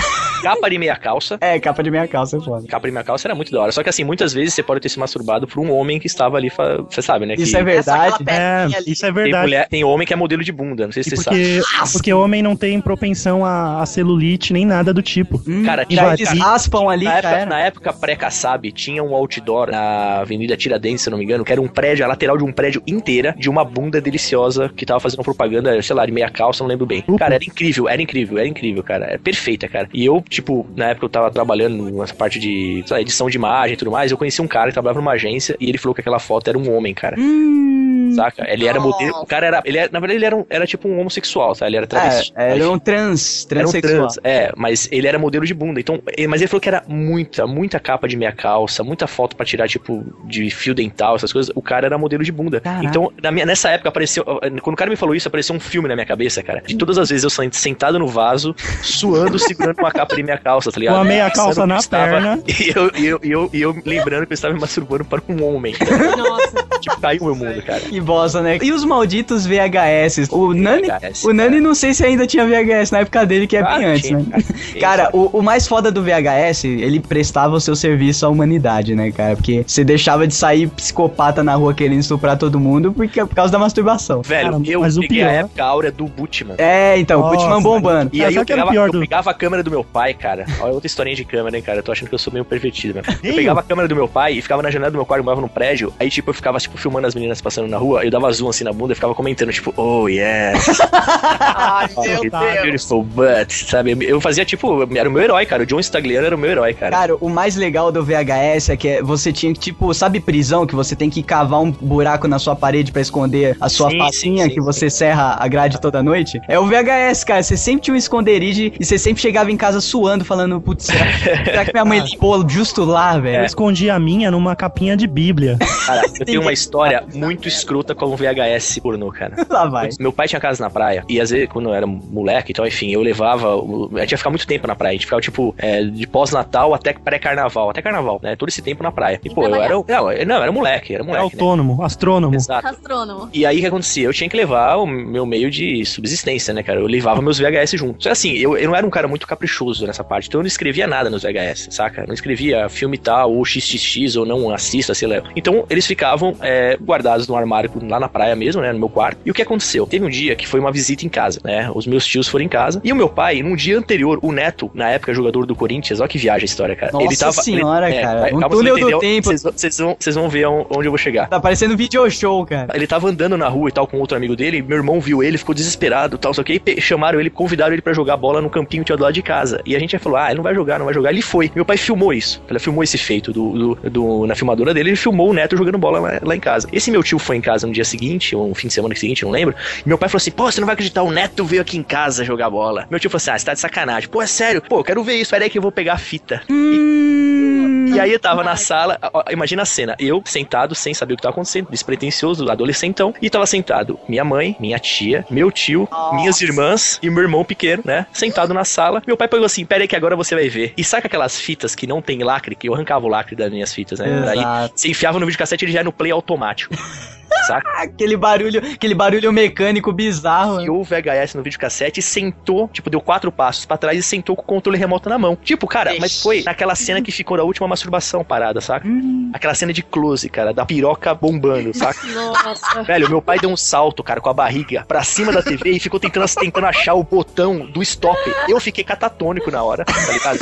Speaker 4: capa de meia calça.
Speaker 1: É, capa de minha calça é foda.
Speaker 4: Capa de meia calça era muito da hora. Só que assim, muitas vezes você pode ter se masturbado por um homem que estava ali, fa- você sabe, né?
Speaker 1: Isso
Speaker 4: que
Speaker 1: é verdade.
Speaker 6: aquela
Speaker 2: É,
Speaker 6: perninha ali.
Speaker 2: isso é
Speaker 4: Tem,
Speaker 2: verdade.
Speaker 4: mulher, tem homem que é modelo de bunda, não sei se
Speaker 2: E
Speaker 4: você sabe.
Speaker 2: porque, porque homem não tem propensão a, a celulite nem nada do tipo.
Speaker 1: Hum,
Speaker 4: Cara,
Speaker 1: já
Speaker 4: cara,
Speaker 1: eles raspam ali,
Speaker 4: Na
Speaker 1: já
Speaker 4: época,
Speaker 1: era.
Speaker 4: na época pré-Kassab, tinha um outdoor na Avenida Tiradentes, se eu não me engano, que era um prédio, a lateral de um prédio inteira, de uma bunda deliciosa que tava fazendo propaganda, sei lá, de meia calça, não lembro bem.
Speaker 1: Uhum.
Speaker 2: Upa.
Speaker 4: Cara, era incrível, era incrível, era incrível, cara. Era perfeita, cara. E eu, tipo, na época eu tava trabalhando nessa parte de sei lá, edição de imagem e tudo mais, eu conheci um cara que trabalhava numa agência e ele falou que aquela foto era um homem, cara.
Speaker 1: Hum.
Speaker 4: Saca? Ele era
Speaker 6: Nossa.
Speaker 4: modelo. O cara era. Ele era- na verdade, ele era, um- era tipo um homossexual, tá? Ele era travesti.
Speaker 1: É, era um trans,
Speaker 4: Era um
Speaker 1: transexual.
Speaker 4: trans, é, mas ele era modelo de bunda. Então, eh, mas ele falou que era muita, muita capa de meia calça, muita foto pra tirar, tipo, de fio dental, essas coisas. O cara era modelo de bunda.
Speaker 1: Caraca.
Speaker 4: Então, na minha- nessa época apareceu. eh, Quando o cara me falou isso, apareceu um filme na minha cabeça, cara. De todas as vezes eu sent- sentado no vaso, suando, segurando uma capa de meia calça, tá ligado?
Speaker 2: Com a meia calça
Speaker 4: Pensando que
Speaker 2: na
Speaker 4: eu estava-
Speaker 2: perna.
Speaker 4: [LAUGHS] E eu, e, eu, e, eu, e eu lembrando que eu estava me masturbando para um homem.
Speaker 11: [LAUGHS] Nossa.
Speaker 4: Tipo, caiu meu mundo, cara.
Speaker 1: Que bosta, né? E os malditos VHS? O Nani.
Speaker 4: VHS,
Speaker 1: O Nani não sei se ainda tinha VHS na época dele, que é bem
Speaker 4: Claro que
Speaker 1: antes,
Speaker 4: Ah, tinha,
Speaker 1: né?
Speaker 4: Cara,
Speaker 1: Cara, o, o mais foda do VHS, ele prestava o seu serviço à humanidade, né, cara? Porque você deixava de sair psicopata na rua querendo estuprar todo mundo porque, por causa da masturbação.
Speaker 4: Velho,
Speaker 2: Cara,
Speaker 4: eu
Speaker 2: mas o
Speaker 4: peguei a
Speaker 2: pior-
Speaker 4: época áurea do Bootman.
Speaker 1: É, então,
Speaker 2: Nossa,
Speaker 1: Putman bombando.
Speaker 4: E
Speaker 2: Cara,
Speaker 4: aí
Speaker 2: sabe
Speaker 4: eu
Speaker 2: que era o
Speaker 4: pegava,
Speaker 2: pior
Speaker 4: eu
Speaker 2: do-
Speaker 4: pegava a câmera do meu pai, cara. Olha outra historinha de câmera, hein, cara. Eu tô achando que eu sou meio pervertido, né? Eu
Speaker 2: Meio?
Speaker 4: pegava a câmera do meu pai e ficava na janela do meu quarto, eu morava num prédio. Aí, tipo, eu ficava, tipo, filmando as meninas passando na rua. Eu dava zoom assim na bunda e ficava comentando, tipo, oh,
Speaker 2: [LAUGHS]
Speaker 4: yes. [LAUGHS]
Speaker 6: Ai, meu
Speaker 4: it's
Speaker 6: Deus.
Speaker 4: beautiful butt, sabe? Eu fazia, tipo, era o meu herói, cara. O John Stagliano era o meu herói, cara.
Speaker 1: Cara, o mais legal do VHS é que é- você tinha que, tipo, sabe prisão? Que você tem que cavar um buraco na sua parede pra esconder a sua
Speaker 4: Sim,
Speaker 1: facinha
Speaker 4: sim, sim,
Speaker 1: que você serra a grade toda noite? É o VHS, cara. Você sempre tinha um esconderijo e você sempre chegava em casa suando, falando, putz, será,
Speaker 4: [LAUGHS]
Speaker 1: será que minha mãe limpou justo lá,
Speaker 2: Eu
Speaker 4: É.
Speaker 1: velho?
Speaker 2: escondi a minha numa capinha de Bíblia.
Speaker 4: Cara, eu tenho uma história muito escrota com um VHS pornô, cara.
Speaker 1: Lá vai.
Speaker 4: Putz, Meu pai tinha casa na praia. E às vezes, quando eu era moleque, então, enfim, eu levava. o- A gente ia ficar muito tempo na praia. A gente ficava, tipo, é, de pós-natal até pré-carnaval. Até carnaval, né? Todo esse tempo na praia. E, pô, eu era. o- Não, eu- não, era moleque, era
Speaker 2: Era
Speaker 4: moleque. Né?
Speaker 2: É autônomo, astrônomo.
Speaker 4: Exato.
Speaker 7: Astrônomo.
Speaker 4: E aí o que acontecia? Eu tinha que levar o meu meio de subsistência, né, cara? Eu levava meus VHS juntos. Assim, eu, eu não era um cara muito caprichoso nessa parte, então eu não escrevia nada nos VHS, saca? Não escrevia filme tal, ou XXX, ou não assista, sei lá. Então eles ficavam é, guardados no armário lá na praia mesmo, né, no meu quarto. E o que aconteceu? Teve um dia que foi uma visita em casa, né? Os meus tios foram em casa. E o meu pai, num dia anterior, o Neto, na época jogador do Corinthians, olha que viagem a história, cara. É,
Speaker 1: Nossa senhora, cara.
Speaker 4: vai,
Speaker 1: Um
Speaker 4: calma, vocês
Speaker 1: túnel
Speaker 4: não
Speaker 1: do
Speaker 4: entenderam.
Speaker 1: tempo.
Speaker 4: Vocês vão- Vocês vão, vocês vão ver onde eu vou chegar.
Speaker 1: Tá parecendo vídeo show, cara.
Speaker 4: Ele tava andando na rua e tal com outro amigo dele, e meu irmão viu ele, ficou desesperado e tal, só que aí pe- chamaram ele, convidaram ele pra jogar bola no campinho que tinha do lado de casa. E a gente já falou, ah, ele não vai jogar, não vai jogar. Ele foi. Meu pai filmou isso. Ele filmou esse feito do, do- do- na filmadora dele, ele filmou o neto jogando bola lá, lá em casa. Esse meu tio foi em casa no dia seguinte, ou no fim de semana seguinte, não lembro. E meu pai falou assim, pô, você não vai acreditar, o neto veio aqui em casa jogar bola. Meu tio falou assim, ah, você tá de sacanagem. Pô, é sério? Pô, eu quero ver isso, peraí que eu vou pegar a fita. E aí eu tava na sala, ó, imagina a cena, eu sentado sem saber o que tava acontecendo, despretensioso, adolescentão, e tava sentado minha mãe, minha tia, meu tio, minhas irmãs e meu irmão pequeno, né? Sentado na sala. Meu pai pegou assim: pera aí que agora você vai ver. E saca aquelas fitas que não tem lacre, que eu arrancava o lacre das minhas fitas, né? Aí
Speaker 1: Exato.
Speaker 4: você enfiava no videocassete e ele já era no play automático. Saca?
Speaker 1: Aquele barulho, aquele barulho mecânico bizarro.
Speaker 4: enfiou o VHS no videocassete e sentou, tipo, deu quatro passos pra trás e sentou com o controle remoto na mão. Tipo, cara, mas
Speaker 6: Ixi.
Speaker 4: foi naquela cena que ficou da última masturbação parada, saca? Aquela cena de close, cara, da piroca bombando, saca?
Speaker 11: Nossa.
Speaker 4: [LAUGHS] Velho, meu pai deu um salto, cara, com a barriga pra cima da TV e ficou tentando, tentando achar o botão do stop. Eu fiquei catatônico na hora, tá ligado?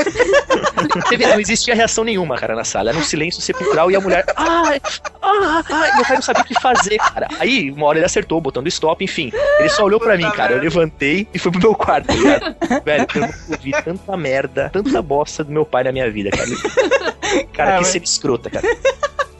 Speaker 4: Você vê, não existia reação nenhuma, cara, na sala. Era um silêncio sepulcral e a mulher. Ai, ai, ai, meu pai não sabia o que fazer, cara. Aí, uma hora ele acertou o botão do stop, enfim. Ele só olhou pra mim, cara. Eu levantei e fui pro meu quarto, tá ligado? Velho, eu nunca ouvi tanta merda, tanta bosta do meu pai na minha vida, cara. Cara,
Speaker 1: Cara,
Speaker 4: que
Speaker 1: mas-
Speaker 4: ser escrota, cara.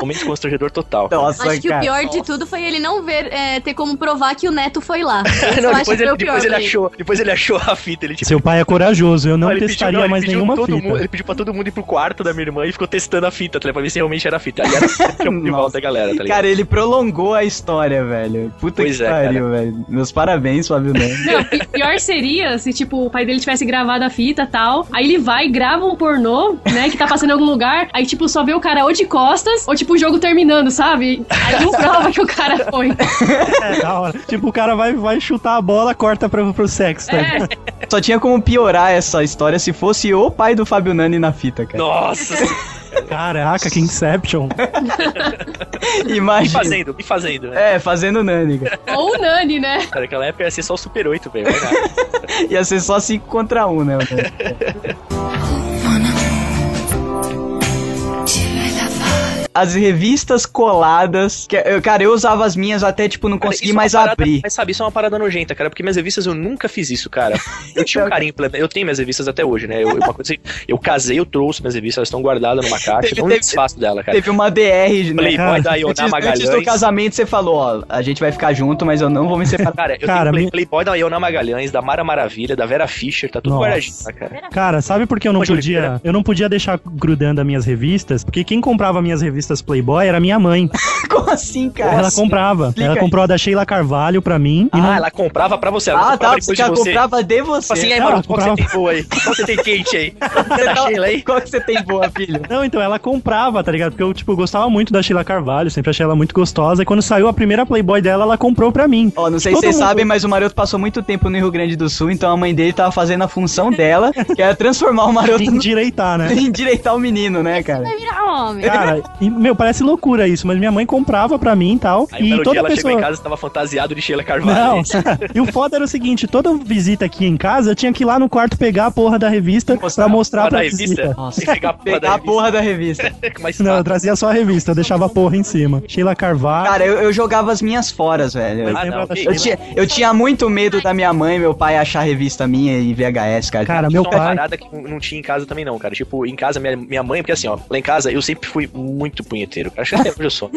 Speaker 4: Momento constrangedor total.
Speaker 1: Nossa,
Speaker 7: Acho que o
Speaker 1: cara.
Speaker 7: pior de tudo foi ele não ver, é, ter como provar que o neto foi lá. Isso eu
Speaker 4: [LAUGHS] Não,
Speaker 7: acho
Speaker 4: depois
Speaker 7: que
Speaker 4: ele,
Speaker 7: foi o pior
Speaker 4: depois ele
Speaker 7: dele.
Speaker 4: achou, depois ele achou a fita, ele tipo,
Speaker 2: Seu pai é corajoso, eu não
Speaker 4: ele pediu-
Speaker 2: testaria
Speaker 4: não, ele
Speaker 2: mais
Speaker 4: pediu
Speaker 2: nenhuma
Speaker 4: todo
Speaker 2: fita.
Speaker 4: mundo- ele pediu pra todo mundo ir pro quarto da minha irmã e ficou testando a fita, tá ligado? Pra ver se realmente era a fita. Aí era chamou de
Speaker 1: Nossa.
Speaker 4: volta a galera, tá ligado?
Speaker 1: Cara, ele prolongou a história, velho. Puta
Speaker 4: Pois
Speaker 1: que
Speaker 4: é,
Speaker 1: pariu, velho. Meus parabéns, Flávio Nani. [LAUGHS]
Speaker 11: Não, pi- pior seria se, tipo, o pai dele tivesse gravado a fita e tal. Aí ele vai, grava um pornô, né, que tá passando em algum lugar. Aí, tipo, só vê o cara ou de costas, ou, tipo, o jogo terminando, sabe? Aí
Speaker 1: [LAUGHS]
Speaker 11: não prova que o cara foi.
Speaker 2: [LAUGHS] É, da hora. Tipo, o cara vai, vai chutar a bola, corta pro, pro sexo. tá?
Speaker 11: É,
Speaker 1: Só tinha como piorar essa história se fosse o pai do Fábio Nani na fita, [LAUGHS] cara.
Speaker 4: Nossa,
Speaker 2: Caraca, que Inception.
Speaker 4: me
Speaker 1: Imagina.
Speaker 4: fazendo, me fazendo. Né?
Speaker 1: É, fazendo Nani, cara.
Speaker 11: ou o Nani, né?
Speaker 4: Cara, naquela época ia ser só o Super 8, velho. vai lá.
Speaker 1: Ia ser só 5 contra 1, um, né? velho?
Speaker 3: Wanna do I love her?
Speaker 1: as revistas coladas. que eu- cara, eu usava as minhas até, tipo, não
Speaker 4: Cara,
Speaker 1: consegui
Speaker 4: isso é uma
Speaker 1: mais
Speaker 4: parada-
Speaker 1: abrir.
Speaker 4: Mas sabe, isso é uma parada nojenta, cara, porque minhas revistas eu nunca fiz isso, cara. Eu tinha um carinho pela. Eu tenho minhas revistas até hoje, né? Eu, eu- uma coisa assim, eu casei, eu trouxe minhas revistas, elas estão guardadas numa caixa, então
Speaker 1: Teve-
Speaker 4: não
Speaker 1: teve-
Speaker 4: desfaço dela, cara.
Speaker 1: Teve uma DR, né?
Speaker 4: Falei,
Speaker 1: cara?
Speaker 4: pode dar
Speaker 1: [LAUGHS]
Speaker 4: Ioná
Speaker 1: antes, antes do
Speaker 4: Magalhães.
Speaker 1: casamento, você falou, ó, a gente vai ficar junto, mas eu não vou me separar.
Speaker 4: Cara, eu
Speaker 2: Cara,
Speaker 4: tenho Play-
Speaker 2: me-
Speaker 4: Playboy da Iona Magalhães, da Mara Maravilha, da Vera Fischer, tá tudo
Speaker 2: Nossa.
Speaker 4: guardadinho, lá, cara.
Speaker 2: Cara, sabe por que eu não
Speaker 4: Pode,
Speaker 2: podia?
Speaker 4: Oliveira.
Speaker 2: Eu não podia deixar grudando as minhas revistas, porque quem comprava minhas revistas Playboy era minha mãe.
Speaker 1: [LAUGHS] Como assim, cara?
Speaker 2: ela comprava.
Speaker 1: explica
Speaker 2: ela
Speaker 1: aí.
Speaker 2: comprou a da Sheila Carvalho pra mim. e
Speaker 4: Ah,
Speaker 2: não-
Speaker 4: ela comprava pra você, ela
Speaker 1: Ah,
Speaker 4: comprava
Speaker 1: tá,
Speaker 4: depois
Speaker 1: porque ela
Speaker 4: de você.
Speaker 1: comprava de
Speaker 4: Tipo
Speaker 1: você.
Speaker 4: assim, aí,
Speaker 2: Não,
Speaker 4: mano,
Speaker 2: ela
Speaker 4: qual que você tem boa aí? Qual que você tem Kate aí? Você tá Sheila aí?
Speaker 1: [LAUGHS] Qual que você tem boa, filho?
Speaker 2: Não, então ela comprava, tá ligado? Porque eu, tipo, gostava muito da Sheila Carvalho, sempre achei ela muito gostosa. E quando saiu a primeira Playboy dela, ela comprou pra mim.
Speaker 1: Ó, não sei
Speaker 2: Todo
Speaker 1: se vocês
Speaker 2: mundo-
Speaker 1: sabem, mas o Maroto passou muito tempo no Rio Grande do Sul, então a mãe dele tava fazendo a função dela, que era transformar o Maroto no...
Speaker 2: Endireitar, né?
Speaker 1: [LAUGHS] endireitar o menino, né, cara?
Speaker 7: Vai virar homem.
Speaker 2: Cara, e, meu, parece loucura isso, mas minha mãe comprava pra mim e tal.
Speaker 4: Aí um
Speaker 2: e
Speaker 4: belo dia
Speaker 2: toda
Speaker 4: ela chegou em
Speaker 2: pessoa.
Speaker 4: casa e tava fantasiado de Sheila Carvalho.
Speaker 2: Não, [LAUGHS] e o foda era o seguinte: toda visita aqui em casa, eu tinha que ir lá no quarto pegar a porra da revista
Speaker 1: Mostrar
Speaker 2: pra mostrar
Speaker 4: Porra da
Speaker 2: pra
Speaker 4: revista?
Speaker 2: visita.
Speaker 1: Nossa.
Speaker 4: Tem que pegar a porra
Speaker 1: Pegar
Speaker 4: da
Speaker 1: a
Speaker 4: [LAUGHS]
Speaker 1: porra da revista.
Speaker 4: revista. Mas
Speaker 2: Não,
Speaker 4: tá.
Speaker 2: eu trazia só a revista, eu deixava a porra em cima. Sheila Carvalho.
Speaker 1: Cara, eu, eu jogava as minhas foras, velho.
Speaker 4: Ah, não,
Speaker 2: lembra da
Speaker 4: ok.
Speaker 1: Eu tinha, eu tinha muito medo da minha mãe e meu pai achar revista minha e VHS, cara.
Speaker 2: Cara,
Speaker 4: Isso
Speaker 2: meu
Speaker 4: é uma
Speaker 2: pai.
Speaker 4: parada que não não tinha em casa também, não, cara. Tipo, em casa, minha, minha mãe, porque assim, ó, lá em casa eu sempre fui muito punheteiro. Cara. [LAUGHS] Acho que até hoje eu sou.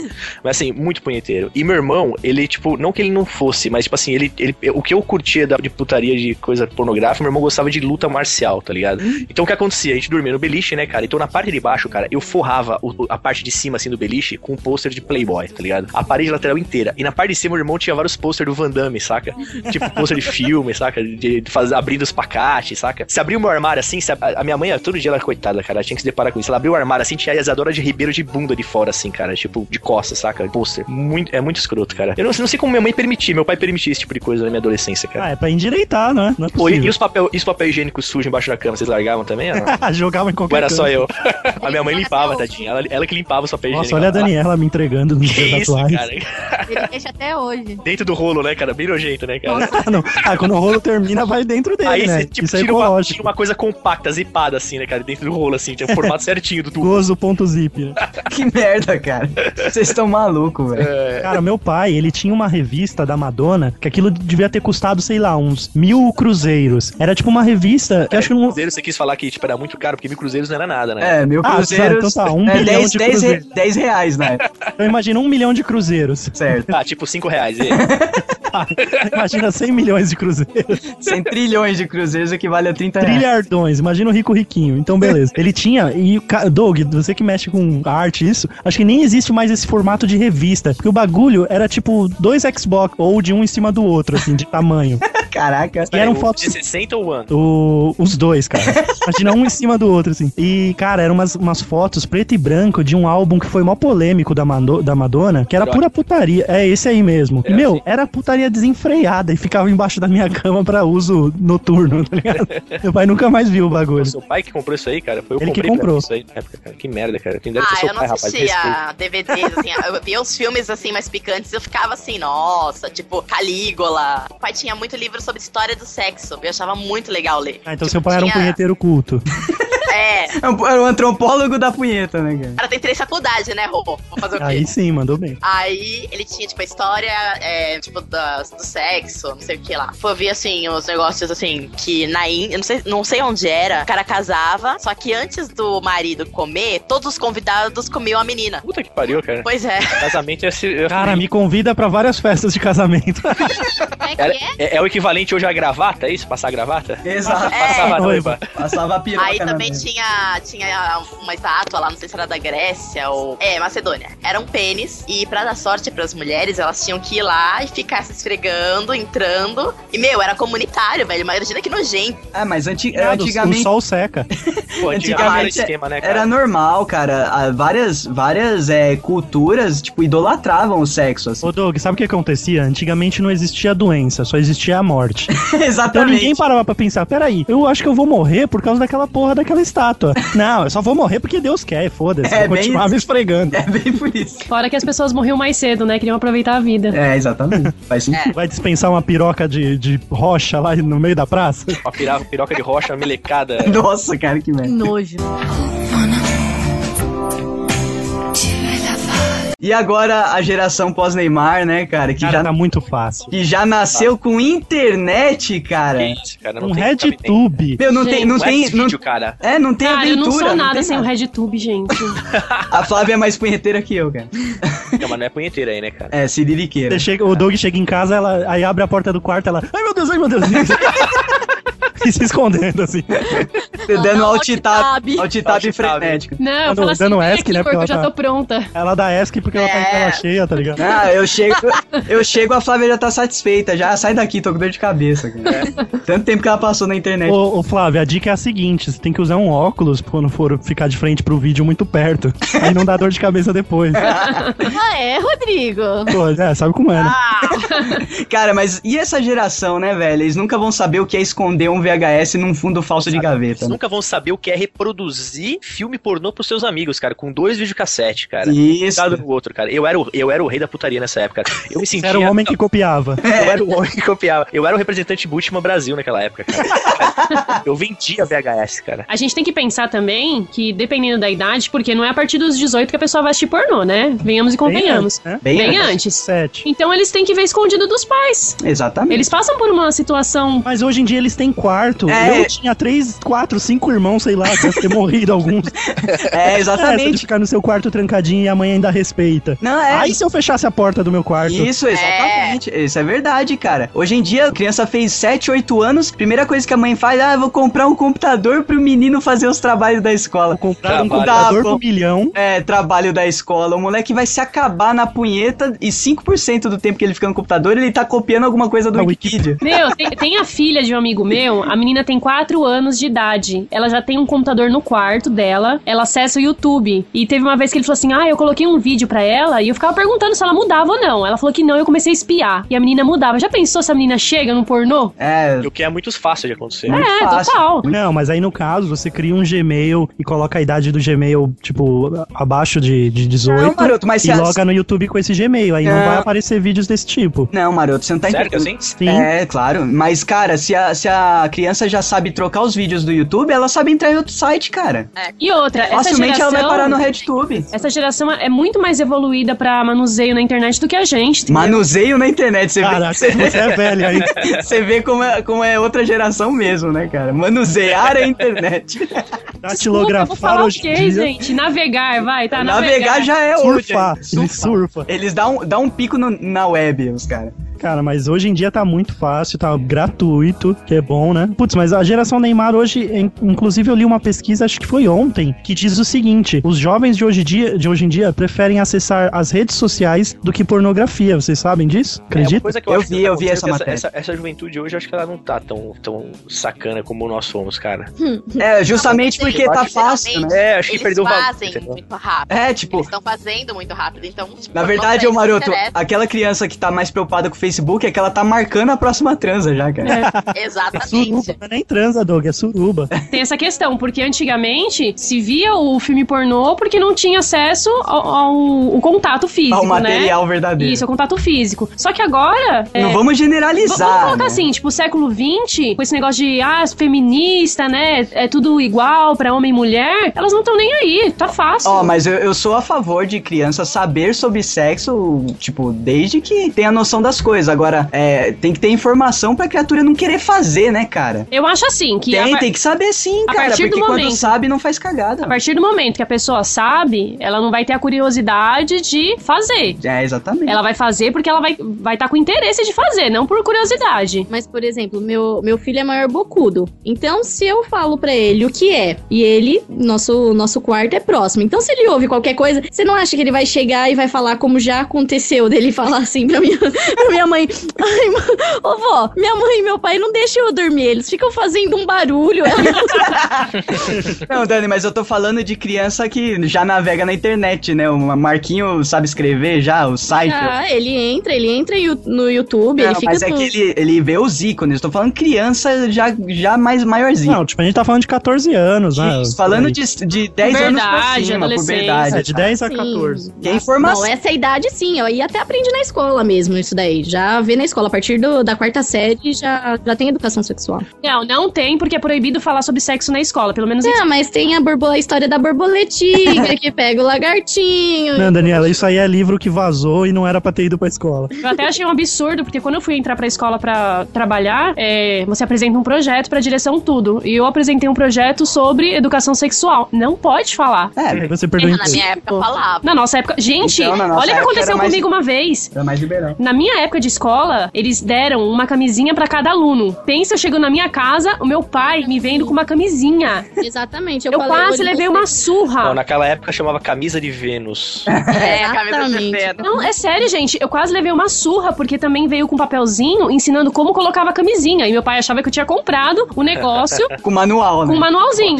Speaker 4: Mas assim, muito punheteiro. E meu irmão, ele, tipo, não que ele não fosse, mas, tipo assim, ele. ele o que eu curtia da, de putaria de coisa pornográfica, meu irmão gostava de luta marcial, tá ligado? Então o que acontecia? A gente dormia no beliche, né, cara? Então na parte de baixo, cara, eu forrava o- a parte de cima, assim, do beliche com um pôster de Playboy, tá ligado? A parede lateral inteira. E na parte de cima, meu irmão tinha vários pôster do Van Damme, saca? Tipo, pôster de filme, saca? De fazer, abrindo os pacates, saca? Se abrir o meu armário assim, se a, a minha mãe, todo dia ela, coitada, cara, ela tinha que se deparar com isso. Ela abriu o armário assim, tinha a Isadora de Ribeiro de bunda de fora, assim, cara. Tipo, de costas, saca? Pôster. Muito, é muito escroto, cara. Eu não, não sei como minha mãe permitia, meu pai permitia esse tipo de coisa na minha adolescência, cara.
Speaker 2: Ah, é pra endireitar, né? Não é
Speaker 4: Pô, e, e
Speaker 2: possível.
Speaker 4: os papel, e os papel higiênico sujo embaixo da cama, vocês largavam também?
Speaker 2: [LAUGHS]
Speaker 4: Não?
Speaker 2: Jogava em
Speaker 4: Ou
Speaker 2: qualquer
Speaker 4: era
Speaker 2: canto.
Speaker 4: só eu? [LAUGHS] A minha mãe limpava, tadinha. Ela, ela que limpava os papéis
Speaker 2: Então. Nossa,
Speaker 4: higiênicos.
Speaker 2: olha a
Speaker 4: Ela-
Speaker 2: Daniela me entregando nos
Speaker 4: [LAUGHS] Que
Speaker 2: dias
Speaker 4: isso,
Speaker 2: atuais.
Speaker 4: cara?
Speaker 7: Ele deixa até hoje.
Speaker 4: Dentro do rolo, né, cara? Bem nojento, né, cara?
Speaker 2: [LAUGHS] Ah, não. Ah, quando o rolo termina, vai dentro dele,
Speaker 4: Aí
Speaker 2: né?
Speaker 4: você tipo,
Speaker 2: Isso é
Speaker 4: tira, uma,
Speaker 2: ecológico.
Speaker 4: tira uma coisa compacta, zipada, assim, né, cara? Dentro do rolo, assim, tem o formato
Speaker 2: [LAUGHS]
Speaker 4: certinho do tubo.
Speaker 2: Gozo.zip. né?
Speaker 1: [LAUGHS] Que merda, cara. Vocês estão malucos, velho.
Speaker 2: É. Cara, meu pai, ele tinha uma revista da Madonna que aquilo devia ter custado, sei lá, uns mil cruzeiros. Era tipo uma revista que um, eu acho que não.
Speaker 4: Cruzeiro, você quis falar que tipo, era muito caro, porque mil cruzeiros não era nada, né?
Speaker 1: É, mil
Speaker 2: Ah,
Speaker 1: cruzeiros.
Speaker 2: tá, então tá, um
Speaker 1: é,
Speaker 2: bilhão
Speaker 1: 10,
Speaker 2: de cruzeiros.
Speaker 1: reais, né?
Speaker 2: Eu imagino um milhão de cruzeiros.
Speaker 1: Certo.
Speaker 4: Ah, tipo
Speaker 2: [LAUGHS]
Speaker 4: cinco reais. E...
Speaker 2: Imagina 100 milhões de cruzeiros.
Speaker 1: 100 trilhões de cruzeiros equivale a 30 reais.
Speaker 2: Trilhardões. Imagina o rico riquinho. Então, beleza. Ele tinha. E, ca- Doug, você que mexe com arte, isso. Acho que nem existe mais esse formato de revista. Porque o bagulho era tipo dois Xbox ou de um em cima do outro, assim, de tamanho.
Speaker 1: Caraca.
Speaker 2: E eram
Speaker 4: Peraí, É, o
Speaker 2: fotos
Speaker 4: De 60 ou ano?
Speaker 2: O- os dois, cara. Imagina um em cima do outro, assim. E, cara, eram umas, umas fotos preto e branco de um álbum que foi mó polêmico da, Mando- da Madonna, que era
Speaker 4: Erótico.
Speaker 2: pura putaria. É esse aí mesmo. E,
Speaker 4: É,
Speaker 2: meu,
Speaker 4: sim.
Speaker 2: era putaria desenfreada e ficava embaixo da minha cama pra uso noturno, tá ligado? Meu pai nunca mais viu o
Speaker 4: Foi
Speaker 2: bagulho.
Speaker 4: seu pai que comprou isso aí, cara? Foi eu
Speaker 2: Ele que
Speaker 4: comprei pra
Speaker 2: comprou.
Speaker 4: isso aí na época, cara. Que merda, cara. Quem dera que
Speaker 6: Ah,
Speaker 4: seu
Speaker 6: eu não
Speaker 4: pai, rapaz. respeito.
Speaker 6: assistia DVDs, assim, eu via os filmes, assim, mais picantes, eu ficava assim, nossa, tipo, Calígula. O pai tinha muito livro sobre história do sexo, eu achava muito legal ler.
Speaker 2: Ah, então
Speaker 6: Tipo,
Speaker 2: seu pai era um
Speaker 6: tinha-
Speaker 2: punheteiro culto.
Speaker 6: É,
Speaker 1: É um- Era um antropólogo da punheta, né, cara?
Speaker 6: o cara tem três faculdades, né, Rô? Vou fazer o quê?
Speaker 2: Aí sim, mandou bem.
Speaker 6: Aí ele tinha, tipo, a história, é, tipo, da- do sexo, não sei o que lá. Foi ver, assim, os negócios, assim, que na Índia, não sei, não sei onde era, o cara casava, só que antes do marido comer, todos os convidados comiam a menina.
Speaker 4: Puta que pariu, cara.
Speaker 6: Pois é.
Speaker 4: Casamento ia ser.
Speaker 2: Cara, me convida pra várias festas de casamento. Tá
Speaker 7: Como é
Speaker 4: Era-
Speaker 7: que é?
Speaker 4: é, é o equivalente hoje à gravata, é isso? Passar a gravata?
Speaker 1: Exato.
Speaker 4: Passava a noiva.
Speaker 1: Passava a piroca
Speaker 6: Aí
Speaker 1: na
Speaker 6: também
Speaker 1: mesa.
Speaker 6: tinha, tinha uma estátua lá, não sei se era da Grécia ou. É, Macedônia. Era um pênis, e pra dar sorte pras mulheres, elas tinham que ir lá e ficar se esfregando, entrando. E, meu, era comunitário, velho. Imagina que nojento.
Speaker 1: Ah, mas anti-
Speaker 2: Nada, O
Speaker 1: antigamente...
Speaker 2: sol seca.
Speaker 4: Pô, antigamente era
Speaker 1: Antigamente
Speaker 4: esquema, né, cara?
Speaker 1: Era normal, cara. Ah, Várias, várias é, culturas, tipo, idolatravam o sexo, assim.
Speaker 2: Ô, Doug, sabe o que acontecia? Antigamente não existia doença, só existia a morte. Então ninguém
Speaker 1: [LAUGHS] Exatamente.
Speaker 2: parava pra pensar, peraí, eu acho que eu vou morrer por causa daquela porra
Speaker 1: [LAUGHS]
Speaker 2: daquela estátua. Não, eu só vou morrer porque Deus quer, foda-se.
Speaker 1: É,
Speaker 2: vou
Speaker 1: bem
Speaker 2: continuar
Speaker 1: isso.
Speaker 2: me esfregando.
Speaker 1: É bem por isso.
Speaker 5: Fora que as pessoas morriam mais cedo, né? Queriam aproveitar a vida.
Speaker 1: É, exatamente. Faz sentido.
Speaker 2: Vai dispensar uma piroca de, de rocha lá no meio da praça?
Speaker 4: Uma pira- piroca de rocha, uma melecada.
Speaker 1: Nossa, cara, que merda.
Speaker 7: Nojo.
Speaker 3: Do you love
Speaker 1: E agora a geração pós-Neymar, né, cara? Que
Speaker 2: Cara,
Speaker 1: já
Speaker 2: tá muito fácil.
Speaker 1: que já nasceu com internet, cara.
Speaker 4: Gente, cara, não
Speaker 2: Um
Speaker 4: tem
Speaker 2: RedTube.
Speaker 1: Meu, não
Speaker 5: Gente,
Speaker 1: tem, não tem, não,
Speaker 4: vídeo, cara.
Speaker 1: é, não tem
Speaker 5: Cara, eu
Speaker 1: aventura.
Speaker 5: não sou nada
Speaker 1: tem
Speaker 5: sem o RedTube,
Speaker 1: [LAUGHS]
Speaker 5: gente.
Speaker 1: A Flávia é mais punheteira que [LAUGHS] eu, cara.
Speaker 4: Não, mas não é punheteira aí, né, cara?
Speaker 1: É, siririqueira.
Speaker 2: Você chega- o Doug chega em casa, ela, aí abre a porta do quarto, ela. Ai meu Deus, ai meu Deus. [LAUGHS] e se escondendo, assim.
Speaker 1: Você dando
Speaker 7: Não,
Speaker 1: alt tab,
Speaker 7: alt-tab.
Speaker 1: alt tab
Speaker 4: Alt-tab.
Speaker 1: um frenético.
Speaker 11: Não, eu
Speaker 2: Dando-
Speaker 11: falo assim,
Speaker 2: dando
Speaker 11: vem
Speaker 2: ESC,
Speaker 11: aqui,
Speaker 2: né,
Speaker 11: corpo,
Speaker 2: porque
Speaker 11: eu já
Speaker 2: ela tá-
Speaker 11: tô pronta.
Speaker 2: Ela dá ESC porque ela tá
Speaker 1: É.
Speaker 2: em tela cheia, tá ligado?
Speaker 1: Ah, eu chego, eu chego, a Flávia já tá satisfeita, já sai daqui, tô com dor de cabeça, cara. Tanto tempo que ela passou na internet.
Speaker 2: Ô, ô, Flávio, a dica é a seguinte: você tem que usar um óculos quando for ficar de frente pro vídeo muito perto. Aí não dá dor de cabeça depois.
Speaker 7: Ah, é, Rodrigo?
Speaker 2: Pô, é, sabe como é, né?
Speaker 1: Cara, mas e essa geração, né, velho? Eles nunca vão saber o que é esconder um VHS num fundo falso de
Speaker 4: Eles
Speaker 1: gaveta. né?
Speaker 4: nunca vão saber o que é reproduzir filme pornô pros seus amigos, cara, com dois videocassete, cara.
Speaker 1: Isso.
Speaker 4: Cada um no outro, cara. Eu era, o, eu era o rei da putaria nessa época, cara. Eu me
Speaker 2: Você
Speaker 4: sentia.
Speaker 2: era o homem que copiava.
Speaker 4: Eu era o homem que copiava. Eu era o representante Bultman Brasil naquela época,
Speaker 1: [LAUGHS]
Speaker 4: cara. Eu vendia VHS, cara.
Speaker 5: A gente tem que pensar também que, dependendo da idade, porque não é a partir dos 18 que a pessoa vai assistir pornô, né? Venhamos e convenhamos.
Speaker 2: Né?
Speaker 1: Bem,
Speaker 5: Bem antes.
Speaker 2: Sete.
Speaker 5: Então eles têm que ver escondido dos pais.
Speaker 1: Exatamente.
Speaker 5: Eles passam por uma situação.
Speaker 2: Mas hoje em dia eles têm quarto.
Speaker 1: É.
Speaker 2: Eu tinha três, quatro, cinco irmãos, sei lá, deve ter [LAUGHS] morrido alguns.
Speaker 1: É,
Speaker 5: [LAUGHS]
Speaker 2: Essa de
Speaker 1: exatamente.
Speaker 2: ficar no seu quarto trancadinho e a mãe ainda respeita.
Speaker 1: Não, é.
Speaker 2: Aí se eu fechasse a porta do meu quarto.
Speaker 1: Isso, exatamente. Isso é verdade, cara. Hoje em dia, a criança fez 7, 8 anos, primeira coisa que a mãe faz, ah, eu vou comprar um computador pro menino fazer os trabalhos da escola.
Speaker 2: Vou comprar um
Speaker 4: Trabalho.
Speaker 2: computador
Speaker 1: Tá
Speaker 2: por
Speaker 1: bom.
Speaker 2: milhão.
Speaker 1: É, trabalho da escola. O moleque vai se acabar na punheta e 5% do tempo que ele fica no computador, ele tá copiando alguma coisa do
Speaker 2: Da
Speaker 1: Wikipedia.
Speaker 5: Meu, tem, tem a filha de um amigo meu, a menina tem 4 anos de idade. Ela já tem um computador no quarto dela, ela acessa o YouTube. E teve uma vez que ele falou assim: Ah, eu coloquei um vídeo pra ela e eu ficava perguntando se ela mudava ou não. Ela falou que não, eu comecei a espiar. E a menina mudava. Já pensou se a menina chega no pornô?
Speaker 1: É,
Speaker 4: E o que é muito fácil de acontecer.
Speaker 5: É,
Speaker 1: fácil.
Speaker 5: total.
Speaker 2: [LAUGHS] Não, mas aí no caso, você cria um Gmail e coloca a idade do Gmail, tipo, abaixo de, de 18.
Speaker 1: Não, maroto, mas
Speaker 2: e
Speaker 1: se a-
Speaker 2: loga no YouTube com esse Gmail. Aí não,
Speaker 5: É.
Speaker 1: Não.
Speaker 2: vai aparecer vídeos desse tipo.
Speaker 1: Não, maroto, você não tá
Speaker 4: Sério que assim?
Speaker 2: Sim.
Speaker 1: É, claro. Mas, cara, se a, se a criança já sabe trocar os vídeos do YouTube, ela sabe entrar em outro site, cara.
Speaker 5: E outra, É. essa
Speaker 1: Facilmente
Speaker 5: geração.
Speaker 1: ela vai parar no RedTube.
Speaker 5: Essa geração é muito mais evoluída pra manuseio na internet do que a gente. entendeu?
Speaker 1: Manuseio na internet, [LAUGHS] você
Speaker 2: Caraca, [LAUGHS]
Speaker 1: vê.
Speaker 2: você é velho aí.
Speaker 1: Você vê como é, como é outra geração mesmo, né, cara? Manusear
Speaker 2: [LAUGHS]
Speaker 1: a internet.
Speaker 5: Desculpa, Então, eu vou
Speaker 2: Datilografar
Speaker 5: falar o
Speaker 2: hoje
Speaker 5: quê,
Speaker 2: em dia.
Speaker 5: gente? Navegar, vai, tá?
Speaker 1: Navegar já é hoje.
Speaker 2: Surfar. Ele surfa.
Speaker 1: Eles dão, dão um pico no- na web, os caras.
Speaker 2: Cara, mas hoje em dia tá muito fácil, tá gratuito, que é bom, né? Putz, mas a geração Neymar hoje, in- inclusive eu li uma pesquisa, acho que foi ontem, que diz o seguinte: os jovens de hoje, em dia, de hoje em dia preferem acessar as redes sociais do que pornografia. Vocês sabem disso?
Speaker 4: É uma
Speaker 2: Acredita?
Speaker 4: coisa que eu
Speaker 1: Eu
Speaker 4: acho que
Speaker 1: vi,
Speaker 4: tá
Speaker 1: eu vi essa
Speaker 4: acontecendo,
Speaker 1: matéria.
Speaker 4: Essa, essa juventude hoje, eu acho que ela não tá tão, tão sacana como nós somos, cara.
Speaker 1: É, justamente porque tá fácil, né?
Speaker 4: É, acho que
Speaker 6: Eles
Speaker 4: perdeu o valor.
Speaker 6: fazem
Speaker 4: entendeu?
Speaker 6: muito rápido.
Speaker 1: É, tipo,
Speaker 6: Eles estão fazendo muito rápido, então... tipo,
Speaker 1: na
Speaker 6: não
Speaker 1: verdade,
Speaker 6: sei,
Speaker 1: ô Maroto,
Speaker 6: interessa.
Speaker 1: aquela criança que tá mais preocupada com o Facebook é que ela tá marcando a próxima transa já, cara.
Speaker 6: Exatamente.
Speaker 2: Suruba, não é nem transa, Doug, é suruba.
Speaker 5: Tem essa questão, porque antigamente se via o filme pornô porque não tinha acesso ao, ao- ao contato é físico,
Speaker 1: Ao material
Speaker 5: né?
Speaker 1: verdadeiro.
Speaker 5: Isso, ao contato físico. Só que agora. é,
Speaker 1: Não vamos
Speaker 5: v-
Speaker 1: generalizar.
Speaker 5: Vamos colocar
Speaker 1: né?
Speaker 5: assim, tipo, século XX, com esse negócio de, ah, feminista, né? É tudo igual pra homem e mulher. Elas não estão nem aí, tá fácil.
Speaker 1: Ó, mas eu, eu sou a favor de criança saber sobre sexo, tipo, desde que tenha noção das coisas. Agora, é, tem que ter informação pra criatura não querer fazer, né, cara?
Speaker 5: Eu acho assim, que. a
Speaker 1: tem,
Speaker 5: par-
Speaker 1: tem que saber sim,
Speaker 5: a
Speaker 1: cara.
Speaker 5: partir do
Speaker 1: Porque quando
Speaker 5: momento-
Speaker 1: sabe, não faz cagada.
Speaker 5: A partir do momento que a pessoa sabe, ela não vai ter a curiosidade de fazer.
Speaker 1: É, exatamente.
Speaker 5: Ela vai fazer porque ela vai estar vai tá com interesse de fazer, não por curiosidade.
Speaker 7: Mas, por exemplo, meu, meu filho é maior bocudo. Então, se eu falo pra ele o que é, e ele, nosso, nosso quarto é próximo. Então, se ele ouve qualquer coisa, você não acha que ele vai chegar e vai falar como já aconteceu dele falar assim pra minha, pra minha mãe? Ai, mãe, ô vó, minha mãe e meu pai não deixam eu dormir. Eles ficam fazendo um barulho.
Speaker 1: Não, Dani, mas eu tô falando de criança que já navega na internet, né? O Marquinho sabe escrever já, o site.
Speaker 7: Ah, ele entra, ele entra you- no YouTube, ele
Speaker 1: Não,
Speaker 7: fica
Speaker 1: mas é
Speaker 7: tudo.
Speaker 1: que ele, ele vê os ícones. Eu tô falando criança já, já mais maiorzinha.
Speaker 2: Não, tipo, a gente tá falando de 14 anos, né?
Speaker 1: falando de, tá. de 10 anos pra
Speaker 5: Puberdade,
Speaker 1: cima,
Speaker 5: adolescência.
Speaker 1: puberdade.
Speaker 2: É, de 10 a
Speaker 7: Sim.
Speaker 2: 14.
Speaker 1: Que é informação.
Speaker 7: Não, essa idade sim, ó, e até aprende na escola mesmo isso daí. Já
Speaker 12: já vê na escola. A partir do- da quarta série já, já tem educação sexual.
Speaker 5: Não, não tem, porque é proibido falar sobre sexo na escola. Pelo menos
Speaker 12: Ah, mas tem a, borbo- a história da borboletinha que pega o
Speaker 5: [LAUGHS]
Speaker 12: lagartinho.
Speaker 2: Não, Daniela, isso aí é livro que vazou e não era pra ter ido pra escola.
Speaker 5: Eu até achei um absurdo, porque quando eu fui entrar pra escola pra trabalhar, é, você apresenta um projeto pra direção tudo. E eu apresentei um projeto sobre educação sexual. Não pode falar.
Speaker 1: É,
Speaker 2: Aí você perdeu o
Speaker 6: Na
Speaker 2: emprego.
Speaker 6: minha época eu falava.
Speaker 5: Na nossa época. Gente,
Speaker 1: Então, na nossa
Speaker 5: olha o que
Speaker 1: época
Speaker 5: aconteceu
Speaker 1: era mais-
Speaker 5: comigo uma vez.
Speaker 1: Era É mais liberal.
Speaker 5: Na minha época de escola, eles deram uma camisinha pra cada aluno. Pensa, eu chego na minha casa, o meu pai me vendo com uma camisinha.
Speaker 12: Exatamente.
Speaker 5: Eu
Speaker 12: falei
Speaker 5: quase
Speaker 12: hoje
Speaker 5: levei
Speaker 12: no-
Speaker 5: uma surra.
Speaker 4: Não, né? naquela época chamava camisa de Vênus.
Speaker 6: É, camisa de
Speaker 12: Exatamente.
Speaker 6: feno.
Speaker 5: Não, é sério, gente. Eu quase levei uma surra, porque também veio com papelzinho ensinando como colocava a camisinha. E meu pai achava que eu tinha comprado
Speaker 4: [LAUGHS]
Speaker 5: o negócio
Speaker 1: Com manual,
Speaker 5: com
Speaker 1: né?
Speaker 5: um manualzinho.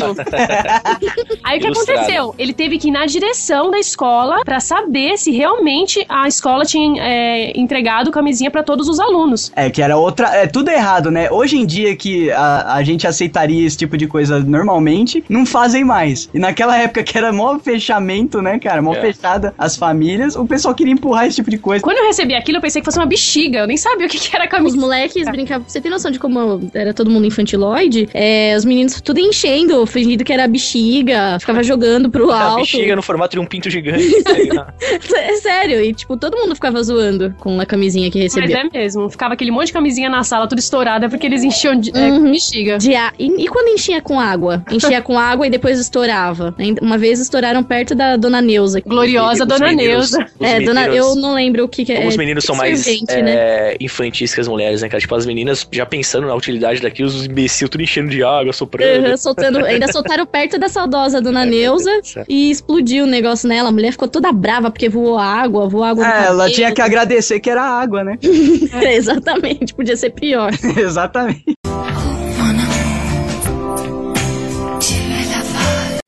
Speaker 5: Aí o que
Speaker 4: Ilustrado.
Speaker 5: aconteceu? Ele teve que ir na direção da escola pra saber se realmente a escola tinha é, entregado camisinha pra todos os alunos.
Speaker 1: É, que era outra. É tudo errado, né? Hoje em dia que a, a gente aceitaria esse tipo de coisa normalmente, não fazem mais. E naquela época que era mó fechamento, né, cara? Mó
Speaker 4: É.
Speaker 1: fechada as famílias, o pessoal queria empurrar esse tipo de coisa.
Speaker 5: Quando eu recebi aquilo, eu pensei que fosse uma bexiga. Eu nem sabia o que, que era
Speaker 12: Os
Speaker 5: camisinha.
Speaker 12: moleques brincavam. Você tem noção de como era todo mundo infantiloide? É, os meninos tudo enchendo, fingindo que era bexiga, ficava jogando
Speaker 5: [LAUGHS]
Speaker 12: pro
Speaker 5: Ah,
Speaker 4: A
Speaker 12: alto.
Speaker 4: bexiga no formato de um pinto gigante.
Speaker 12: [LAUGHS]
Speaker 4: né?
Speaker 12: É sério, e tipo, todo mundo ficava zoando com a camisinha que
Speaker 5: Mas
Speaker 12: recebia.
Speaker 5: é mesmo. Ficava aquele monte de camisinha na sala, tudo estourada, porque eles enchiam de é,
Speaker 12: Uhum.
Speaker 5: bexiga.
Speaker 12: De a- e, e quando enchia com água? Enchia com água e depois estourava. Ainda- Uma vez estouraram perto da dona Neuza.
Speaker 5: Gloriosa
Speaker 4: Os
Speaker 5: Dona
Speaker 4: meninos-
Speaker 5: Neusa.
Speaker 4: os
Speaker 12: é, dona,
Speaker 4: meninos-
Speaker 12: eu não lembro o que, que é.
Speaker 4: Como os meninos são mais
Speaker 12: Servente,
Speaker 4: é,
Speaker 12: né?
Speaker 4: infantis que as mulheres, né, cara? Tipo, as meninas já pensando na utilidade daquilo, os imbecil tudo enchendo de água, soprando. É, né,
Speaker 12: Uhum, soltando, ainda soltaram perto da saudosa dona Neuza
Speaker 4: certo.
Speaker 12: e explodiu o negócio nela. A mulher ficou toda brava porque voou água, voou água. no
Speaker 1: É, ela
Speaker 12: cabelo.
Speaker 1: tinha que agradecer que era água, né?
Speaker 12: [LAUGHS]
Speaker 1: [LAUGHS]
Speaker 12: Exatamente, podia ser pior.
Speaker 1: Exatamente.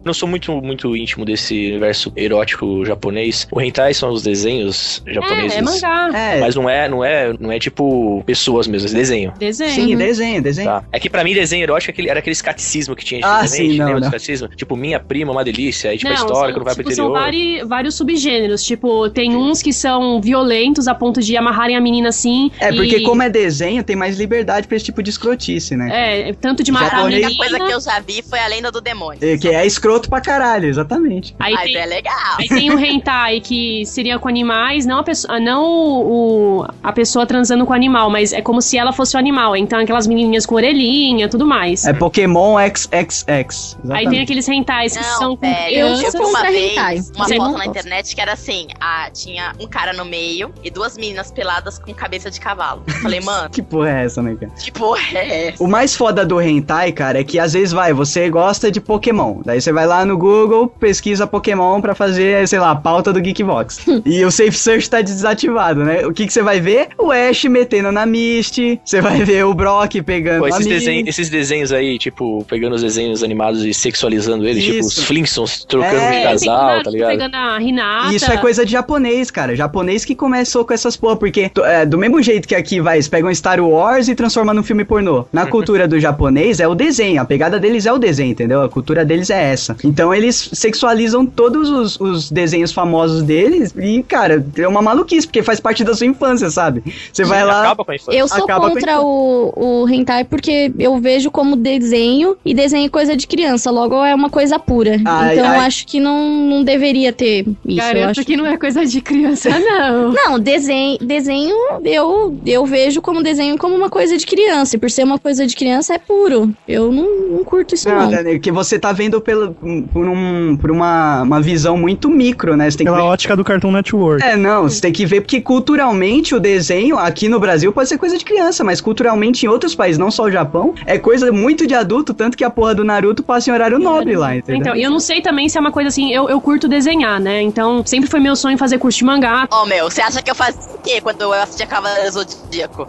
Speaker 4: Não sou muito, muito íntimo desse universo erótico japonês. O hentai são os desenhos japoneses.
Speaker 5: É, é mangá.
Speaker 1: É,
Speaker 4: Mas não é, não é, não é tipo pessoas mesmo, é desenho.
Speaker 5: Desenho.
Speaker 1: sim, desenho, desenho.
Speaker 4: Tá. É que pra mim desenho erótico é aquele- era aquele catecismo que tinha
Speaker 1: Ah,
Speaker 4: antigamente,
Speaker 1: sim, não,
Speaker 4: lembra dos
Speaker 1: não.
Speaker 4: catecismos? Tipo, minha prima, uma delícia, aí tipo a história,
Speaker 5: são,
Speaker 4: quando vai pro
Speaker 5: tipo, são
Speaker 4: interior.
Speaker 5: vari- vários subgêneros. Tipo, tem uns que são violentos a ponto de amarrarem a menina assim.
Speaker 1: É, porque
Speaker 5: e-
Speaker 1: como é desenho, tem mais liberdade pra esse tipo de escrotice, né?
Speaker 5: É, tanto de matar
Speaker 6: A
Speaker 5: a
Speaker 1: Japonês-
Speaker 6: única
Speaker 5: menina.
Speaker 6: coisa que eu já vi foi a lenda do demônio.
Speaker 1: É, Que é escroto pra caralho, exatamente.
Speaker 5: Aí
Speaker 6: Mas
Speaker 5: tem,
Speaker 6: é legal.
Speaker 5: aí tem o hentai, que seria com animais, não a pessoa, não o, a pessoa transando com o animal, mas é como se ela fosse o animal. Então, aquelas menininhas com orelhinha, tudo mais.
Speaker 1: É Pokémon XXX.
Speaker 5: Aí tem
Speaker 1: Exatamente.
Speaker 5: aqueles hentais que são com
Speaker 6: velho, eu
Speaker 5: crianças.
Speaker 6: vi uma
Speaker 12: Contra hentai.
Speaker 6: vez uma
Speaker 12: Você não
Speaker 6: foto na
Speaker 12: gosta.
Speaker 6: internet que era assim: ah, tinha um cara no meio e duas meninas peladas com cabeça de cavalo. Eu Falei, mano,
Speaker 1: [LAUGHS] Que porra é essa, né, cara?
Speaker 6: que porra é essa?
Speaker 1: O mais foda do hentai, cara, é que às vezes vai, você gosta de Pokémon. Daí você vai lá no Google, pesquisa Pokémon pra fazer, sei lá, a pauta do
Speaker 5: [LAUGHS]
Speaker 1: Geekbox. e o Safe Search tá desativado, né? O que, que você vai ver? O Ash metendo na Mist, você vai ver o Brock pegando
Speaker 4: Pô,
Speaker 1: a
Speaker 4: esses,
Speaker 1: Mist.
Speaker 4: desenhos, esses desenhos aí, tipo, pegando os desenhos animados e sexualizando eles, tipo,
Speaker 1: Isso.
Speaker 4: os Flintstones trocando
Speaker 1: É,
Speaker 5: É,
Speaker 4: de
Speaker 5: tem
Speaker 4: casal,
Speaker 5: Naruto
Speaker 4: tá ligado?
Speaker 5: pegando a Hinata.
Speaker 1: Isso é coisa de japonês, cara. Japonês que começou com essas porra, porque to- é, do mesmo jeito que aqui vai, eles pegam Star Wars e transformam num filme pornô. Na cultura do japonês é o desenho, a pegada deles é o desenho, entendeu? A cultura deles é essa. Então eles sexualizam todos os, os desenhos famosos deles e, cara, é uma maluquice, porque faz parte da sua infância, sabe? Você vai lá.
Speaker 4: Acaba com a infância.
Speaker 12: Eu sou
Speaker 1: Acaba com
Speaker 12: contra
Speaker 1: isso.
Speaker 12: o, o hentai porque eu vejo como desenho e desenho é coisa de criança, logo é uma coisa pura.
Speaker 1: Ai,
Speaker 12: então eu
Speaker 1: ai.
Speaker 12: acho que não, não deveria ter isso. eu
Speaker 5: Garanto
Speaker 12: acho.
Speaker 5: que não é coisa de [LAUGHS] criança, não.
Speaker 12: Não, desenho, desenho eu, eu vejo como desenho como uma coisa de criança. E por ser uma coisa de criança é puro. Eu não, não curto isso,
Speaker 1: Não,
Speaker 12: não.
Speaker 1: Dani, que você tá vendo pelo, por, um, por uma, uma visão muito micro, né? Você tem que ver
Speaker 2: Pela ótica do Cartoon Network.
Speaker 1: É, não, você tem que ver porque culturalmente o desenho aqui no Brasil pode ser coisa de criança, mas culturalmente em outros países, não só o Japão, é coisa muito de adulto, tanto que a porra do Naruto passa em horário nobre É lá, entendeu?
Speaker 5: Então, eu não sei também se é uma coisa assim, eu, eu curto desenhar, né? Então, sempre foi meu sonho fazer curso de mangá.
Speaker 6: Ó, meu, você acha que eu fazia o quê quando eu assistia Cavaleiro Zodíaco?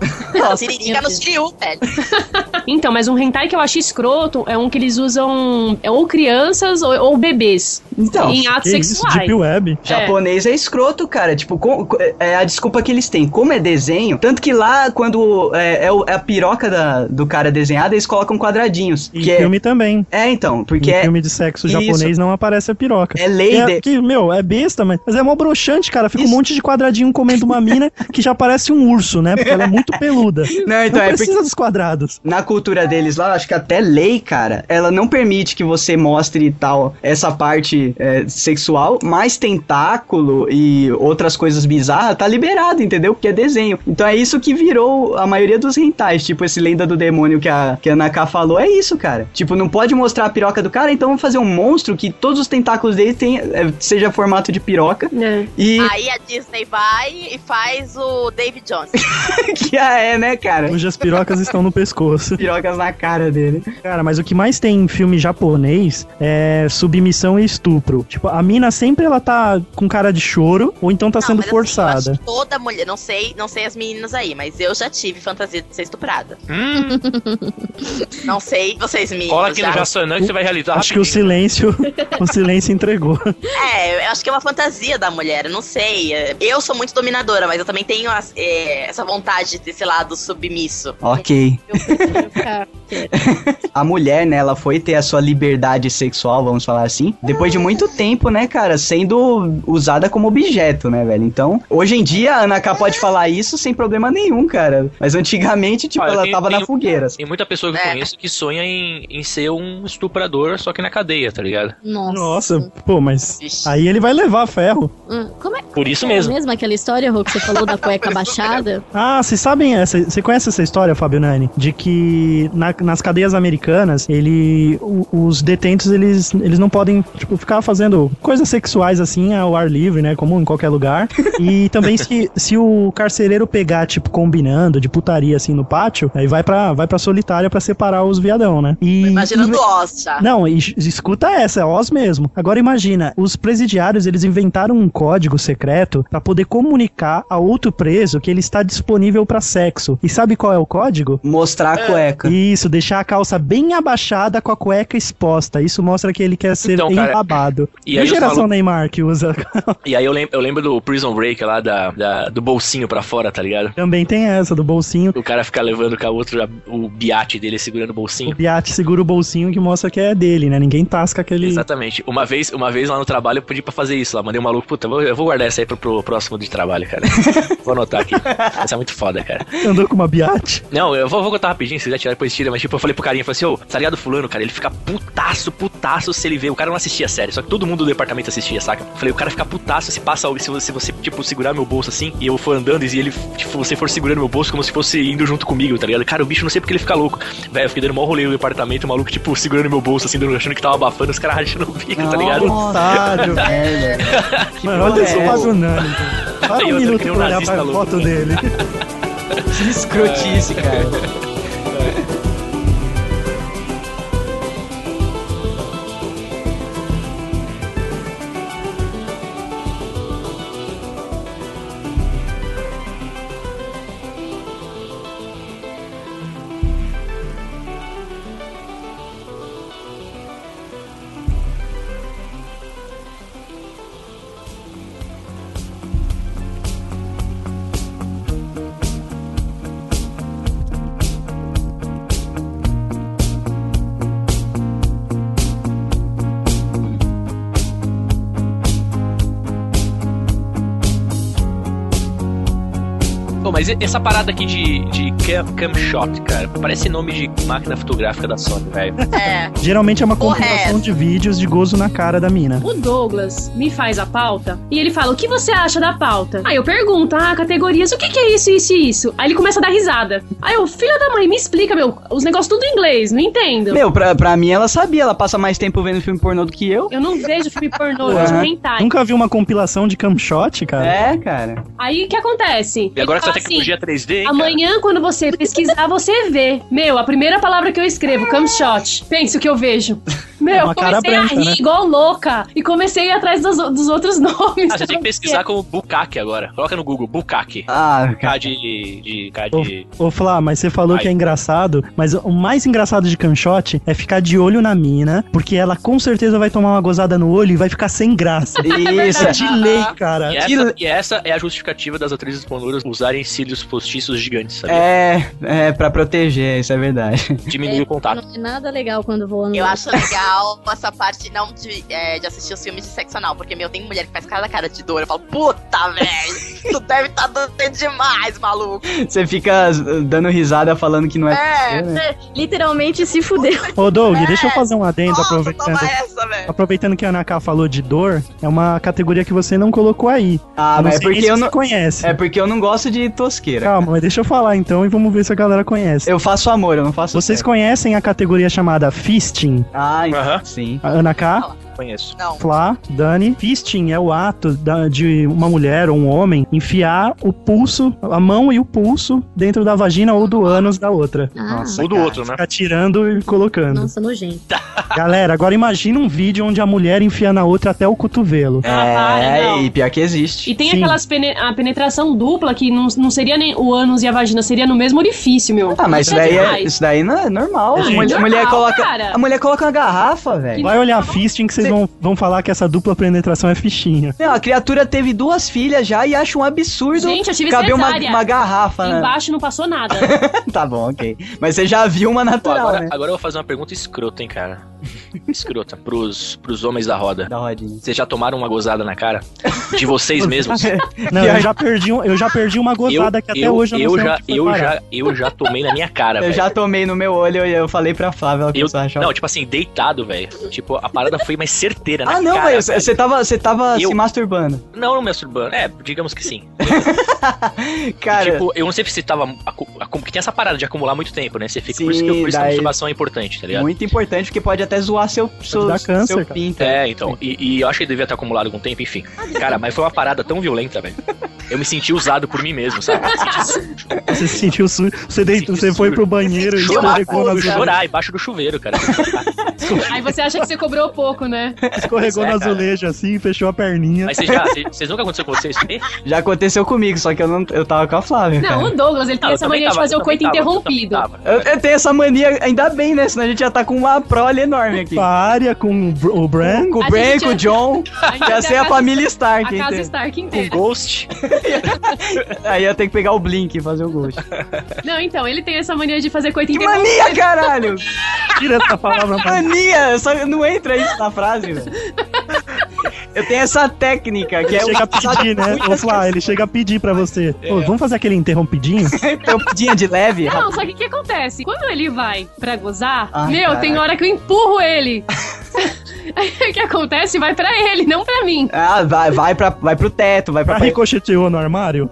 Speaker 6: Siririca no Shiryu, velho.
Speaker 5: Então, mas um hentai que eu acho escroto é um que eles usam é ou criança
Speaker 13: crianças ou, ou bebês
Speaker 1: Então,
Speaker 13: em atos
Speaker 2: Que isso,
Speaker 13: sexuais.
Speaker 2: Deep Web.
Speaker 1: Japonês é. escroto, cara. Tipo, com- co- é a desculpa que eles têm. Como é desenho, tanto que lá, quando é, é o- é a piroca da- do cara desenhada, eles colocam quadradinhos.
Speaker 2: E
Speaker 1: que é-
Speaker 2: filme também.
Speaker 1: é, então,
Speaker 2: Porque
Speaker 1: porque é,
Speaker 2: Um filme de sexo
Speaker 1: Isso.
Speaker 2: japonês não aparece a piroca.
Speaker 1: é lei
Speaker 2: É,
Speaker 1: de-
Speaker 2: que, meu, é besta, mas, mas é mó broxante, cara. Fica
Speaker 1: Isso.
Speaker 2: um monte de quadradinho comendo uma mina que já parece um urso, né? Porque ela é muito peluda.
Speaker 1: Não, [LAUGHS] então,
Speaker 2: não
Speaker 1: é
Speaker 2: precisa
Speaker 1: porque
Speaker 2: dos quadrados.
Speaker 1: na cultura deles lá, acho que até lei, cara, ela não permite que você mostre tal essa parte é, sexual, mas tentáculo e outras coisas bizarras tá liberado, entendeu? Porque é desenho. Então é isso que virou a maioria dos rentais, tipo esse lenda do demônio que a, que a Naká falou, é isso, cara. Tipo, não pode mostrar a piroca do cara, então vamos fazer um monstro que todos os tentáculos dele tem, é, seja formato de piroca
Speaker 5: Né?
Speaker 13: É.
Speaker 1: e
Speaker 6: Aí a Disney vai e faz o David Jones.
Speaker 1: [LAUGHS]
Speaker 2: Tá
Speaker 1: que é, né, cara?
Speaker 2: Hoje as pirocas estão no pescoço.
Speaker 1: Pirocas na cara dele.
Speaker 2: Cara, mas o que mais tem em filme japonês é submissão e estupro. Tipo, a mina sempre ela tá com cara de choro ou
Speaker 1: Ah,
Speaker 2: então tá
Speaker 6: Não,
Speaker 2: sendo
Speaker 6: mas assim, eu acho
Speaker 2: forçada.
Speaker 6: que toda mulher, não sei, não sei as meninas aí, mas eu já tive fantasia de ser estuprada.
Speaker 4: Hum,
Speaker 6: Não sei vocês meninas.
Speaker 4: cola aqui no
Speaker 6: já.
Speaker 4: Jaçanã que você vai realizar.
Speaker 2: Acho que o
Speaker 1: [LAUGHS]
Speaker 4: rapidinho.
Speaker 2: silêncio, o silêncio entregou.
Speaker 6: É, eu acho que é uma fantasia da mulher, eu não sei. É, Eu sou muito dominadora, mas eu também tenho as- é, essa vontade de esse lado submisso.
Speaker 1: Ok. [LAUGHS]
Speaker 6: Eu prefiro ficar-
Speaker 1: a mulher, né, ela foi ter a sua liberdade sexual, vamos falar assim, depois
Speaker 6: Ah.
Speaker 1: de muito tempo, né, cara, sendo usada como objeto, né, velho? Então, hoje em dia, a Ana K
Speaker 6: Ah.
Speaker 1: pode falar isso sem problema nenhum, cara. Mas antigamente, tipo,
Speaker 4: Ah, eu
Speaker 1: ela
Speaker 4: tenho-
Speaker 1: tava na
Speaker 4: tenho-
Speaker 1: fogueira. assim.
Speaker 4: Tem muita pessoa que eu
Speaker 6: É.
Speaker 4: conheço que sonha em, em ser um estuprador, só que na cadeia, tá ligado?
Speaker 12: Nossa.
Speaker 2: Nossa, pô, mas
Speaker 6: Vixe.
Speaker 2: aí ele vai levar ferro.
Speaker 12: Hum, Como é
Speaker 4: Por isso
Speaker 12: é
Speaker 4: mesmo.
Speaker 12: mesmo aquela história, Rô, que você falou da cueca baixada?
Speaker 2: Ah, vocês sabem essa? Você conhece essa história, Fábio Nani? De que na- nas cadeias americanas, ele, o- os detentos, eles, eles não podem tipo, ficar fazendo coisas sexuais assim ao ar livre, né? Como em qualquer lugar. E também se, se o carcereiro pegar, tipo, combinando de putaria assim no pátio, aí vai pra, vai pra solitária pra separar os viadão, né? E,
Speaker 6: Imaginando
Speaker 2: e-
Speaker 6: Oz já.
Speaker 2: Não, e es- escuta essa, é Oz mesmo. Agora imagina, os presidiários, eles inventaram um código secreto pra poder comunicar a outro preso que ele está disponível pra sexo. E sabe qual é o código?
Speaker 1: Mostrar a
Speaker 4: É.
Speaker 1: cueca.
Speaker 2: Isso, deixar a calça bem abaixada com a cueca exposta. Isso mostra que ele quer ser
Speaker 4: Então, cara,
Speaker 2: embabado.
Speaker 4: E
Speaker 2: E a
Speaker 4: aí, eu
Speaker 2: geração
Speaker 4: falo-
Speaker 2: Neymar que usa [LAUGHS]
Speaker 4: e aí eu, lem- eu lembro do Prison Break lá, da, da- do bolsinho pra fora, tá ligado?
Speaker 2: também tem essa do bolsinho.
Speaker 4: O cara fica levando com a outra o biate dele segurando o
Speaker 2: O
Speaker 4: bolsinho.
Speaker 2: Biate segura o bolsinho que mostra que é dele, né? Ninguém tasca aquele.
Speaker 4: Exatamente. Uma vez, uma vez lá no trabalho eu pedi pra fazer isso lá. Mandei um maluco, puta, eu vou- eu vou guardar essa aí pro, pro próximo de trabalho, cara. vou anotar aqui. Essa é muito foda, cara.
Speaker 2: Andou com uma Biate.
Speaker 4: Não, eu vou, vou contar rapidinho, se quiser tirar depois tira, mas tipo, eu falei pro carinha, eu falei assim, ô, tá ligado fulano, cara, ele fica putaço, putaço se ele vê, o cara não assistia a série, só que todo mundo do departamento assistia, saca? Eu falei, o cara fica putaço se passa, algo- se você, se você, tipo, segurar meu bolso assim, e eu for andando e ele, tipo, você for segurando meu bolso como se fosse indo junto comigo, tá ligado? Cara, o bicho não sei porque ele fica louco. Velho, eu fiquei dando mó rolê no departamento, o maluco, tipo, segurando meu bolso assim, dando- achando que tava abafando, os caras [LAUGHS] rachando o bico, tá ligado?
Speaker 1: [LAUGHS]
Speaker 2: Otário, né, velho. Mano, olha isso,
Speaker 1: é essa?
Speaker 2: Fábio Nani. Para
Speaker 4: né? Tem
Speaker 2: um
Speaker 4: outro
Speaker 2: minuto
Speaker 4: que nem um
Speaker 2: pra olhar
Speaker 4: nazista
Speaker 2: pra
Speaker 4: louco.
Speaker 2: foto dele. um
Speaker 1: Que escrotice, cara.
Speaker 4: Pô, mas e- essa parada aqui de, de cam, cam shot, cara, parece nome de máquina fotográfica da Sony, velho.
Speaker 6: É.
Speaker 2: Geralmente é uma
Speaker 6: Porra,
Speaker 2: compilação de vídeos de gozo na cara da mina.
Speaker 5: O Douglas me faz a pauta e ele fala: O que você acha da pauta? Aí eu pergunto: Ah, categorias, o que, que é isso, isso e isso? Aí ele começa a dar risada. Aí eu, filha da mãe, me explica, meu, os negócios tudo em inglês, não entendo.
Speaker 1: Meu, pra, pra mim ela sabia, ela passa mais tempo vendo filme pornô do que eu.
Speaker 5: Eu não vejo filme pornô, eu
Speaker 1: Ué.
Speaker 5: vejo hentai.
Speaker 2: Nunca vi uma compilação de cam shot, cara?
Speaker 1: É, cara.
Speaker 5: Aí o que acontece?
Speaker 4: E agora que essa
Speaker 5: Ele fala assim,
Speaker 4: tecnologia 3D, hein, cara?
Speaker 5: Amanhã, quando você pesquisar, você vê. Meu, a primeira palavra que eu escrevo, camshot. Pense o que eu vejo. Meu,
Speaker 2: É
Speaker 5: eu
Speaker 2: uma cara
Speaker 5: comecei a
Speaker 2: branca,
Speaker 5: rir
Speaker 2: né?
Speaker 5: igual louca. E comecei a ir atrás dos, dos outros [LAUGHS] nomes.
Speaker 4: Ah, você tem que pesquisar como Bukake agora. Coloca no Google, Bukake.
Speaker 1: Ah, cara.
Speaker 4: K de. de K de.
Speaker 2: Ô, Flá, mas você falou
Speaker 4: Ai.
Speaker 2: que é engraçado, mas o mais engraçado de Canshot é ficar de olho na mina, porque ela com certeza vai tomar uma gozada no olho e vai ficar sem graça.
Speaker 1: [LAUGHS] Isso,
Speaker 2: É de lei, cara.
Speaker 4: E essa, e essa é a justificativa das atrizes pornôs usarem cílios postiços gigantes, sabe?
Speaker 1: é, é pra proteger, isso é verdade. [LAUGHS]
Speaker 4: Diminui o contato.
Speaker 12: Não é nada legal quando voa no
Speaker 6: Eu acho legal essa parte não de, é, de assistir os filmes de sexo anal, porque, meu, tem mulher que faz cada cara de dor. Eu falo, puta, [LAUGHS] velho, tu deve estar tá doendo demais, maluco.
Speaker 1: Você fica dando risada falando que não é.
Speaker 6: É,
Speaker 12: Literalmente se fudeu.
Speaker 2: Ô, Doug,
Speaker 6: É.
Speaker 2: deixa eu fazer um adendo
Speaker 6: nossa,
Speaker 2: aproveitando.
Speaker 6: toma essa, velho.
Speaker 2: Aproveitando que a Ana K falou de dor, é uma categoria que você não colocou aí.
Speaker 1: Ah,
Speaker 2: Eu não
Speaker 1: mas é
Speaker 2: sei nem
Speaker 1: porque
Speaker 2: se
Speaker 1: eu
Speaker 2: você
Speaker 1: não.
Speaker 2: conhece.
Speaker 1: É porque eu não gosto de tosqueira.
Speaker 2: [LAUGHS] Calma, mas deixa eu falar então e vamos ver se a galera conhece.
Speaker 1: Eu faço amor, eu não é. faço.
Speaker 2: Vocês
Speaker 1: sexo.
Speaker 2: conhecem a categoria chamada Fisting?
Speaker 1: Ah, então,
Speaker 4: Aham.
Speaker 1: sim.
Speaker 2: A Ana K,
Speaker 4: Conheço.
Speaker 6: Não.
Speaker 2: Flá, Dani. Fisting é o ato da- de uma mulher ou um homem enfiar o pulso, a mão e o pulso dentro da vagina ou do ânus da outra.
Speaker 12: Ah,
Speaker 1: Nossa.
Speaker 4: Ou do
Speaker 1: cara.
Speaker 4: outro, né?
Speaker 2: Ficar tirando e colocando.
Speaker 12: nossa, nojento.
Speaker 2: Galera, agora imagina um vídeo onde a mulher enfia na outra até o cotovelo.
Speaker 5: Ah,
Speaker 1: É,
Speaker 5: não.
Speaker 1: e pior que existe.
Speaker 5: E tem
Speaker 2: Sim.
Speaker 5: aquelas pene- a penetração dupla que não, não seria nem o ânus e a vagina, seria no mesmo orifício, meu.
Speaker 1: Ah, mas isso daí, é,
Speaker 5: demais. Ah,
Speaker 1: isso daí não é normal.
Speaker 2: Gente,
Speaker 1: a mulher, a mulher
Speaker 5: normal,
Speaker 1: coloca,
Speaker 5: cara.
Speaker 1: a mulher coloca uma garrafa, velho.
Speaker 2: Vai olhar a
Speaker 4: Então,
Speaker 2: fisting que vocês vão, vão falar que essa dupla penetração é fichinha.
Speaker 1: Não, a criatura teve duas filhas já e acha um absurdo
Speaker 5: Gente, eu tive
Speaker 1: caber uma,
Speaker 5: cesárea.
Speaker 1: uma garrafa, né?
Speaker 5: Embaixo não
Speaker 1: [LAUGHS]
Speaker 5: passou nada.
Speaker 1: Tá bom, ok. Mas você já viu uma
Speaker 4: Pô,
Speaker 1: natural,
Speaker 4: agora,
Speaker 1: né?
Speaker 4: agora eu vou fazer uma pergunta escrota, hein, cara. Escrota. Pros, pros homens da roda.
Speaker 1: Da rodinha.
Speaker 4: Vocês já tomaram uma gozada na cara? De vocês mesmos? [LAUGHS]
Speaker 2: Não, eu já perdi, um- eu já perdi uma é gozada que até hoje eu não
Speaker 4: eu
Speaker 2: sei
Speaker 4: já,
Speaker 2: onde foi
Speaker 4: eu
Speaker 2: parar.
Speaker 4: já Eu já tomei na minha cara,
Speaker 1: Eu
Speaker 4: É, velho.
Speaker 1: já tomei no meu olho e eu falei pra Flávia, ela
Speaker 4: Eu-
Speaker 1: começou a achar.
Speaker 4: Não, tipo assim, deitado, velho. Tipo, a parada foi mais certeira na
Speaker 1: ah, não,
Speaker 4: cara.
Speaker 1: velho,
Speaker 2: é
Speaker 1: você tava, você tava
Speaker 4: Eu-
Speaker 1: se masturbando.
Speaker 4: Não, não me masturbando. É, digamos que sim.
Speaker 1: [LAUGHS] Cara,
Speaker 4: Tipo, eu não sei se tava... acu- acu- Que tem essa parada de acumular muito tempo, né? Você fica... por isso que,
Speaker 1: Sim,
Speaker 4: por isso que a
Speaker 1: daí-
Speaker 4: masturbação é importante, tá ligado?
Speaker 1: muito importante, porque pode até zoar seu, seu,
Speaker 2: dar câncer,
Speaker 1: seu
Speaker 2: cara.
Speaker 1: pinto.
Speaker 4: É, então. E, e eu acho que ele devia ter acumulado algum tempo, enfim. Cara, mas foi uma parada tão violenta, velho. Eu me senti usado por mim mesmo, sabe?
Speaker 2: Você se sentiu su... você, deitou,
Speaker 4: Senti
Speaker 2: você foi
Speaker 4: sujo.
Speaker 2: pro banheiro e
Speaker 4: Chorar,
Speaker 2: escorregou,
Speaker 4: eu
Speaker 2: nas...
Speaker 4: chorar embaixo do chuveiro, cara.
Speaker 5: Aí você acha que você cobrou pouco, né?
Speaker 2: escorregou
Speaker 4: Pois é,
Speaker 2: no
Speaker 4: [LAUGHS] cara.
Speaker 2: azulejo assim, fechou a perninha.
Speaker 4: Mas vocês já. vocês- Vocês nunca aconteceu com vocês? Ih,
Speaker 1: Já aconteceu comigo, só que eu não eu tava com a Flávia.
Speaker 5: Não,
Speaker 1: cara.
Speaker 5: o Douglas, ele tem
Speaker 4: não, eu
Speaker 5: essa
Speaker 4: também
Speaker 5: mania de
Speaker 4: tava,
Speaker 5: fazer
Speaker 4: eu
Speaker 5: o coito
Speaker 4: também tava, eu
Speaker 5: interrompido.
Speaker 4: também tava.
Speaker 1: Eu, eu tenho essa mania, ainda bem, né? Senão a gente já tá com uma prole enorme aqui.
Speaker 2: Pária com o Br- o Bran.
Speaker 1: [LAUGHS] Com
Speaker 5: A
Speaker 1: o Bran,
Speaker 5: gente
Speaker 1: com o
Speaker 5: já-
Speaker 1: John,
Speaker 5: gente
Speaker 1: já
Speaker 5: já
Speaker 1: ser a
Speaker 5: casa-
Speaker 1: família Stark.
Speaker 5: A casa
Speaker 1: inteira.
Speaker 5: Stark
Speaker 4: Com
Speaker 5: inteira.
Speaker 4: Ghost?
Speaker 1: Aí eu tenho que pegar o Blink e fazer o Ghost.
Speaker 5: Não, então, ele tem essa mania de fazer coito
Speaker 1: Que
Speaker 5: interrompido.
Speaker 1: mania, caralho!
Speaker 2: Tira essa palavra pra
Speaker 1: Mania! Só não entra isso na frase, velho. Eu tenho essa técnica que é
Speaker 2: Chega a
Speaker 1: usada
Speaker 2: pedir, né?
Speaker 1: por
Speaker 2: Ô,
Speaker 1: muitas
Speaker 2: Flá, ele chega a pedir pra você.
Speaker 1: É.
Speaker 2: Ô, vamos fazer aquele
Speaker 1: [LAUGHS]
Speaker 2: interrompidinho?
Speaker 1: Tampidinha de leve?
Speaker 5: Não, só que o que acontece? Quando ele vai pra gozar,
Speaker 1: Ai,
Speaker 5: meu,
Speaker 1: caraca.
Speaker 5: tem hora que eu empurro ele. [LAUGHS] Aí o que acontece vai pra ele, não pra mim.
Speaker 1: Ah, vai, vai, pra, vai pro teto, vai pra.
Speaker 2: Já ricocheteou
Speaker 1: [LAUGHS]
Speaker 2: no armário?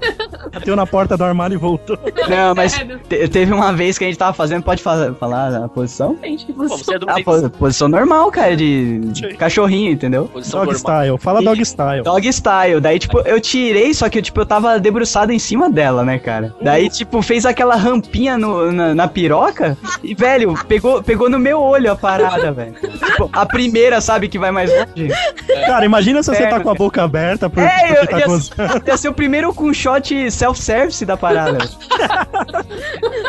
Speaker 2: Bateu na porta do armário e voltou.
Speaker 1: Não, mas
Speaker 5: Sério.
Speaker 1: te- teve uma vez que a gente tava fazendo, pode fa- falar a posição?
Speaker 5: Gente, que
Speaker 4: Pô,
Speaker 5: você...
Speaker 4: você é do
Speaker 1: A po- posição normal, cara, de de cachorrinho, entendeu?
Speaker 4: posição
Speaker 2: Dog
Speaker 4: normal.
Speaker 2: style.
Speaker 1: [LAUGHS]
Speaker 2: Fala dog style.
Speaker 1: Dog style. Daí, tipo, eu tirei, só que, tipo, eu tava debruçado em cima dela, né, cara? Daí, tipo, fez aquela rampinha no- na, na piroca e, velho, pegou, pegou no meu olho a parada, velho. Tipo, a primeira, sabe, que vai mais longe.
Speaker 2: Cara, imagina se você tá
Speaker 1: Perna,
Speaker 2: com a boca aberta por,
Speaker 1: É,
Speaker 2: porque
Speaker 1: eu,
Speaker 2: tá
Speaker 1: ia, [LAUGHS]
Speaker 2: gozando.
Speaker 1: ia ser o primeiro com shot self-service da parada. velho.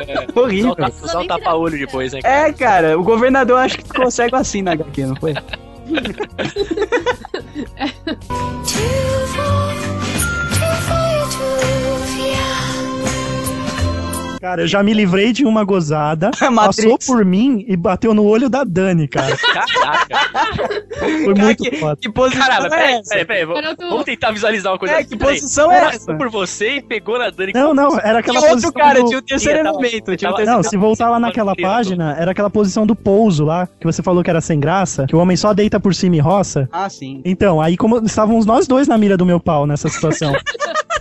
Speaker 2: É.
Speaker 4: Usar o
Speaker 1: Horrível.
Speaker 4: ta-
Speaker 2: tá
Speaker 4: Usar o tapa-olho depois, né? cara?
Speaker 1: É, cara, o governador acho que consegue assim na HQ, não foi?
Speaker 2: [LAUGHS] Cara, eu já me livrei de uma gozada,
Speaker 1: [LAUGHS]
Speaker 2: passou
Speaker 1: Matrix.
Speaker 2: por mim e bateu no olho da Dani, cara.
Speaker 4: Caraca.
Speaker 2: Foi
Speaker 1: Cara,
Speaker 2: muito
Speaker 1: que,
Speaker 2: foda.
Speaker 1: que posição
Speaker 4: Caralho,
Speaker 1: é
Speaker 4: peraí,
Speaker 1: essa?
Speaker 4: peraí, peraí. Vamos
Speaker 5: Garoto.
Speaker 4: vamos tentar visualizar uma coisa. assim,
Speaker 1: É, que
Speaker 4: Peraí.
Speaker 1: posição é
Speaker 4: Ela
Speaker 1: essa?
Speaker 4: passou por você e pegou na Dani.
Speaker 2: Não, não, era aquela
Speaker 1: Tinha outro
Speaker 2: posição
Speaker 1: cara,
Speaker 2: do- tá
Speaker 1: tinha o terceiro
Speaker 4: Tinha, tava-
Speaker 1: elemento. Tinha o
Speaker 4: tava-
Speaker 1: terceiro
Speaker 2: Não, se voltar lá naquela página, era aquela posição do pouso lá, que você falou que era sem graça, que o homem só deita por cima e roça.
Speaker 1: Ah, sim.
Speaker 2: Então, aí como estávamos nós dois na mira do meu
Speaker 4: [LAUGHS]
Speaker 2: pau nessa situação.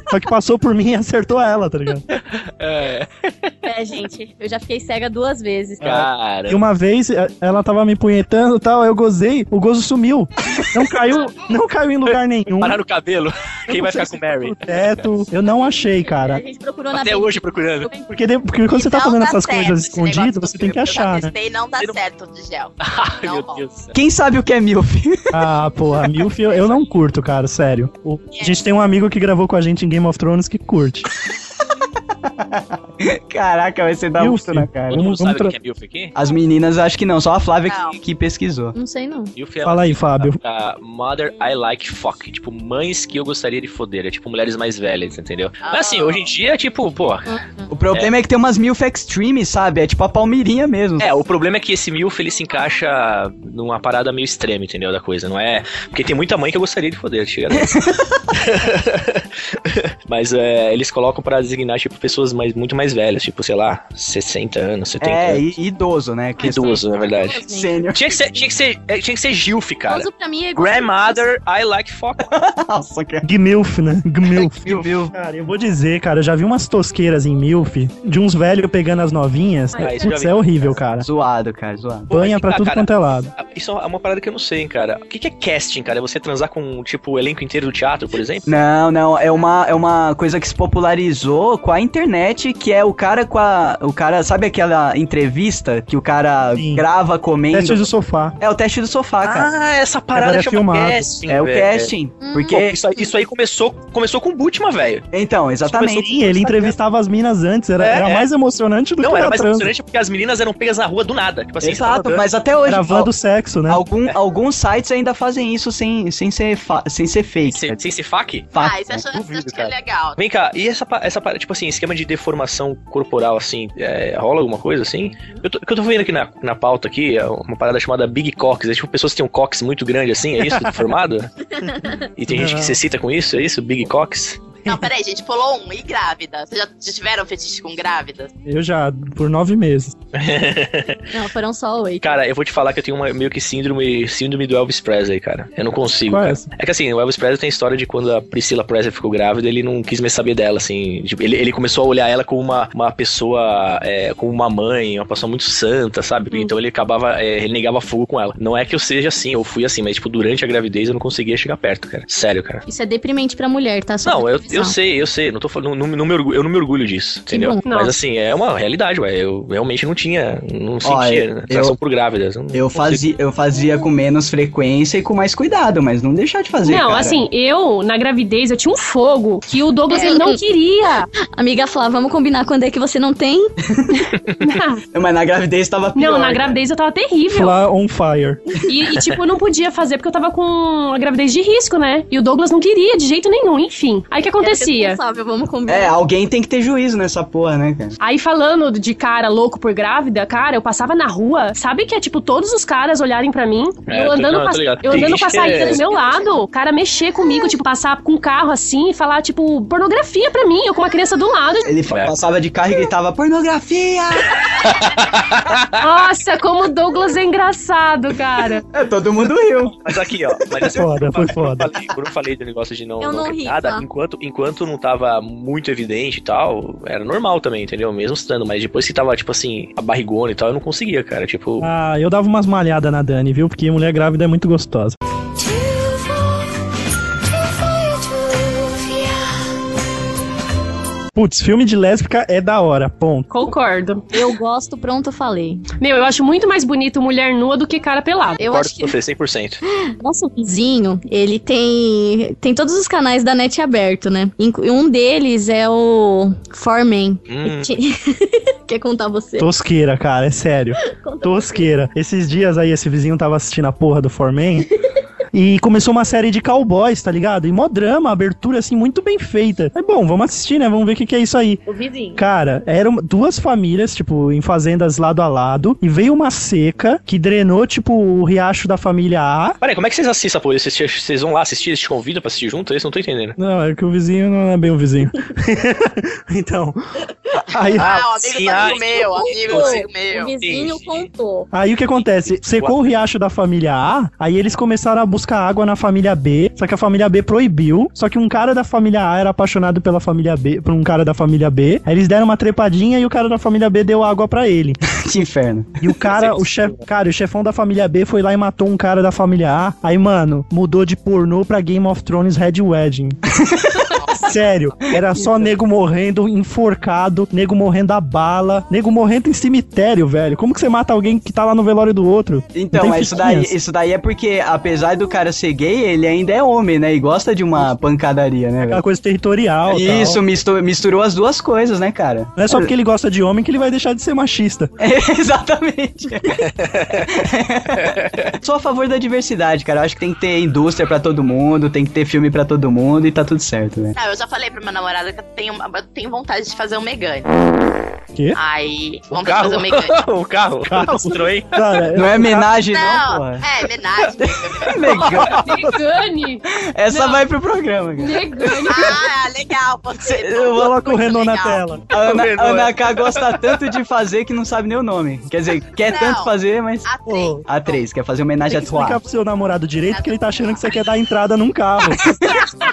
Speaker 2: Só que passou por mim e acertou ela, tá ligado?
Speaker 4: É.
Speaker 12: É, gente, eu já fiquei cega duas vezes.
Speaker 4: Cara.
Speaker 2: E uma vez eh, ela tava me punhetando e tal, eu gozei, o gozo sumiu. Não caiu, não caiu em lugar nenhum.
Speaker 4: Parar o cabelo. [LAUGHS] Quem vai ficar com Mary?
Speaker 2: No teto, eu não achei,
Speaker 12: A
Speaker 2: cara.
Speaker 12: gente procurou na
Speaker 4: Até hoje procurando.
Speaker 2: Porque, de- porque quando você tá
Speaker 6: Não
Speaker 2: fazendo
Speaker 6: dá
Speaker 2: essas
Speaker 6: certo
Speaker 2: coisas
Speaker 6: esse negócio
Speaker 2: escondidas,
Speaker 6: do
Speaker 2: você tem que
Speaker 6: filme. Eu já
Speaker 2: achar, né?
Speaker 6: testei, não dá certo, Digel.
Speaker 4: [LAUGHS] Ai,
Speaker 6: Não
Speaker 4: meu
Speaker 6: rola.
Speaker 4: Deus do céu.
Speaker 1: Quem sabe o que é MILF? [LAUGHS]
Speaker 2: Ah, porra, Milf eu, eu não curto, cara, sério. O- a gente tem um amigo que gravou com a gente em Game of Thrones que curte.
Speaker 1: Caraca, vai ser dar
Speaker 2: Milf.
Speaker 1: muito na cara.
Speaker 4: Todo mundo
Speaker 2: vamos
Speaker 4: sabe
Speaker 2: tra-
Speaker 4: o que é Milf aqui?
Speaker 1: As meninas, acho que não, só a Flávia que-
Speaker 6: Não.
Speaker 1: Que, pesquisou.
Speaker 12: Não sei não.
Speaker 4: Milf é
Speaker 2: Fala aí, Fábio.
Speaker 4: a Mother I Like Fuck. Tipo, mães que eu gostaria de foder. É tipo mulheres mais velhas, entendeu?
Speaker 6: Ah.
Speaker 4: Mas assim, hoje em dia, tipo, pô.
Speaker 1: O problema é. que tem umas MILF extreme, sabe? É tipo a Palmeirinha mesmo.
Speaker 4: É, o problema é que esse MILF ele se encaixa numa parada meio extrema, entendeu? Da coisa, não é? Porque tem muita mãe que eu gostaria de foder, chega nessa. Mas é, eles colocam pra designar, tipo, pessoas mais, muito mais velhas, tipo, sei lá, 60 anos, 70
Speaker 1: É,
Speaker 4: anos.
Speaker 1: e- e idoso, né? Que
Speaker 4: Idoso, na verdade.
Speaker 1: sênior.
Speaker 4: Tinha que ser, tinha que ser, é, tinha que ser Gilf, cara.
Speaker 12: Gozo pra mim é igual-
Speaker 4: Grandmother, I like fuck.
Speaker 1: Nossa, cara.
Speaker 2: Gmilf, né? Gmilf.
Speaker 1: Viu?
Speaker 2: Cara, eu vou dizer, cara, eu já vi umas tosqueiras em Milf, de uns velhos pegando as novinhas.
Speaker 4: Ah, isso eu já
Speaker 2: Putz,
Speaker 4: vi.
Speaker 2: é horrível, cara.
Speaker 1: Zoado, cara, zoado.
Speaker 2: Banha pra
Speaker 4: Ah,
Speaker 2: tudo
Speaker 4: cara.
Speaker 2: quanto é lado.
Speaker 4: Isso é uma parada que eu não sei, hein, cara. O que que é casting, cara? É você transar com, tipo, o elenco inteiro do teatro, por exemplo?
Speaker 1: Não, não, é uma, é uma coisa que se popularizou com a internet, que é o cara com a. O cara, sabe aquela entrevista que o cara
Speaker 2: Sim.
Speaker 1: grava comendo?
Speaker 2: Teste do sofá.
Speaker 1: É o teste do sofá, cara.
Speaker 4: Ah, essa
Speaker 2: Agora
Speaker 4: parada
Speaker 2: é
Speaker 4: chama
Speaker 2: filmado.
Speaker 4: casting.
Speaker 1: É o
Speaker 4: velho.
Speaker 1: casting. Porque.
Speaker 4: Pô, isso, aí, isso aí começou, começou com o Butman, velho.
Speaker 1: Então, exatamente.
Speaker 2: Sim, Tipo, ele entrevistava as minas antes, era,
Speaker 4: É,
Speaker 2: era
Speaker 4: é.
Speaker 2: mais emocionante do
Speaker 4: Não,
Speaker 2: que
Speaker 4: era
Speaker 2: na
Speaker 4: mais
Speaker 2: transa.
Speaker 4: emocionante porque as meninas eram pegas na rua do nada. Tipo assim,
Speaker 1: Exato,
Speaker 4: você tava
Speaker 1: mas até hoje.
Speaker 2: Gravando sexo, né?
Speaker 1: al- algum, Alguns sites ainda fazem isso sem, sem, ser, fa- sem ser fake.
Speaker 4: andando sem, sem ser fac?
Speaker 1: Fato,
Speaker 6: Ah, isso acha, isso acha que é
Speaker 4: cara.
Speaker 6: legal.
Speaker 4: Vem cá, e essa, pa- essa parada, tipo assim, esquema de deformação corporal, assim, é, rola alguma coisa assim? Eu tô, o que eu tô vendo aqui na, na pauta aqui é uma parada chamada Big Cox. É tipo pessoas que têm um cox muito grande assim, é isso? Deformado? e tem gente que
Speaker 2: Não.
Speaker 4: se excita com isso, é isso? Big Cox?
Speaker 6: Não, peraí, gente, pulou um. E grávida? Vocês já, já tiveram fetiche com grávida?
Speaker 2: Eu já, por nove meses.
Speaker 12: Não, foram só oito.
Speaker 4: Cara, eu vou te falar que eu tenho uma, meio que síndrome, síndrome do Elvis Presley, cara. Eu não consigo.
Speaker 2: Qual é
Speaker 4: cara.
Speaker 2: essa?
Speaker 4: É que assim, o Elvis Presley tem a história de quando a Priscila Presley ficou grávida, ele não quis mais saber dela, assim. Tipo, ele, ele começou a olhar ela como uma, uma pessoa, é, como uma mãe, uma pessoa muito santa, sabe? Então ele acabava, é, ele negava fogo com ela. Não é que eu seja assim, eu fui assim, mas tipo, durante a gravidez eu não conseguia chegar perto, cara. Sério, cara.
Speaker 12: Isso é deprimente pra mulher, tá? Só
Speaker 4: Não,
Speaker 12: pra
Speaker 4: eu,
Speaker 12: avisar.
Speaker 4: eu sei, eu sei. Não tô falando, não, não me orgulho, eu não me orgulho disso, entendeu?
Speaker 12: bom.
Speaker 4: Mas
Speaker 5: Nossa.
Speaker 4: assim, é uma realidade, ué. Eu realmente não tinha, não sentia
Speaker 1: eu-
Speaker 4: atração por grávidas. não-
Speaker 1: Eu
Speaker 4: não consigo.
Speaker 1: fazia, eu fazia com menos frequência e com mais cuidado, mas não deixar de fazer.
Speaker 5: Não,
Speaker 1: cara.
Speaker 5: assim, eu, na gravidez, eu tinha um fogo que o Douglas ele não queria.
Speaker 12: [LAUGHS] Amiga Flá, vamos combinar quando é que você não tem?
Speaker 1: Mas na gravidez tava pior.
Speaker 5: Não, na
Speaker 1: cara.
Speaker 5: gravidez eu tava terrível.
Speaker 2: Fla on fire.
Speaker 5: E, e, tipo, eu não podia fazer porque eu tava com a gravidez de risco, né? E o Douglas não queria de jeito nenhum, enfim. Aí o que acontecia?
Speaker 12: Responsável, vamos combinar.
Speaker 1: É, alguém tem que ter juízo nessa porra, né, cara?
Speaker 5: Aí falando de cara louco por grávida, cara, eu passava na rua, sabe que é tipo todos os caras olharem pra mim,
Speaker 4: É,
Speaker 5: eu
Speaker 4: tô-
Speaker 5: andando,
Speaker 4: não,
Speaker 5: com a-
Speaker 4: tô ligado.
Speaker 5: eu
Speaker 4: Tem
Speaker 5: andando
Speaker 4: gente
Speaker 5: com a
Speaker 4: que
Speaker 5: saída
Speaker 4: é-
Speaker 5: do meu lado, o cara mexer comigo, tipo passar com o carro assim e falar tipo pornografia pra mim, eu com uma criança do lado.
Speaker 1: Ele fa-
Speaker 4: É.
Speaker 1: passava de carro e gritava, pornografia!
Speaker 5: Nossa, como o Douglas é engraçado, cara.
Speaker 1: É, todo mundo riu.
Speaker 4: Mas aqui, ó. Mas assim,
Speaker 2: É Foda,
Speaker 4: eu
Speaker 2: foi
Speaker 4: falei-
Speaker 2: foda.
Speaker 4: Eu falei, eu não falei do negócio de não,
Speaker 12: Eu não
Speaker 4: ter
Speaker 12: ri,
Speaker 4: nada.
Speaker 12: tá?
Speaker 4: Enquanto, enquanto não tava muito evidente e tal, era normal também, entendeu? Mesmo estando. Mas depois que tava, tipo assim, a barrigona e tal, eu não conseguia, cara. Tipo,
Speaker 2: Ah, eu dava umas malhadas na Dani, viu? Porque mulher grávida é muito gostosa. Putz, filme de lésbica é da hora, ponto.
Speaker 5: Concordo.
Speaker 12: Eu gosto, pronto, eu falei.
Speaker 5: Meu, eu acho muito mais bonito mulher nua do que cara pelado.
Speaker 12: Eu
Speaker 4: concordo
Speaker 12: acho que
Speaker 4: com você
Speaker 12: [LAUGHS]
Speaker 4: 100%.
Speaker 12: nosso vizinho, ele tem tem todos os canais da net aberto, né? Inclu- Um deles é o Foreman.
Speaker 4: Hum,
Speaker 12: [LAUGHS] Quer contar você?
Speaker 2: Tosqueira, cara, é sério. Tosqueira. Esses dias aí, esse vizinho tava assistindo a porra do Foreman. [LAUGHS] E começou uma série de cowboys, tá ligado? E mó drama, abertura, assim, muito bem feita. É bom, vamos assistir, né? Vamos ver o que, que é isso aí.
Speaker 12: O vizinho.
Speaker 2: Cara, eram duas famílias, tipo, em fazendas lado a lado, e veio uma seca que drenou, tipo, o riacho da família A.
Speaker 4: Peraí, como é que vocês assistem essa porra? Vocês, vocês vão lá assistir? Eles te convidam
Speaker 2: é
Speaker 4: pra assistir junto? Isso eu não tô entendendo.
Speaker 2: Não, é que o vizinho não é bem o vizinho. então, Aí,
Speaker 6: Ah, o amigo
Speaker 4: sim,
Speaker 6: tá
Speaker 4: ai,
Speaker 6: amigo meu, amigo,
Speaker 12: Pô,
Speaker 6: amigo
Speaker 12: O
Speaker 4: É
Speaker 6: meu.
Speaker 12: vizinho
Speaker 4: Entendi.
Speaker 12: contou.
Speaker 2: aí o que acontece? Secou o riacho da família A, aí eles começaram a buscar água na família B, só que a família B proibiu. Só que um cara da família A era apaixonado pela família B, por um cara da família B. Aí eles deram uma trepadinha e o cara da família B deu água pra ele.
Speaker 1: [LAUGHS] Que inferno.
Speaker 2: E o cara, o chefe, cara, o chefão da família B foi lá e matou um cara da família A. Aí, mano, mudou de pornô pra Game of Thrones Red Wedding. [LAUGHS] Sério, era só nego morrendo enforcado, nego morrendo a bala, nego morrendo em cemitério, velho. Como que você mata alguém que tá lá no velório do outro?
Speaker 1: Então,
Speaker 2: Não tem
Speaker 1: mas isso daí,
Speaker 2: frescurinhas.
Speaker 1: isso daí é porque, apesar do cara ser gay, ele ainda é homem, né? E gosta de uma pancadaria, né,
Speaker 2: Aquela
Speaker 1: velho?
Speaker 2: coisa territorial.
Speaker 1: Isso,
Speaker 2: Tal.
Speaker 1: mistu- misturou as duas coisas, né, cara?
Speaker 2: Ah, tá.
Speaker 1: É,
Speaker 2: Não
Speaker 1: [LAUGHS]
Speaker 2: é só porque ele gosta de homem que ele vai deixar de ser machista.
Speaker 1: Exatamente. Sou a favor da diversidade, cara. Eu acho que tem que ter indústria pra todo mundo, tem que ter filme pra todo mundo e tá tudo certo, né?
Speaker 6: Não, eu já falei pra minha namorada que eu tenho, eu tenho vontade de fazer um Megane.
Speaker 2: Quê?
Speaker 6: Aí,
Speaker 4: O
Speaker 6: vontade de
Speaker 4: carro,
Speaker 6: fazer
Speaker 2: [LAUGHS]
Speaker 6: um Megane.
Speaker 4: [LAUGHS] o carro, o [LAUGHS] carro, destrói.
Speaker 2: Cara,
Speaker 1: Não é homenagem, não,
Speaker 6: Não,
Speaker 1: porra. É
Speaker 6: é homenagem.
Speaker 1: Legal.
Speaker 5: Negane!
Speaker 1: Essa
Speaker 5: Não.
Speaker 1: vai pro programa, cara.
Speaker 5: Negane!
Speaker 6: Ah, legal, você.
Speaker 2: eu coloco o Renault na
Speaker 6: legal.
Speaker 2: tela.
Speaker 1: A Ana,
Speaker 4: Renan,
Speaker 1: a Ana K gosta tanto de fazer que não sabe nem o nome. Quer dizer, quer
Speaker 6: Não.
Speaker 1: tanto fazer, mas.
Speaker 6: A três.
Speaker 1: A três quer fazer homenagem
Speaker 2: Tem
Speaker 1: a
Speaker 2: que explicar
Speaker 1: Tua.
Speaker 2: pro seu namorado direito que ele tá achando que você quer dar entrada
Speaker 1: [LAUGHS]
Speaker 2: num carro.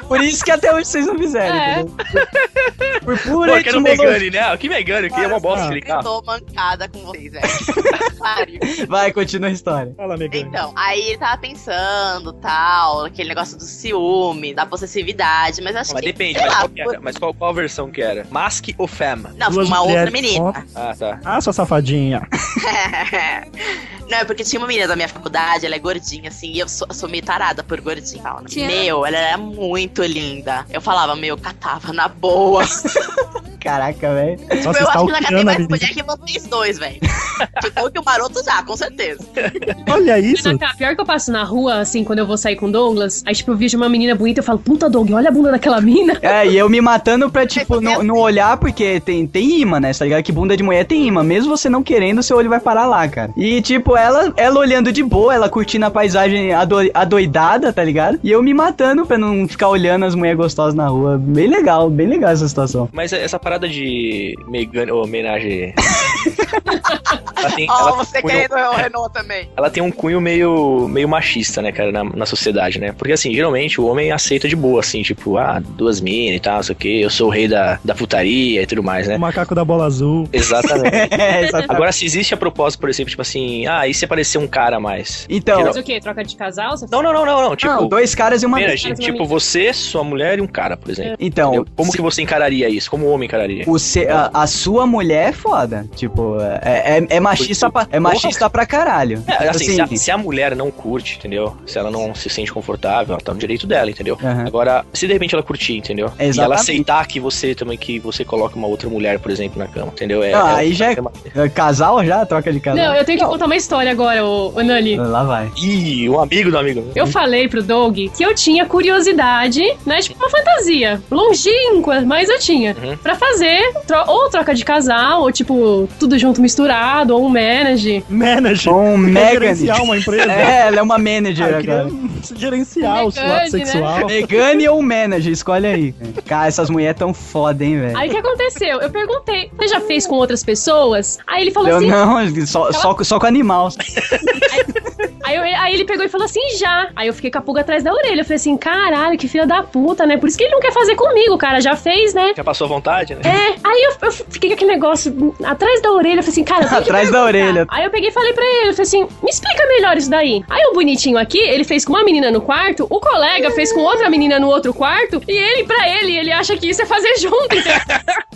Speaker 1: Por isso que até hoje vocês não fizeram,
Speaker 5: É.
Speaker 1: entendeu? Por pura
Speaker 4: Pô, eu quero
Speaker 1: etimologia.
Speaker 4: Megane, né? Que Megane, eu queria uma bosta aquele
Speaker 6: Eu
Speaker 4: carro.
Speaker 6: tô mancada com vocês, velho. Pariu.
Speaker 1: Vai, continua a história.
Speaker 2: Fala, Megane.
Speaker 6: Então, aí ele tava pensando, tal, aquele negócio do ciúme, da possessividade, mas
Speaker 12: é
Speaker 6: acho
Speaker 4: Mas
Speaker 6: que.
Speaker 4: depende,
Speaker 6: sei
Speaker 4: mas
Speaker 6: lá,
Speaker 4: qual, que é era?
Speaker 6: por-
Speaker 4: Mas qual- qual versão que era? Mask ou Femme?
Speaker 6: Não,
Speaker 2: Duas
Speaker 6: uma outra
Speaker 2: mulheres
Speaker 6: menina.
Speaker 2: só.
Speaker 4: Ah, tá.
Speaker 2: Ah, sua safadinha.
Speaker 6: [LAUGHS] não, é porque tinha uma menina da minha faculdade, ela é gordinha, assim, e eu sou, eu sou meio tarada por gordinha. e tal, né?
Speaker 12: Tinha-
Speaker 6: Meu, ela era muito linda. Eu falava, meu, catava na boa.
Speaker 1: Caraca, velho.
Speaker 2: Nossa,
Speaker 6: [LAUGHS] eu
Speaker 2: está
Speaker 6: acho que eu já catei
Speaker 2: tá alqueando a
Speaker 6: mais
Speaker 2: vida.
Speaker 6: mulher que vocês dois, velho. Ficou que o maroto já, com certeza.
Speaker 2: Olha isso.
Speaker 5: Renata, Tá, pior que eu passo na rua, assim, quando eu vou sair com o Douglas, aí, tipo, eu vejo uma menina bonita, eu falo, puta, Doug, olha a bunda daquela mina.
Speaker 1: É, e eu me matando pra, tipo,
Speaker 6: Mas
Speaker 1: não,
Speaker 6: porque é assim.
Speaker 1: não olhar, porque tem, tem imã, né? Tá ligado? Que bunda de mulher tem imã. Mesmo você não querendo, seu olho vai parar lá, cara. E, tipo, ela, ela olhando de boa, ela curtindo a paisagem ado- adoidada, tá ligado? E eu me matando pra não ficar olhando as mulheres gostosas na rua. Bem legal, bem legal essa situação. [LAUGHS]
Speaker 4: Mas essa parada de Megane, ou homenagem. ela, tem,
Speaker 6: Ó,
Speaker 4: ela, tem
Speaker 6: você
Speaker 4: um cunho-
Speaker 6: querendo o Renault também.
Speaker 4: ela tem um cunho meio, meio machista, né, cara, na, na sociedade, né? Porque assim, geralmente o homem aceita de boa, assim, tipo, ah, duas minas e tal, não sei o quê, eu sou o rei da, da putaria e tudo mais,
Speaker 2: O [LAUGHS]
Speaker 4: né?
Speaker 2: macaco da bola azul.
Speaker 4: Exatamente.
Speaker 1: É, essa-
Speaker 4: Agora, se existe a proposta, por exemplo, tipo assim, ah, e se aparecer um cara a mais?
Speaker 1: Então,
Speaker 5: Mas o quê? Troca de casal? Você
Speaker 4: Não, não, não, não, não. Tipo,
Speaker 1: não, dois caras e uma.
Speaker 4: primeira,
Speaker 1: mina.
Speaker 4: gente, tipo, você, sua mulher e um cara, por exemplo.
Speaker 1: Então,
Speaker 4: Entendeu? Como que você encararia isso? Como o homem encararia?
Speaker 1: O se- a, a sua mulher é foda. Tipo, é, é, é machista, pra, é machista pra caralho.
Speaker 4: É, assim, se,
Speaker 1: Assim,
Speaker 4: a, se a mulher não curte, entendeu? Se ela não se sente confortável, ela tá no direito dela, entendeu?
Speaker 1: Aham.
Speaker 4: Agora, se de repente ela curtir, entendeu? E ela
Speaker 1: Exatamente.
Speaker 4: aceitar que você também, que você coloque uma outra mulher, por exemplo, na cama, entendeu? É,
Speaker 1: Ah,
Speaker 4: é-
Speaker 1: aí já é-
Speaker 4: é uma-
Speaker 1: é casal já? Troca de casal?
Speaker 5: Não, é eu tenho que contar uma história agora, ô, ô Nani.
Speaker 1: Lá vai.
Speaker 4: Ih, um amigo do amigo.
Speaker 5: Eu falei pro Doug que eu tinha curiosidade, né? Tipo uma fantasia. Longínqua, mas eu tinha.
Speaker 4: Uhum.
Speaker 5: Pra fazer tro- ou troca de casal, ou tipo, tudo junto misturado, ou um manage.
Speaker 2: Manager.
Speaker 1: Um Megan.
Speaker 2: Gerenciar uma empresa.
Speaker 1: [LAUGHS] É, ela é uma manager
Speaker 2: Ah,
Speaker 1: agora.
Speaker 2: queria [LAUGHS] gerenciar o seu lado
Speaker 5: Megane,
Speaker 6: né?
Speaker 2: sexual.
Speaker 1: Megane ou manager, escolhe aí. cara. Cara, essas mulheres tão foda, hein, velho.
Speaker 5: Aí o que aconteceu? Eu perguntei, você já fez com outras pessoas? Aí ele falou
Speaker 1: Eu
Speaker 5: assim.
Speaker 1: não, só, só, só com animal.
Speaker 5: Aí, eu- aí ele pegou e falou assim, já. Aí eu fiquei com a pulga atrás da orelha. Eu falei assim, caralho, que filha da puta, né? Por isso que ele não quer fazer comigo, cara. Já fez, né?
Speaker 4: Já passou a vontade, né?
Speaker 5: É, aí eu, eu fiquei com aquele negócio atrás da orelha, eu falei assim, cara, eu tenho que
Speaker 1: Atrás da
Speaker 5: perguntar.
Speaker 1: orelha.
Speaker 5: Aí eu peguei e falei pra ele, eu falei assim, me explica melhor isso daí. Aí o bonitinho aqui, ele fez com uma menina no quarto, o colega fez com outra menina no outro quarto, e ele, pra ele, ele acha que isso é fazer junto, entendeu?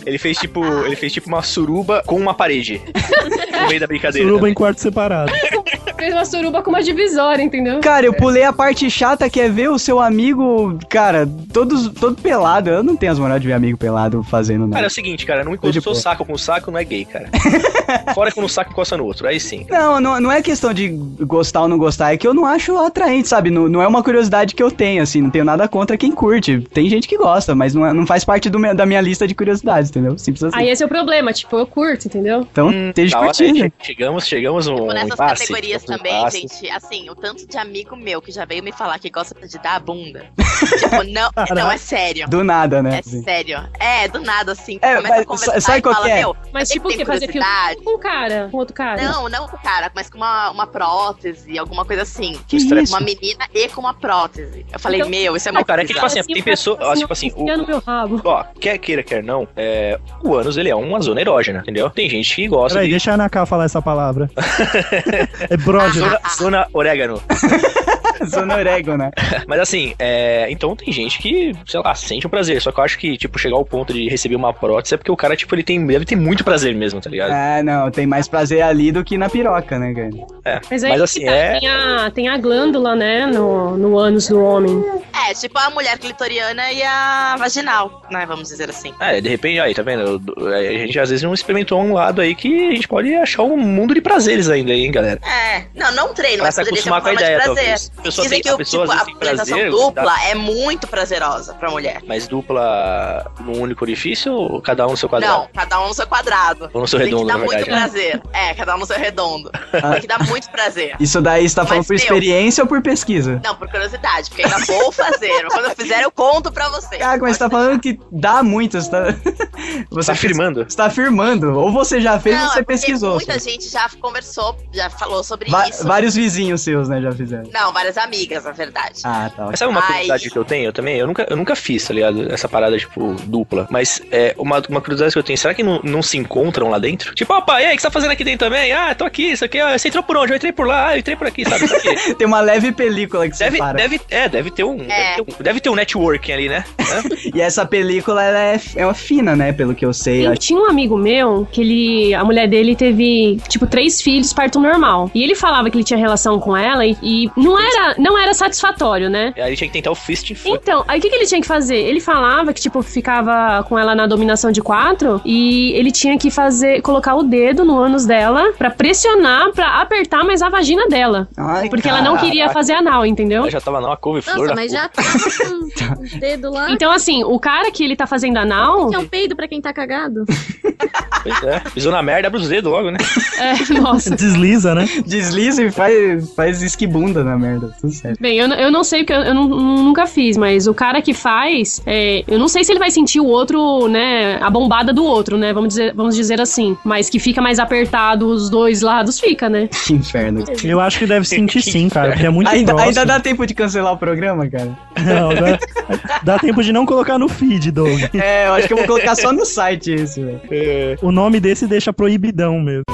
Speaker 4: Ele fez tipo. Ele fez tipo uma suruba com uma parede. no meio da brincadeira.
Speaker 2: Suruba em quarto separado.
Speaker 5: fez uma suruba com uma divisória, entendeu?
Speaker 1: Cara, eu pulei a parte chata que é ver o seu amigo, cara, todos, todo pelado. Eu não tenho as moral de ver amigo pelado fazendo
Speaker 4: Cara, é
Speaker 1: nada.
Speaker 4: o seguinte, cara, não
Speaker 1: Tô de
Speaker 4: encostou
Speaker 1: boa. [LAUGHS]
Speaker 4: saco com saco, não é gay, cara. Fora que um saco encosta no outro, aí sim.
Speaker 1: Não, não, não é questão de gostar ou não gostar, é que eu não acho atraente, sabe? Não, não é uma curiosidade que eu tenho, assim, não tenho nada contra quem curte. Tem gente que gosta, mas não, é- não faz parte do meu- da minha lista de curiosidades, entendeu? Simples assim.
Speaker 5: Aí esse é o problema, tipo, eu curto, entendeu?
Speaker 1: Então,
Speaker 6: hum,
Speaker 1: esteja
Speaker 4: Tá, ó,
Speaker 1: curtindo.
Speaker 4: che- chegamos, chegamos um
Speaker 6: Tipo, nessas
Speaker 4: impasse,
Speaker 6: categorias
Speaker 4: chegamos um
Speaker 6: também,
Speaker 4: impasse.
Speaker 6: gente, assim, o tanto de amigo meu que já veio me falar que gosta de dar a bunda. tipo, não, não é sério.
Speaker 1: Do nada, né? [LAUGHS]
Speaker 6: É sério. É, do nada, assim,
Speaker 1: É,
Speaker 6: começa
Speaker 1: mas
Speaker 6: a conversar
Speaker 1: sabe
Speaker 6: e
Speaker 1: qual
Speaker 6: fala,
Speaker 1: que é?
Speaker 6: meu,
Speaker 5: Mas
Speaker 6: ele
Speaker 5: tipo, o
Speaker 6: tem
Speaker 5: que? Fazer filme
Speaker 6: curiosidade.
Speaker 5: com um cara, com outro cara.
Speaker 6: Não, não com o cara, mas com uma, uma prótese, alguma coisa assim.
Speaker 1: Que
Speaker 6: Uma
Speaker 1: isso?
Speaker 6: menina e com uma prótese. Eu falei,
Speaker 5: Então-
Speaker 6: meu, isso é
Speaker 4: Não,
Speaker 6: muito
Speaker 4: cara, é que tipo
Speaker 6: bizarro.
Speaker 4: assim, tem pessoa, ó, tipo assim, o,
Speaker 5: enfia no meu rabo.
Speaker 4: ó, quer queira, quer não, é, o ânus ele é uma zona erógena, entendeu? Tem gente que gosta
Speaker 2: Peraí,
Speaker 4: de
Speaker 2: deixa a Naká falar
Speaker 1: [LAUGHS]
Speaker 2: essa palavra. é brógeno.
Speaker 4: zona, zona orégano. [LAUGHS]
Speaker 1: Zona orégona.
Speaker 4: Mas assim, é, então tem gente que, sei lá, sente um prazer, só que eu acho que, tipo, chegar ao ponto de receber uma prótese é porque o cara, tipo, ele tem, deve ter muito prazer mesmo, tá ligado?
Speaker 1: Ah, não, tem mais prazer ali do que na piroca, né, cara?
Speaker 5: Mas, aí
Speaker 4: Mas,
Speaker 5: que
Speaker 4: assim,
Speaker 5: tá,
Speaker 4: é-
Speaker 5: tem, a, tem a glândula, né, no, no ânus do homem.
Speaker 6: É, tipo a mulher clitoriana e a vaginal, né? Vamos dizer assim.
Speaker 4: É, de repente, aí, tá vendo? A gente às vezes não experimentou um lado aí que a gente pode achar um mundo de prazeres ainda, hein, galera?
Speaker 6: É. Não, não treino,
Speaker 4: Pra
Speaker 6: mas
Speaker 4: se
Speaker 6: poderia ser
Speaker 4: acostumar
Speaker 6: uma
Speaker 4: com a
Speaker 6: forma de
Speaker 4: ideia,
Speaker 6: prazer.
Speaker 4: talvez. A pessoa
Speaker 6: Dizem
Speaker 4: tem,
Speaker 6: que
Speaker 4: a
Speaker 6: o,
Speaker 4: pessoa
Speaker 6: tipo,
Speaker 4: às
Speaker 6: a
Speaker 4: vezes tem
Speaker 6: penetração
Speaker 4: prazer,
Speaker 6: dupla é muito prazerosa pra mulher.
Speaker 4: mas dupla num único orifício ou cada um no seu quadrado?
Speaker 6: Não, cada um no seu quadrado.
Speaker 4: Ou no seu
Speaker 6: Tem que
Speaker 4: redondo,
Speaker 6: dar
Speaker 4: na
Speaker 6: muito
Speaker 4: verdade. né?
Speaker 6: prazer. É, cada um no seu redondo.
Speaker 1: Ah.
Speaker 6: Tem que dar muito prazer.
Speaker 1: Isso daí você tá
Speaker 6: Mas,
Speaker 1: falando por
Speaker 6: meu-
Speaker 1: experiência ou por pesquisa?
Speaker 6: Não, por curiosidade, porque ainda vou fazer. mas quando eu fizer, eu conto pra vocês.
Speaker 1: Caraca, mas você tá falando que dá muito, você tá. [LAUGHS]
Speaker 4: Você
Speaker 1: Você
Speaker 4: tá afirmando?
Speaker 1: Você tá afirmando. Ou você já fez ou
Speaker 6: Não,
Speaker 1: você
Speaker 6: é porque
Speaker 1: pesquisou.
Speaker 6: Muita gente já conversou, já falou sobre
Speaker 1: Va-
Speaker 6: isso.
Speaker 1: Vários vizinhos seus, né, já fizeram.
Speaker 6: Não, várias amigas, na verdade.
Speaker 1: Ah, tá.
Speaker 4: Mas sabe uma
Speaker 6: Ai.
Speaker 4: curiosidade que eu tenho também? Eu nunca, eu nunca fiz, tá ligado? Essa parada, tipo, dupla. Mas é uma, uma curiosidade que eu tenho, será que não, não se encontram lá dentro? Tipo, opa, e aí, o que você tá fazendo aqui dentro também? Ah, tô aqui, isso aqui, ah, você entrou por onde? Eu entrei por lá, ah, eu entrei por aqui, sabe? Isso aqui.
Speaker 1: Tem uma leve película que
Speaker 4: Deve,
Speaker 1: separa.
Speaker 4: deve, é, deve ter um, Deve,
Speaker 6: É.
Speaker 4: ter um deve ter um networking ali, né?
Speaker 1: E essa película, ela é, é uma fina, né, pelo que eu sei.
Speaker 5: Tem-
Speaker 1: acho.
Speaker 5: Tinha um amigo meu que ele. A mulher dele teve, tipo, três filhos, parto normal. E ele falava que ele tinha relação com ela e, e não, era, não era satisfatório, né?
Speaker 4: E aí tinha que tentar o fist and foot.
Speaker 5: Então, aí o que, que ele tinha que fazer? Ele falava que, tipo, ficava com ela na dominação de quatro e ele tinha que fazer, colocar o dedo no ânus dela pra pressionar, pra apertar mais a vagina dela.
Speaker 1: Ai,
Speaker 5: Porque ela não
Speaker 1: caraca.
Speaker 5: queria fazer anal, entendeu?
Speaker 4: Eu já tava lá, uma couve-flor na
Speaker 12: Nossa, mas
Speaker 4: cu.
Speaker 12: já tá com o dedo lá.
Speaker 5: Então, assim, o cara que ele tá fazendo anal.
Speaker 4: Então.
Speaker 12: Que é um peido pra quem
Speaker 4: [LAUGHS]
Speaker 12: tá cagado.
Speaker 4: Pois é. Pisou na merda, abre os dedos logo, né?
Speaker 5: É, [LAUGHS] nossa.
Speaker 1: Ah,
Speaker 2: [LAUGHS] Desliza, né?
Speaker 1: Desliza e faz, faz esquibunda na merda. Tudo certo.
Speaker 5: Bem, eu, n- eu não sei, porque eu, eu nu- nunca fiz, mas o cara que faz, é, eu não sei se ele vai sentir o outro, né, a bombada do outro, né, vamos dizer, vamos dizer assim. Mas que fica mais apertado os dois lados, fica, né?
Speaker 1: Que [LAUGHS] inferno.
Speaker 2: Eu acho que deve sentir sim, cara, porque é muito
Speaker 1: Ainda,
Speaker 2: próximo.
Speaker 1: ainda dá tempo de cancelar o programa, cara?
Speaker 2: [LAUGHS] Não, dá, dá tempo de não colocar no feed, Doug.
Speaker 1: É, eu acho que eu vou colocar só no site esse, velho.
Speaker 2: O nome desse deixa proibidão mesmo.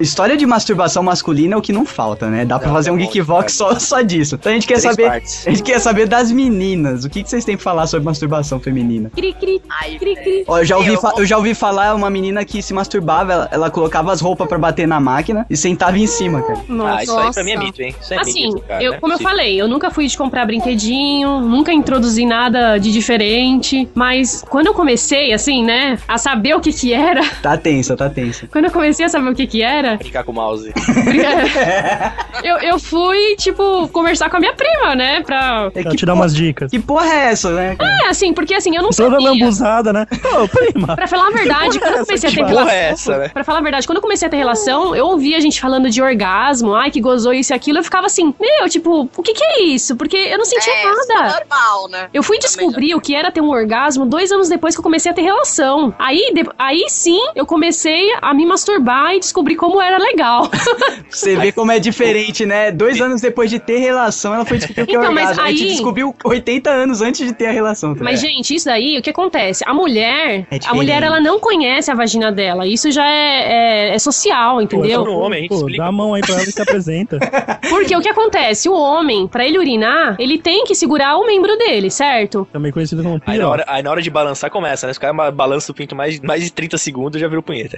Speaker 1: História de masturbação masculina é o que não falta, né? Dá pra fazer um
Speaker 4: bom,
Speaker 1: Geekvox só, só disso. Então a gente quer
Speaker 4: Três
Speaker 1: saber.
Speaker 4: partes.
Speaker 1: A gente quer saber das meninas. O que, que vocês têm pra falar sobre masturbação feminina?
Speaker 5: Cri, cri,
Speaker 6: Ai,
Speaker 5: cri, cri.
Speaker 1: Ó, eu já ouvi,
Speaker 6: Eu
Speaker 1: fa-
Speaker 6: vou-
Speaker 1: eu já ouvi falar uma menina que se masturbava, ela, ela colocava as roupas pra bater na máquina e sentava em cima, cara.
Speaker 5: Nossa.
Speaker 4: Ah, isso aí pra mim é mito, hein? Isso é
Speaker 5: Assim,
Speaker 4: mito, cara.
Speaker 5: eu,
Speaker 4: Não é
Speaker 5: como eu
Speaker 4: possível.
Speaker 5: falei, eu nunca fui de comprar brinquedinho, nunca introduzi nada de diferente, mas quando eu comecei, assim, né, a saber o que que era, [LAUGHS]
Speaker 1: Tá tensa, tá tensa.
Speaker 5: quando eu comecei a saber o que que era,
Speaker 4: Brincar com o mouse.
Speaker 5: [LAUGHS] eu, eu fui, tipo, conversar com a minha prima, né, pra...
Speaker 1: É,
Speaker 2: Pra
Speaker 1: que,
Speaker 2: te dar
Speaker 1: por-
Speaker 2: umas dicas.
Speaker 1: que porra é essa, né? cara?
Speaker 5: É, assim, porque assim, eu não
Speaker 2: Toda
Speaker 5: sabia.
Speaker 2: lambuzada, né? Ô, prima!
Speaker 5: Pra falar a verdade, quando eu comecei a ter
Speaker 2: Que
Speaker 4: Porra,
Speaker 5: relação.
Speaker 4: é essa, né?
Speaker 5: Pra falar a verdade, quando eu comecei a ter relação, eu ouvia a gente falando de orgasmo, ai, que gozou isso e aquilo, eu ficava assim, meu, tipo, o que que é isso? Porque eu não sentia
Speaker 6: é, isso é
Speaker 1: Ah.
Speaker 5: nada.
Speaker 6: normal, né?
Speaker 5: Eu fui descobrir o que era ter um orgasmo dois anos depois que eu comecei a ter relação. Aí, de- aí sim, eu comecei a me masturbar e descobri como era legal.
Speaker 1: Você vê como é diferente, né? Dois anos depois de ter relação, ela foi descobrir o que é
Speaker 5: Então, mas
Speaker 1: orgasmo. A gente
Speaker 5: aí-
Speaker 1: descobriu 80 anos antes de ter a relação. Tá
Speaker 5: Mas,
Speaker 1: ligado?
Speaker 5: gente, isso daí, o que acontece? A mulher,
Speaker 1: É
Speaker 5: a
Speaker 1: diferente.
Speaker 5: mulher, ela não conhece a vagina dela. Isso já é, é- é social, entendeu?
Speaker 4: Pô, pro homem, a gente
Speaker 2: Pô,
Speaker 4: explica.
Speaker 2: dá a mão aí pra ela e se
Speaker 4: [LAUGHS]
Speaker 2: apresenta.
Speaker 5: Porque o que acontece? O homem, pra ele urinar, ele tem que segurar o membro dele, certo?
Speaker 2: Também conhecido como
Speaker 4: Aí na,
Speaker 2: piroca.
Speaker 4: hora, aí na hora de balançar começa, né? Se o cara balança o pinto mais, mais de 30 segundos, já virou punheta.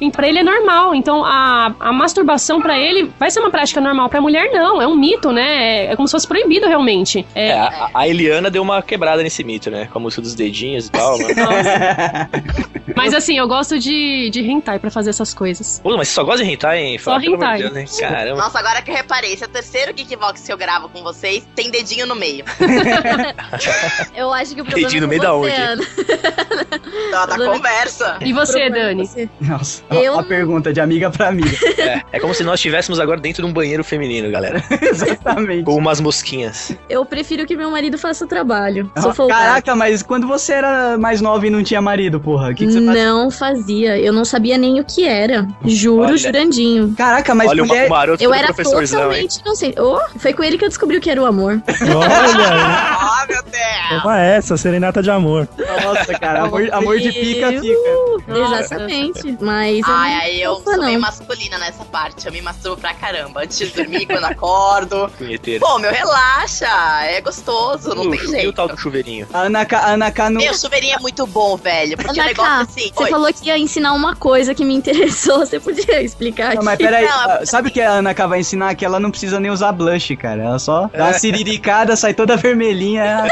Speaker 5: E pra ele é normal. Então a, a masturbação pra ele vai ser uma prática normal. Pra mulher, não. É um mito, né? É, é como se fosse proibido realmente. É,
Speaker 4: É, a, a Eliana deu uma quebrada nesse mito, né? Com a música dos dedinhos e tal.
Speaker 5: [LAUGHS]
Speaker 4: Mas...
Speaker 5: Mas assim, eu gosto de, de hentai pra fazer essas coisas.
Speaker 4: Pô, mas você só gosta de hentai, hein?
Speaker 5: Só
Speaker 4: pelo amor de
Speaker 5: hentai.
Speaker 4: Deus, hein? Caramba.
Speaker 6: Nossa, agora que eu reparei, esse é o terceiro Geekbox que eu gravo com vocês, tem dedinho no meio.
Speaker 12: Eu acho que o problema
Speaker 4: Entendi, no
Speaker 12: é
Speaker 4: meio
Speaker 12: com
Speaker 4: da
Speaker 12: você,
Speaker 4: onde?
Speaker 12: Ana.
Speaker 6: Da, [LAUGHS] da Então, tá conversa.
Speaker 5: E
Speaker 12: O
Speaker 5: você,
Speaker 12: problema é
Speaker 5: Dani?
Speaker 12: você.
Speaker 1: [LAUGHS] Nossa,
Speaker 12: Eu-
Speaker 1: a, a pergunta de amiga pra
Speaker 12: [LAUGHS]
Speaker 1: amiga.
Speaker 4: É, é como se nós estivéssemos agora dentro de um banheiro feminino, galera.
Speaker 1: Exatamente.
Speaker 4: Com umas mosquinhas.
Speaker 12: Eu prefiro que meu marido faça o trabalho. Se eu for o
Speaker 1: Ah,
Speaker 12: cara.
Speaker 1: Caraca, mas quando você era mais nova e não tinha marido, porra, o que, que você faz?
Speaker 12: Não fazia. Eu não sabia nem o que era. Juro,
Speaker 4: Olha.
Speaker 12: jurandinho.
Speaker 1: Caraca, mas
Speaker 4: Olha o ma-
Speaker 1: mulher...
Speaker 4: o maroto
Speaker 12: Eu
Speaker 4: do
Speaker 12: era
Speaker 4: professor Islão, hein?
Speaker 12: totalmente inocente. Oh, foi com ele que eu descobri o que era o amor.
Speaker 2: Olha,
Speaker 6: Ah, meu Deus!
Speaker 2: toma essa, serenata de amor.
Speaker 1: Nossa, cara, amor, amor de pica,
Speaker 12: Meu
Speaker 1: fica.
Speaker 5: Nossa.
Speaker 12: [LAUGHS] Exatamente. Mas. eu
Speaker 6: Ai,
Speaker 12: não
Speaker 6: aí eu
Speaker 12: sou
Speaker 6: sou
Speaker 12: fã,
Speaker 6: meio
Speaker 12: não.
Speaker 6: masculina nessa parte. Eu me masturbo pra caramba. Antes de dormir, quando acordo.
Speaker 4: Punheteiro.
Speaker 6: Pô, meu, relaxa. É gostoso, não
Speaker 4: Uh,
Speaker 6: tem
Speaker 4: E o
Speaker 6: jeito.
Speaker 4: tal do chuveirinho?
Speaker 1: A Ana, K- a Ana K não...
Speaker 6: Meu, chuveirinho é muito bom, velho. Porque o
Speaker 12: Ana
Speaker 6: negócio
Speaker 12: K,
Speaker 6: assim.
Speaker 12: Você
Speaker 6: Oi.
Speaker 12: falou que ia ensinar uma coisa que me [LAUGHS] interessou. Você podia explicar
Speaker 1: Não,
Speaker 12: aqui?
Speaker 1: mas peraí,
Speaker 6: Não, é-
Speaker 1: ah, sabe o que a Ana K vai ensinar? Que ela não precisa nem usar blush, cara. Ela só dá uma siriricada, sai toda vermelhinha.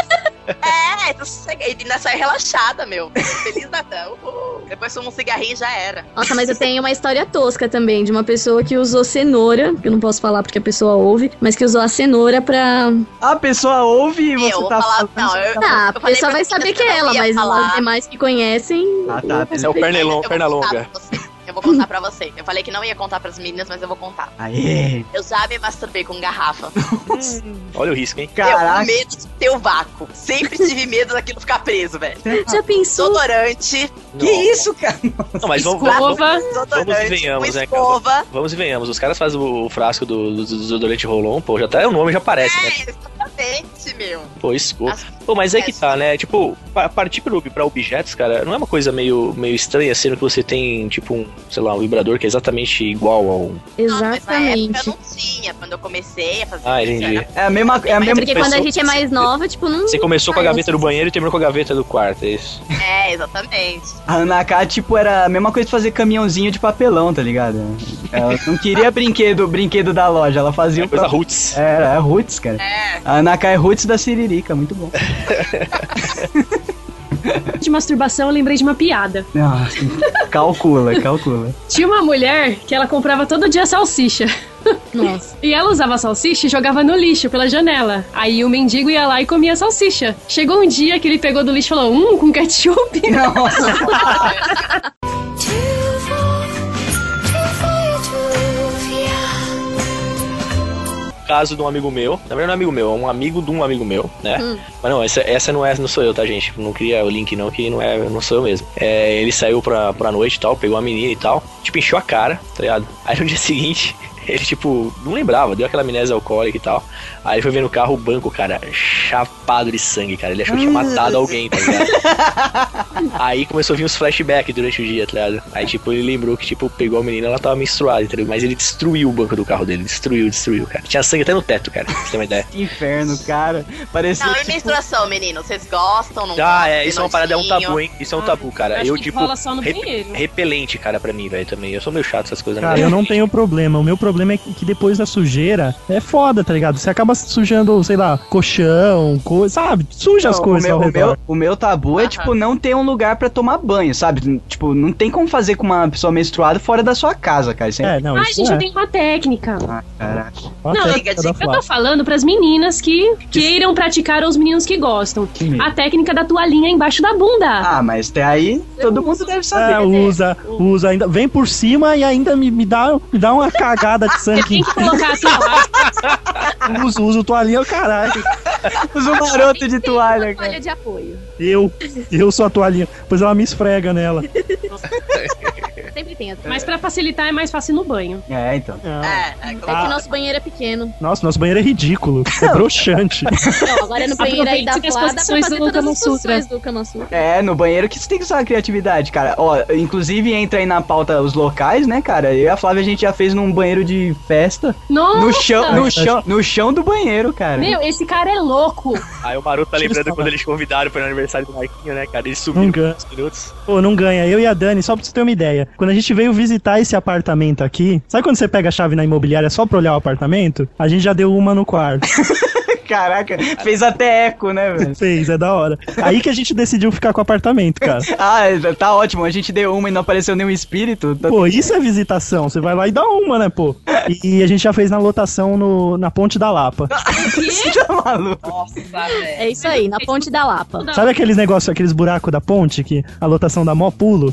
Speaker 6: É, tu sossega- e ainda sai relaxada, meu. Feliz
Speaker 4: [LAUGHS]
Speaker 6: Natal. Uhul. Depois fuma um cigarrinho e já era.
Speaker 12: Nossa, mas eu tenho uma história tosca também de uma pessoa que usou cenoura, que eu não posso falar porque a pessoa ouve, mas que usou a cenoura pra.
Speaker 1: A pessoa ouve e
Speaker 6: eu
Speaker 1: você
Speaker 6: vou
Speaker 1: tá
Speaker 6: falar. Não, eu,
Speaker 12: Ah, a
Speaker 6: eu falei pra
Speaker 12: pessoa vai
Speaker 6: vocês
Speaker 12: saber que
Speaker 6: eu
Speaker 12: é
Speaker 6: não
Speaker 12: ela,
Speaker 6: ia
Speaker 12: mas
Speaker 6: falar.
Speaker 12: os demais que conhecem.
Speaker 1: Ah, tá.
Speaker 4: Esse é o perna,
Speaker 6: Eu
Speaker 4: long,
Speaker 6: vou
Speaker 4: perna
Speaker 6: contar
Speaker 4: longa.
Speaker 6: pra vocês. Eu vou contar pra você. Eu falei que não ia contar pras meninas, mas eu vou contar.
Speaker 1: Aê!
Speaker 6: Eu já me masturbei com garrafa.
Speaker 4: Olha o risco, hein?
Speaker 6: Eu com
Speaker 1: Caraca!
Speaker 6: medo de ter o vácuo. Sempre tive medo daquilo ficar preso, velho.
Speaker 1: é
Speaker 12: Já pensou?
Speaker 6: Desodorante,
Speaker 1: Que isso, cara?
Speaker 4: Não, mas vamos, vamos,
Speaker 5: Escova.
Speaker 4: Vamos e
Speaker 6: desodorante,
Speaker 4: venhamos,
Speaker 6: com
Speaker 4: né, cara?
Speaker 6: escova.
Speaker 4: vamos e venhamos. Os caras fazem o frasco do, do, do desodorante Rolon, pô, já tá, o nome já aparece, né?
Speaker 6: É, exatamente, meu.
Speaker 4: Pô, escova.
Speaker 6: As-
Speaker 4: Pô, mas é que tá, né? Tipo, pa- partir pro, pra objetos, cara, não é uma coisa meio, meio estranha, sendo que você tem, tipo, um, sei lá, um vibrador que é exatamente igual a um.
Speaker 6: Não, mas na época eu
Speaker 12: Exatamente.
Speaker 6: não tinha. Quando eu comecei a fazer
Speaker 4: Ah,
Speaker 6: isso,
Speaker 4: entendi.
Speaker 6: era-
Speaker 1: É a mesma... É a
Speaker 12: É
Speaker 1: mesma...
Speaker 12: porque quando a gente é mais nova, tipo, não.
Speaker 4: Você começou com a
Speaker 12: Ah,
Speaker 4: gaveta
Speaker 12: eu
Speaker 4: do
Speaker 1: assim,
Speaker 4: banheiro e terminou com a gaveta do quarto, é isso.
Speaker 6: É, exatamente.
Speaker 1: A Ana K, tipo, era a mesma coisa de fazer caminhãozinho de papelão, tá ligado? Ela não queria brinquedo, brinquedo da loja, ela fazia...
Speaker 4: É
Speaker 1: o
Speaker 4: coisa
Speaker 1: próprio-
Speaker 4: roots.
Speaker 1: Era, é roots, cara.
Speaker 6: É.
Speaker 1: A Ana K é roots da siririca, muito bom.
Speaker 5: De masturbação, eu lembrei de uma piada.
Speaker 1: Ah, calcula, calcula.
Speaker 5: Tinha uma mulher que ela comprava todo dia salsicha.
Speaker 12: Nossa.
Speaker 5: [LAUGHS] E ela usava a salsicha e jogava no lixo pela janela. Aí o mendigo ia lá e comia a salsicha. Chegou um dia que ele pegou do lixo e falou: Hum, com ketchup?
Speaker 1: Nossa,
Speaker 4: caso de um amigo meu. Na verdade, não é amigo meu, é um amigo de um amigo meu, né?
Speaker 12: Hum.
Speaker 4: Mas não, essa, essa não é, não sou eu, tá, gente? Não queria o link, não, que não é, não sou eu mesmo. É, ele saiu pra, pra noite e tal, pegou uma menina e tal, tipo, encheu a cara, tá ligado? Aí no [LAUGHS] dia seguinte. Ele, tipo, não lembrava, deu aquela amnésia alcoólica e tal. Aí ele foi ver no carro o banco, cara, chapado de sangue, cara. Ele achou que tinha matado alguém, tá ligado? Aí começou a vir uns flashbacks durante o dia, tá ligado? Aí, tipo, ele lembrou que, tipo, pegou a menina, ela tava menstruada, entendeu? Mas ele destruiu o banco do carro dele, destruiu, destruiu, cara. Tinha sangue até no teto, cara, pra você ter uma ideia.
Speaker 1: que inferno, cara. Parecia.
Speaker 6: Não, e
Speaker 1: tipo,
Speaker 6: menstruação, menino? Vocês gostam? Não
Speaker 4: Ah,
Speaker 6: gostam?
Speaker 4: é, isso é uma parada, é um
Speaker 6: Nojinho?
Speaker 4: tabu, hein? Isso é um tabu, cara.
Speaker 5: Ah, acho
Speaker 4: Eu,
Speaker 5: que
Speaker 4: tipo,
Speaker 5: rola só no
Speaker 4: rep-
Speaker 5: banheiro.
Speaker 4: repelente, cara, pra mim, velho, também. Eu sou meio chato essas coisas, né?
Speaker 2: Cara, eu não tenho problema. O meu problema é que depois da sujeira é foda, tá ligado? Você acaba sujando, sei lá, colchão, coisa, sabe? Suja as
Speaker 1: não,
Speaker 2: coisas
Speaker 1: o
Speaker 2: ao
Speaker 1: meu, o,
Speaker 2: redor.
Speaker 1: meu, o meu tabu é,
Speaker 6: Aham.
Speaker 1: tipo, não ter um lugar pra tomar banho, sabe? Tipo, não tem como fazer com uma pessoa menstruada fora da sua casa, cara. Isso é-
Speaker 2: É, não,
Speaker 5: Ai,
Speaker 2: isso
Speaker 5: gente,
Speaker 2: não
Speaker 5: eu
Speaker 2: é.
Speaker 5: tenho uma técnica.
Speaker 1: Ah, caraca.
Speaker 2: Uma
Speaker 5: Não,
Speaker 2: técnica
Speaker 6: diga,
Speaker 2: da
Speaker 5: Eu tô
Speaker 2: Flávia.
Speaker 5: falando pras meninas que queiram praticar ou os meninos que gostam.
Speaker 1: Que medo.
Speaker 5: A técnica da toalhinha embaixo da bunda.
Speaker 1: Ah, mas até aí todo mundo deve
Speaker 2: É,
Speaker 1: saber.
Speaker 2: usa, usa ainda. Vem por cima e ainda me, me, dá, me dá uma cagada de sangue.
Speaker 5: Você [LAUGHS] tem que colocar assim, a toalha.
Speaker 2: que uso, uso toalhinha, caralho.
Speaker 1: Usa um maroto de toalha, cara.
Speaker 12: Olha de apoio.
Speaker 2: Eu, eu sou a toalhinha. Pois ela me esfrega nela.
Speaker 12: sempre tem.
Speaker 4: Ah.
Speaker 5: [LAUGHS]
Speaker 12: até.
Speaker 5: Mas pra facilitar é mais fácil ir no banho.
Speaker 1: É, então.
Speaker 6: É, é, como-
Speaker 12: É que o nosso banheiro é pequeno.
Speaker 2: Nossa, nosso banheiro é ridículo. É broxante.
Speaker 12: Não, agora é no banheiro aí da
Speaker 5: Aproveite que as
Speaker 12: Flá, dá pra
Speaker 5: posições
Speaker 12: fazer
Speaker 5: do
Speaker 12: todas
Speaker 5: Kama
Speaker 12: as posições
Speaker 5: Sutra.
Speaker 12: do Kama Sutra.
Speaker 1: É, no banheiro que você tem que usar a criatividade, cara. Ó, inclusive entra aí na pauta os locais, né, cara? Eu e a Flávia a gente já fez num banheiro de festa.
Speaker 5: Nossa!
Speaker 1: No chão, no chão, no chão do banheiro, cara.
Speaker 5: Meu, esse cara é louco.
Speaker 4: Aí o Maroto tá
Speaker 2: Deixa eu
Speaker 4: lembrando
Speaker 2: falar.
Speaker 4: quando eles convidaram para o aniversário do Marquinho, né, cara? Eles subiram
Speaker 2: Nunca.
Speaker 4: uns minutos.
Speaker 2: Pô, não ganha. Eu e a Dani, só pra você ter uma ideia. Quando a gente veio visitar esse apartamento aqui, sabe quando você pega a chave na imobiliária só pra olhar o apartamento? A gente já deu uma no quarto.
Speaker 1: [LAUGHS] Caraca, fez até eco, né, velho?
Speaker 2: Fez, é da hora. Aí que a gente decidiu ficar com o apartamento, cara.
Speaker 1: Ah, tá ótimo. A gente deu uma e não apareceu nenhum espírito. Tá-
Speaker 2: Pô, isso é visitação. Você vai lá e dá uma, né, pô? E a gente já fez na lotação no, na Ponte da Lapa.
Speaker 1: Você tá [LAUGHS] maluco?
Speaker 6: Nossa, velho.
Speaker 12: É isso aí, na Ponte da Lapa.
Speaker 2: Sabe aqueles negócios, aqueles buracos da ponte que a lotação dá mó pulo?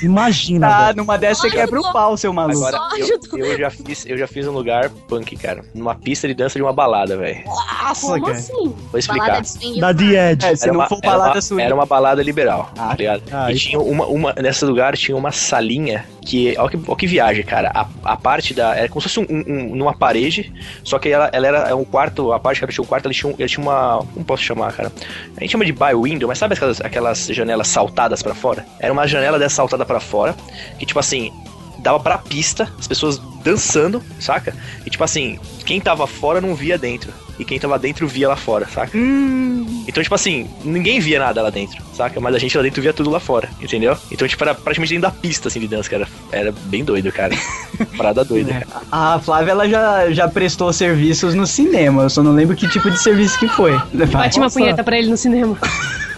Speaker 2: Imagina,
Speaker 1: Tá,
Speaker 2: velho.
Speaker 1: numa dessa você
Speaker 12: Olha,
Speaker 1: quebra o
Speaker 12: louco.
Speaker 1: pau,
Speaker 2: Tá
Speaker 1: seu maluco.
Speaker 4: Agora,
Speaker 12: Só
Speaker 4: eu,
Speaker 12: ajudou.
Speaker 4: eu já fiz, eu já fiz um lugar punk, cara. Numa pista de dança de uma balada, velho.
Speaker 1: Nossa,
Speaker 5: Como
Speaker 1: cara.
Speaker 5: assim?
Speaker 4: Vou
Speaker 12: Balada
Speaker 4: explicar.
Speaker 12: de swing.
Speaker 2: Da The Edge.
Speaker 1: É, se
Speaker 4: Era
Speaker 1: não
Speaker 4: uma,
Speaker 1: for
Speaker 4: era
Speaker 1: balada
Speaker 4: uma-
Speaker 1: swing.
Speaker 4: era uma balada liberal,
Speaker 1: Ah,
Speaker 4: tá ligado?
Speaker 2: ah, então.
Speaker 4: e tinha uma, uma. Nesse lugar tinha uma salinha que. Olha que, ó que viagem, cara. A, a parte da. Era como se fosse um, um- um- numa parede, só que ela, ela era um quarto. A parte que ela tinha um quarto, ela tinha, um- ela tinha uma. Como posso chamar, cara? A gente chama de by window, mas sabe aquelas, aquelas janelas saltadas pra fora? Era uma janela dessa saltada pra fora, que tipo assim. Dava pra pista, as pessoas dançando, saca? E tipo assim, quem tava fora não via dentro. E quem tava dentro via lá fora, saca? Então, tipo assim, ninguém via nada lá dentro, saca? Mas a gente lá dentro via tudo lá fora, entendeu? Então, tipo, era praticamente dentro da pista, assim, de dança, cara. Era bem doido, cara. Parada doida,
Speaker 1: É.
Speaker 4: cara.
Speaker 1: Ah, A Flávia, ela já, já prestou serviços no cinema. Eu só não lembro que tipo de serviço que foi.
Speaker 5: Bati uma
Speaker 2: Nossa.
Speaker 5: punheta pra ele no cinema.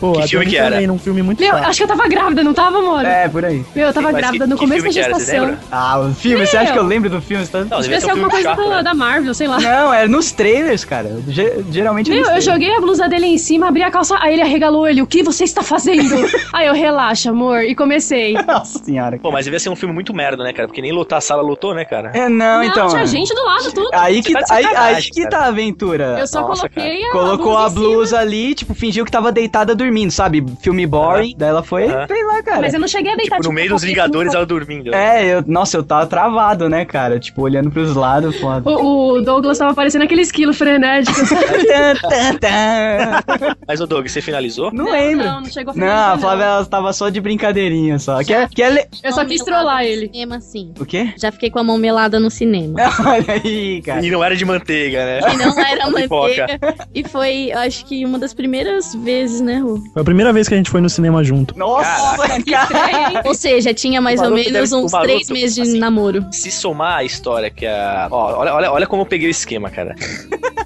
Speaker 2: Pô,
Speaker 4: Que
Speaker 2: a
Speaker 4: filme
Speaker 2: Dani
Speaker 4: que era?
Speaker 2: também, num filme muito
Speaker 5: Meu,
Speaker 2: fraco.
Speaker 5: acho que eu tava grávida, não tava, amor?
Speaker 1: É, por aí.
Speaker 5: Meu, eu tava
Speaker 4: Mas
Speaker 5: grávida
Speaker 4: que-
Speaker 5: no
Speaker 4: que
Speaker 5: começo tipo assim, da
Speaker 4: filme que era, você
Speaker 5: gestação.
Speaker 4: lembra?
Speaker 1: Ah, o filme, você acha que eu lembro do filme? Você tá-
Speaker 4: Não, devia ser
Speaker 5: Deve ser
Speaker 4: um
Speaker 5: alguma
Speaker 4: filme
Speaker 5: coisa
Speaker 4: chato,
Speaker 5: da,
Speaker 4: né?
Speaker 5: da Marvel, sei lá.
Speaker 1: Não, era nos trailers, cara. Ge- geralmente é
Speaker 5: Meu,
Speaker 1: nos
Speaker 5: eu
Speaker 1: trailers.
Speaker 5: joguei a blusa dele em cima, abri a calça, aí ele arregalou ele. O que você
Speaker 4: [LAUGHS]
Speaker 5: está fazendo? aí eu, relaxa, amor, e comecei.
Speaker 1: Nossa senhora.
Speaker 4: Pô, mas devia ser um filme muito merda, né, cara? Porque nem lotar a sala lotou, né, cara?
Speaker 1: É, não, então.
Speaker 5: tinha
Speaker 1: é.
Speaker 5: gente do lado, tudo.
Speaker 1: Aí que,
Speaker 4: Você tá de
Speaker 1: aí,
Speaker 4: sacanagem,
Speaker 1: aí que
Speaker 4: cara.
Speaker 1: tá a aventura.
Speaker 5: Eu só
Speaker 4: Nossa,
Speaker 5: coloquei a
Speaker 1: Colocou a
Speaker 5: em cima.
Speaker 1: blusa ali, tipo, fingiu que tava deitada dormindo, sabe? Filme boring. Daí ela foi,
Speaker 4: Aham.
Speaker 1: sei lá, cara.
Speaker 5: Mas eu não cheguei a deitar
Speaker 4: Tipo, no meio dos
Speaker 5: coloquei tudo
Speaker 4: Vingadores, ela dormindo. né?
Speaker 1: É, eu, nossa, eu tava travado, né, cara? Tipo, olhando pros lados, foda.
Speaker 5: O, o Douglas tava parecendo aquele esquilo
Speaker 4: [LAUGHS]
Speaker 5: frenético.
Speaker 1: Tan, tan, tan.
Speaker 4: Mas, ô Doug, você finalizou?
Speaker 1: não lembro.
Speaker 5: Não, não chegou a
Speaker 1: Não,
Speaker 5: finalizar,
Speaker 1: a Flávia ela tava só de brincadeirinha só. Que é, que é le-
Speaker 5: Eu só quis trollar ele.
Speaker 12: Cinema, sim.
Speaker 1: O quê? [LAUGHS]
Speaker 12: Já fiquei com a mão melada no cinema.
Speaker 1: Olha aí, cara.
Speaker 4: E não era de manteiga, né?
Speaker 12: E
Speaker 4: [LAUGHS]
Speaker 12: não era
Speaker 4: Pipoca.
Speaker 12: manteiga. E foi, acho que, uma das primeiras vezes, né, Ru?
Speaker 2: Foi a primeira vez que a gente foi no cinema junto.
Speaker 1: Nossa, [LAUGHS] cara.
Speaker 12: Ou seja, tinha mais
Speaker 4: O
Speaker 12: ou
Speaker 4: maroto
Speaker 12: menos
Speaker 4: deve- o
Speaker 12: uns
Speaker 4: maroto,
Speaker 12: três meses de
Speaker 4: assim,
Speaker 12: namoro.
Speaker 4: Se somar a história que a. Ó, olha, olha, olha como eu peguei o esquema, cara.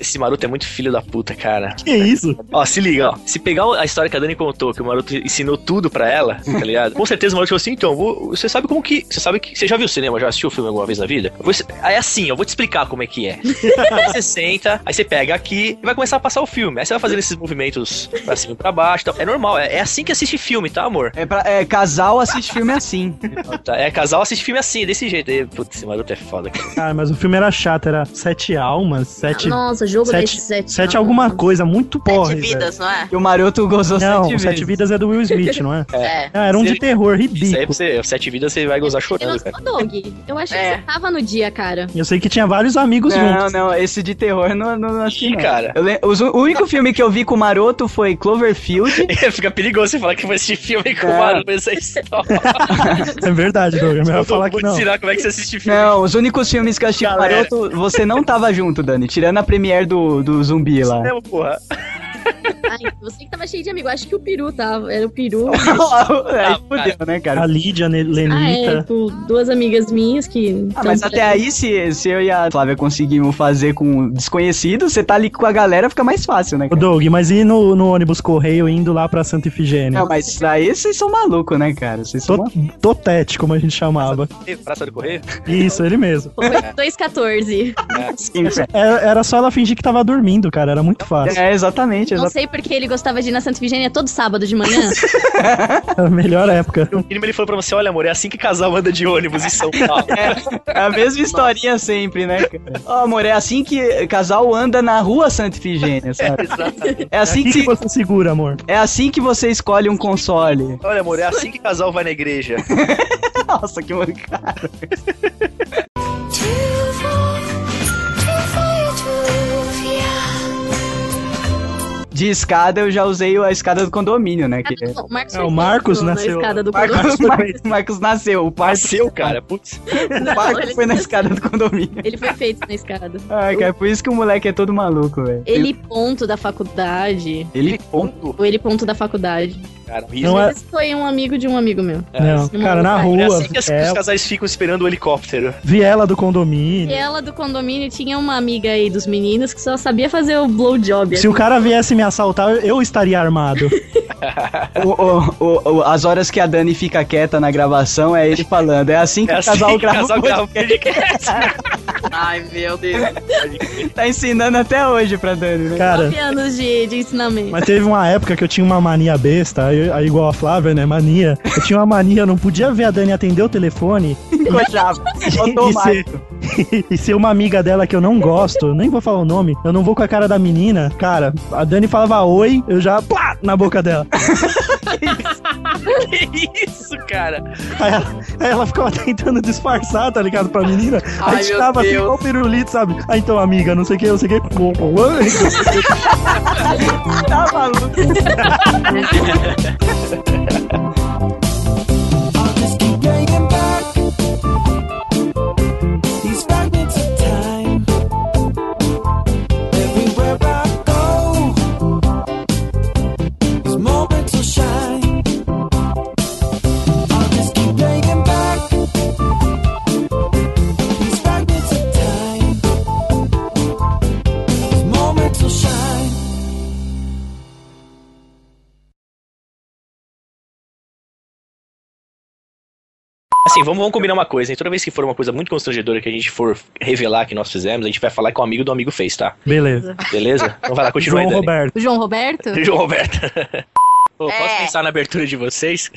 Speaker 4: Esse maroto é muito filho da puta, cara.
Speaker 2: Que isso?
Speaker 4: Ó, se liga, ó. Se pegar a história que a Dani contou, que o Maroto ensinou tudo pra ela, tá ligado? Com certeza o Maroto falou assim, então, vou- você sabe como que... Você sabe que... Você já viu cinema? Já assistiu o filme alguma vez na vida? Eu vou es- aí assim, eu vou te explicar como é que é. aí você senta, aí você pega aqui e vai começar a passar o filme. Aí você vai fazendo esses movimentos pra cima e pra baixo e tal. É normal, é, é assim que assiste filme, tá, amor?
Speaker 1: É, pra, é, casal assiste filme assim.
Speaker 4: Tá, É casal assiste filme assim, desse jeito. Aí, Putz, esse Maroto é foda, cara.
Speaker 2: Cara, mas o filme era chato. Era sete almas, sete...
Speaker 12: Nossa, jogo
Speaker 2: sete,
Speaker 12: desses sete.
Speaker 2: sete
Speaker 12: não.
Speaker 2: alguma coisa, muito porra.
Speaker 6: Sete vidas, não é?
Speaker 1: E o Maroto gozou
Speaker 2: Não,
Speaker 1: sete
Speaker 2: o
Speaker 1: vezes.
Speaker 2: Sete Vidas é do Will Smith, não é?
Speaker 6: É.
Speaker 2: Não, era um de terror,
Speaker 4: Isso aí, é pra
Speaker 2: ridículo.
Speaker 4: você, sete vidas, você vai gozar chorando,
Speaker 12: Mas,
Speaker 4: cara.
Speaker 12: ô, Doug, eu achei
Speaker 6: É.
Speaker 12: que você tava no dia, cara.
Speaker 2: Eu sei que tinha vários amigos
Speaker 1: Não,
Speaker 2: juntos.
Speaker 1: não, esse de terror não, não, não assisti,
Speaker 4: Ih,
Speaker 1: não.
Speaker 4: cara. [LAUGHS]
Speaker 1: Eu le- os- o único filme que eu vi com o Maroto foi Cloverfield.
Speaker 4: Fica perigoso você falar que vai assistir filme com
Speaker 1: É.
Speaker 4: o Maroto nessa história.
Speaker 2: É verdade, Doug. É melhor falar
Speaker 4: vou
Speaker 2: que
Speaker 4: te
Speaker 2: não.
Speaker 4: ensinar como é que você assiste filme.
Speaker 1: Não, os únicos filmes que eu assisti com o
Speaker 4: Galera.
Speaker 1: Maroto, você não tava junto, Dani. Tirando a premiere do, do zumbi lá.
Speaker 4: Não, É porra.
Speaker 12: Ai, você que tava cheio de amigo. Acho que o Peru tava. Era o Peru.
Speaker 1: [LAUGHS] aí
Speaker 4: Ah,
Speaker 1: fudeu, né,
Speaker 2: A
Speaker 1: cara?
Speaker 2: Lídia, ne-
Speaker 12: Ah, é,
Speaker 2: Lenita.
Speaker 12: tu- duas amigas minhas que.
Speaker 1: Ah, mas
Speaker 12: tão-
Speaker 1: até aí, se, se eu e a Flávia conseguimos fazer com desconhecido, você tá ali com a galera, fica mais fácil, né,
Speaker 12: é.
Speaker 2: Ô,
Speaker 1: cara?
Speaker 2: Doug, mas e no, no ônibus correio indo lá pra Santa Ifigênia?
Speaker 1: Não, mas aí vocês são malucos, né, cara? Vocês são
Speaker 2: Tô-
Speaker 1: malucos.
Speaker 2: Totete, como a gente chamava.
Speaker 4: Praça do Correio?
Speaker 2: Isso, ele mesmo. É,
Speaker 12: Foi 2,14.
Speaker 1: Sim, cara. assim,
Speaker 2: Era, era só ela fingir que tava dormindo, cara. Era muito fácil.
Speaker 1: É, exatamente,
Speaker 12: Não sei porque ele gostava de ir na Santa Ifigênia todo sábado de manhã.
Speaker 2: A melhor época.
Speaker 4: No mínimo ele falou pra você, olha amor, é assim que casal anda de ônibus em São Paulo.
Speaker 1: É a mesma historinha sempre, né, cara? Ó, amor, é assim que casal anda na rua Santa Ifigênia, sabe? É assim
Speaker 2: O
Speaker 1: que,
Speaker 2: que
Speaker 1: se-
Speaker 2: você segura, amor?
Speaker 1: é assim que você escolhe um console. [LAUGHS]
Speaker 4: Olha amor, é assim que casal vai na igreja.
Speaker 1: Nossa, que mancada. De escada, eu já usei a escada do condomínio, né? Que...
Speaker 12: O Marcos,
Speaker 2: É, o Marcos
Speaker 12: na
Speaker 2: nasceu-
Speaker 12: escada do
Speaker 1: [LAUGHS] Marcos,
Speaker 12: condomínio.
Speaker 1: Marcos, Marcos nasceu.
Speaker 4: [LAUGHS]
Speaker 1: O parto,
Speaker 4: Nasceu, cara. Putz. é
Speaker 1: o parto
Speaker 12: ele-
Speaker 1: foi na escada do condomínio. [LAUGHS]
Speaker 12: Ele foi feito na escada.
Speaker 1: Ai, cara, por isso que o moleque é todo maluco, velho.
Speaker 12: Ele ponto da faculdade.
Speaker 1: Ele ponto.
Speaker 12: O ele ponto da faculdade.
Speaker 4: um Cara, isso
Speaker 2: Não é.
Speaker 12: Esse foi um amigo de um amigo meu.
Speaker 2: Não,
Speaker 12: Não,
Speaker 2: cara, na
Speaker 12: cara.
Speaker 4: é
Speaker 2: rua,
Speaker 4: assim que as- os
Speaker 2: Viela,
Speaker 4: casais ficam esperando o helicóptero.
Speaker 2: Viela do
Speaker 12: E
Speaker 2: condomínio.
Speaker 12: ela do condomínio tinha uma amiga aí dos meninos que só sabia fazer o
Speaker 4: É.
Speaker 12: blowjob.
Speaker 2: Se o cara viesse me assaltar, eu- eu estaria
Speaker 4: [LAUGHS]
Speaker 2: armado.
Speaker 1: O- o- o- o- as horas que a Dani fica quieta na gravação é ele falando. É assim que
Speaker 4: É
Speaker 1: o
Speaker 4: assim
Speaker 1: casal
Speaker 4: que o
Speaker 1: grava.
Speaker 2: um
Speaker 4: casal
Speaker 1: o podcast.
Speaker 4: grava o [LAUGHS] podcast.
Speaker 6: Ai, meu Deus. [LAUGHS]
Speaker 1: Tá ensinando até hoje pra Dani, né?
Speaker 2: Cara,
Speaker 12: 9 anos de, de ensinamento.
Speaker 2: Mas teve uma época que eu tinha uma mania besta, aí, aí igual a Flávia, né? Mania. Eu tinha uma mania, eu não podia ver a Dani atender o telefone
Speaker 4: [LAUGHS]
Speaker 1: Coxava. Automático.
Speaker 2: [LAUGHS] e ser uma amiga dela que eu não gosto, eu nem vou falar o nome, eu não vou com a cara da menina. Cara, a Dani falava oi, eu já plá, na boca dela.
Speaker 4: que É isso, cara?
Speaker 2: Aí ela, aí ela ficava tentando disfarçar, tá ligado? Pra menina. Aí
Speaker 6: Ai, meu
Speaker 2: tirava assim,
Speaker 6: Deus.
Speaker 2: igual pirulito, sabe? Ah, então, amiga, não sei o que, não sei o que.
Speaker 1: Tá maluco.
Speaker 4: Assim, vamos, vamos combinar uma coisa, hein? Toda vez que for uma coisa muito constrangedora que a gente for revelar que nós fizemos, a gente vai falar que um amigo do amigo fez, tá?
Speaker 2: Beleza.
Speaker 4: Beleza? Então vai lá, continua aí,
Speaker 2: João
Speaker 4: Dani.
Speaker 2: Roberto.
Speaker 12: O João Roberto?
Speaker 4: João Roberto. [LAUGHS] Pô, posso
Speaker 6: É.
Speaker 4: pensar na abertura de vocês?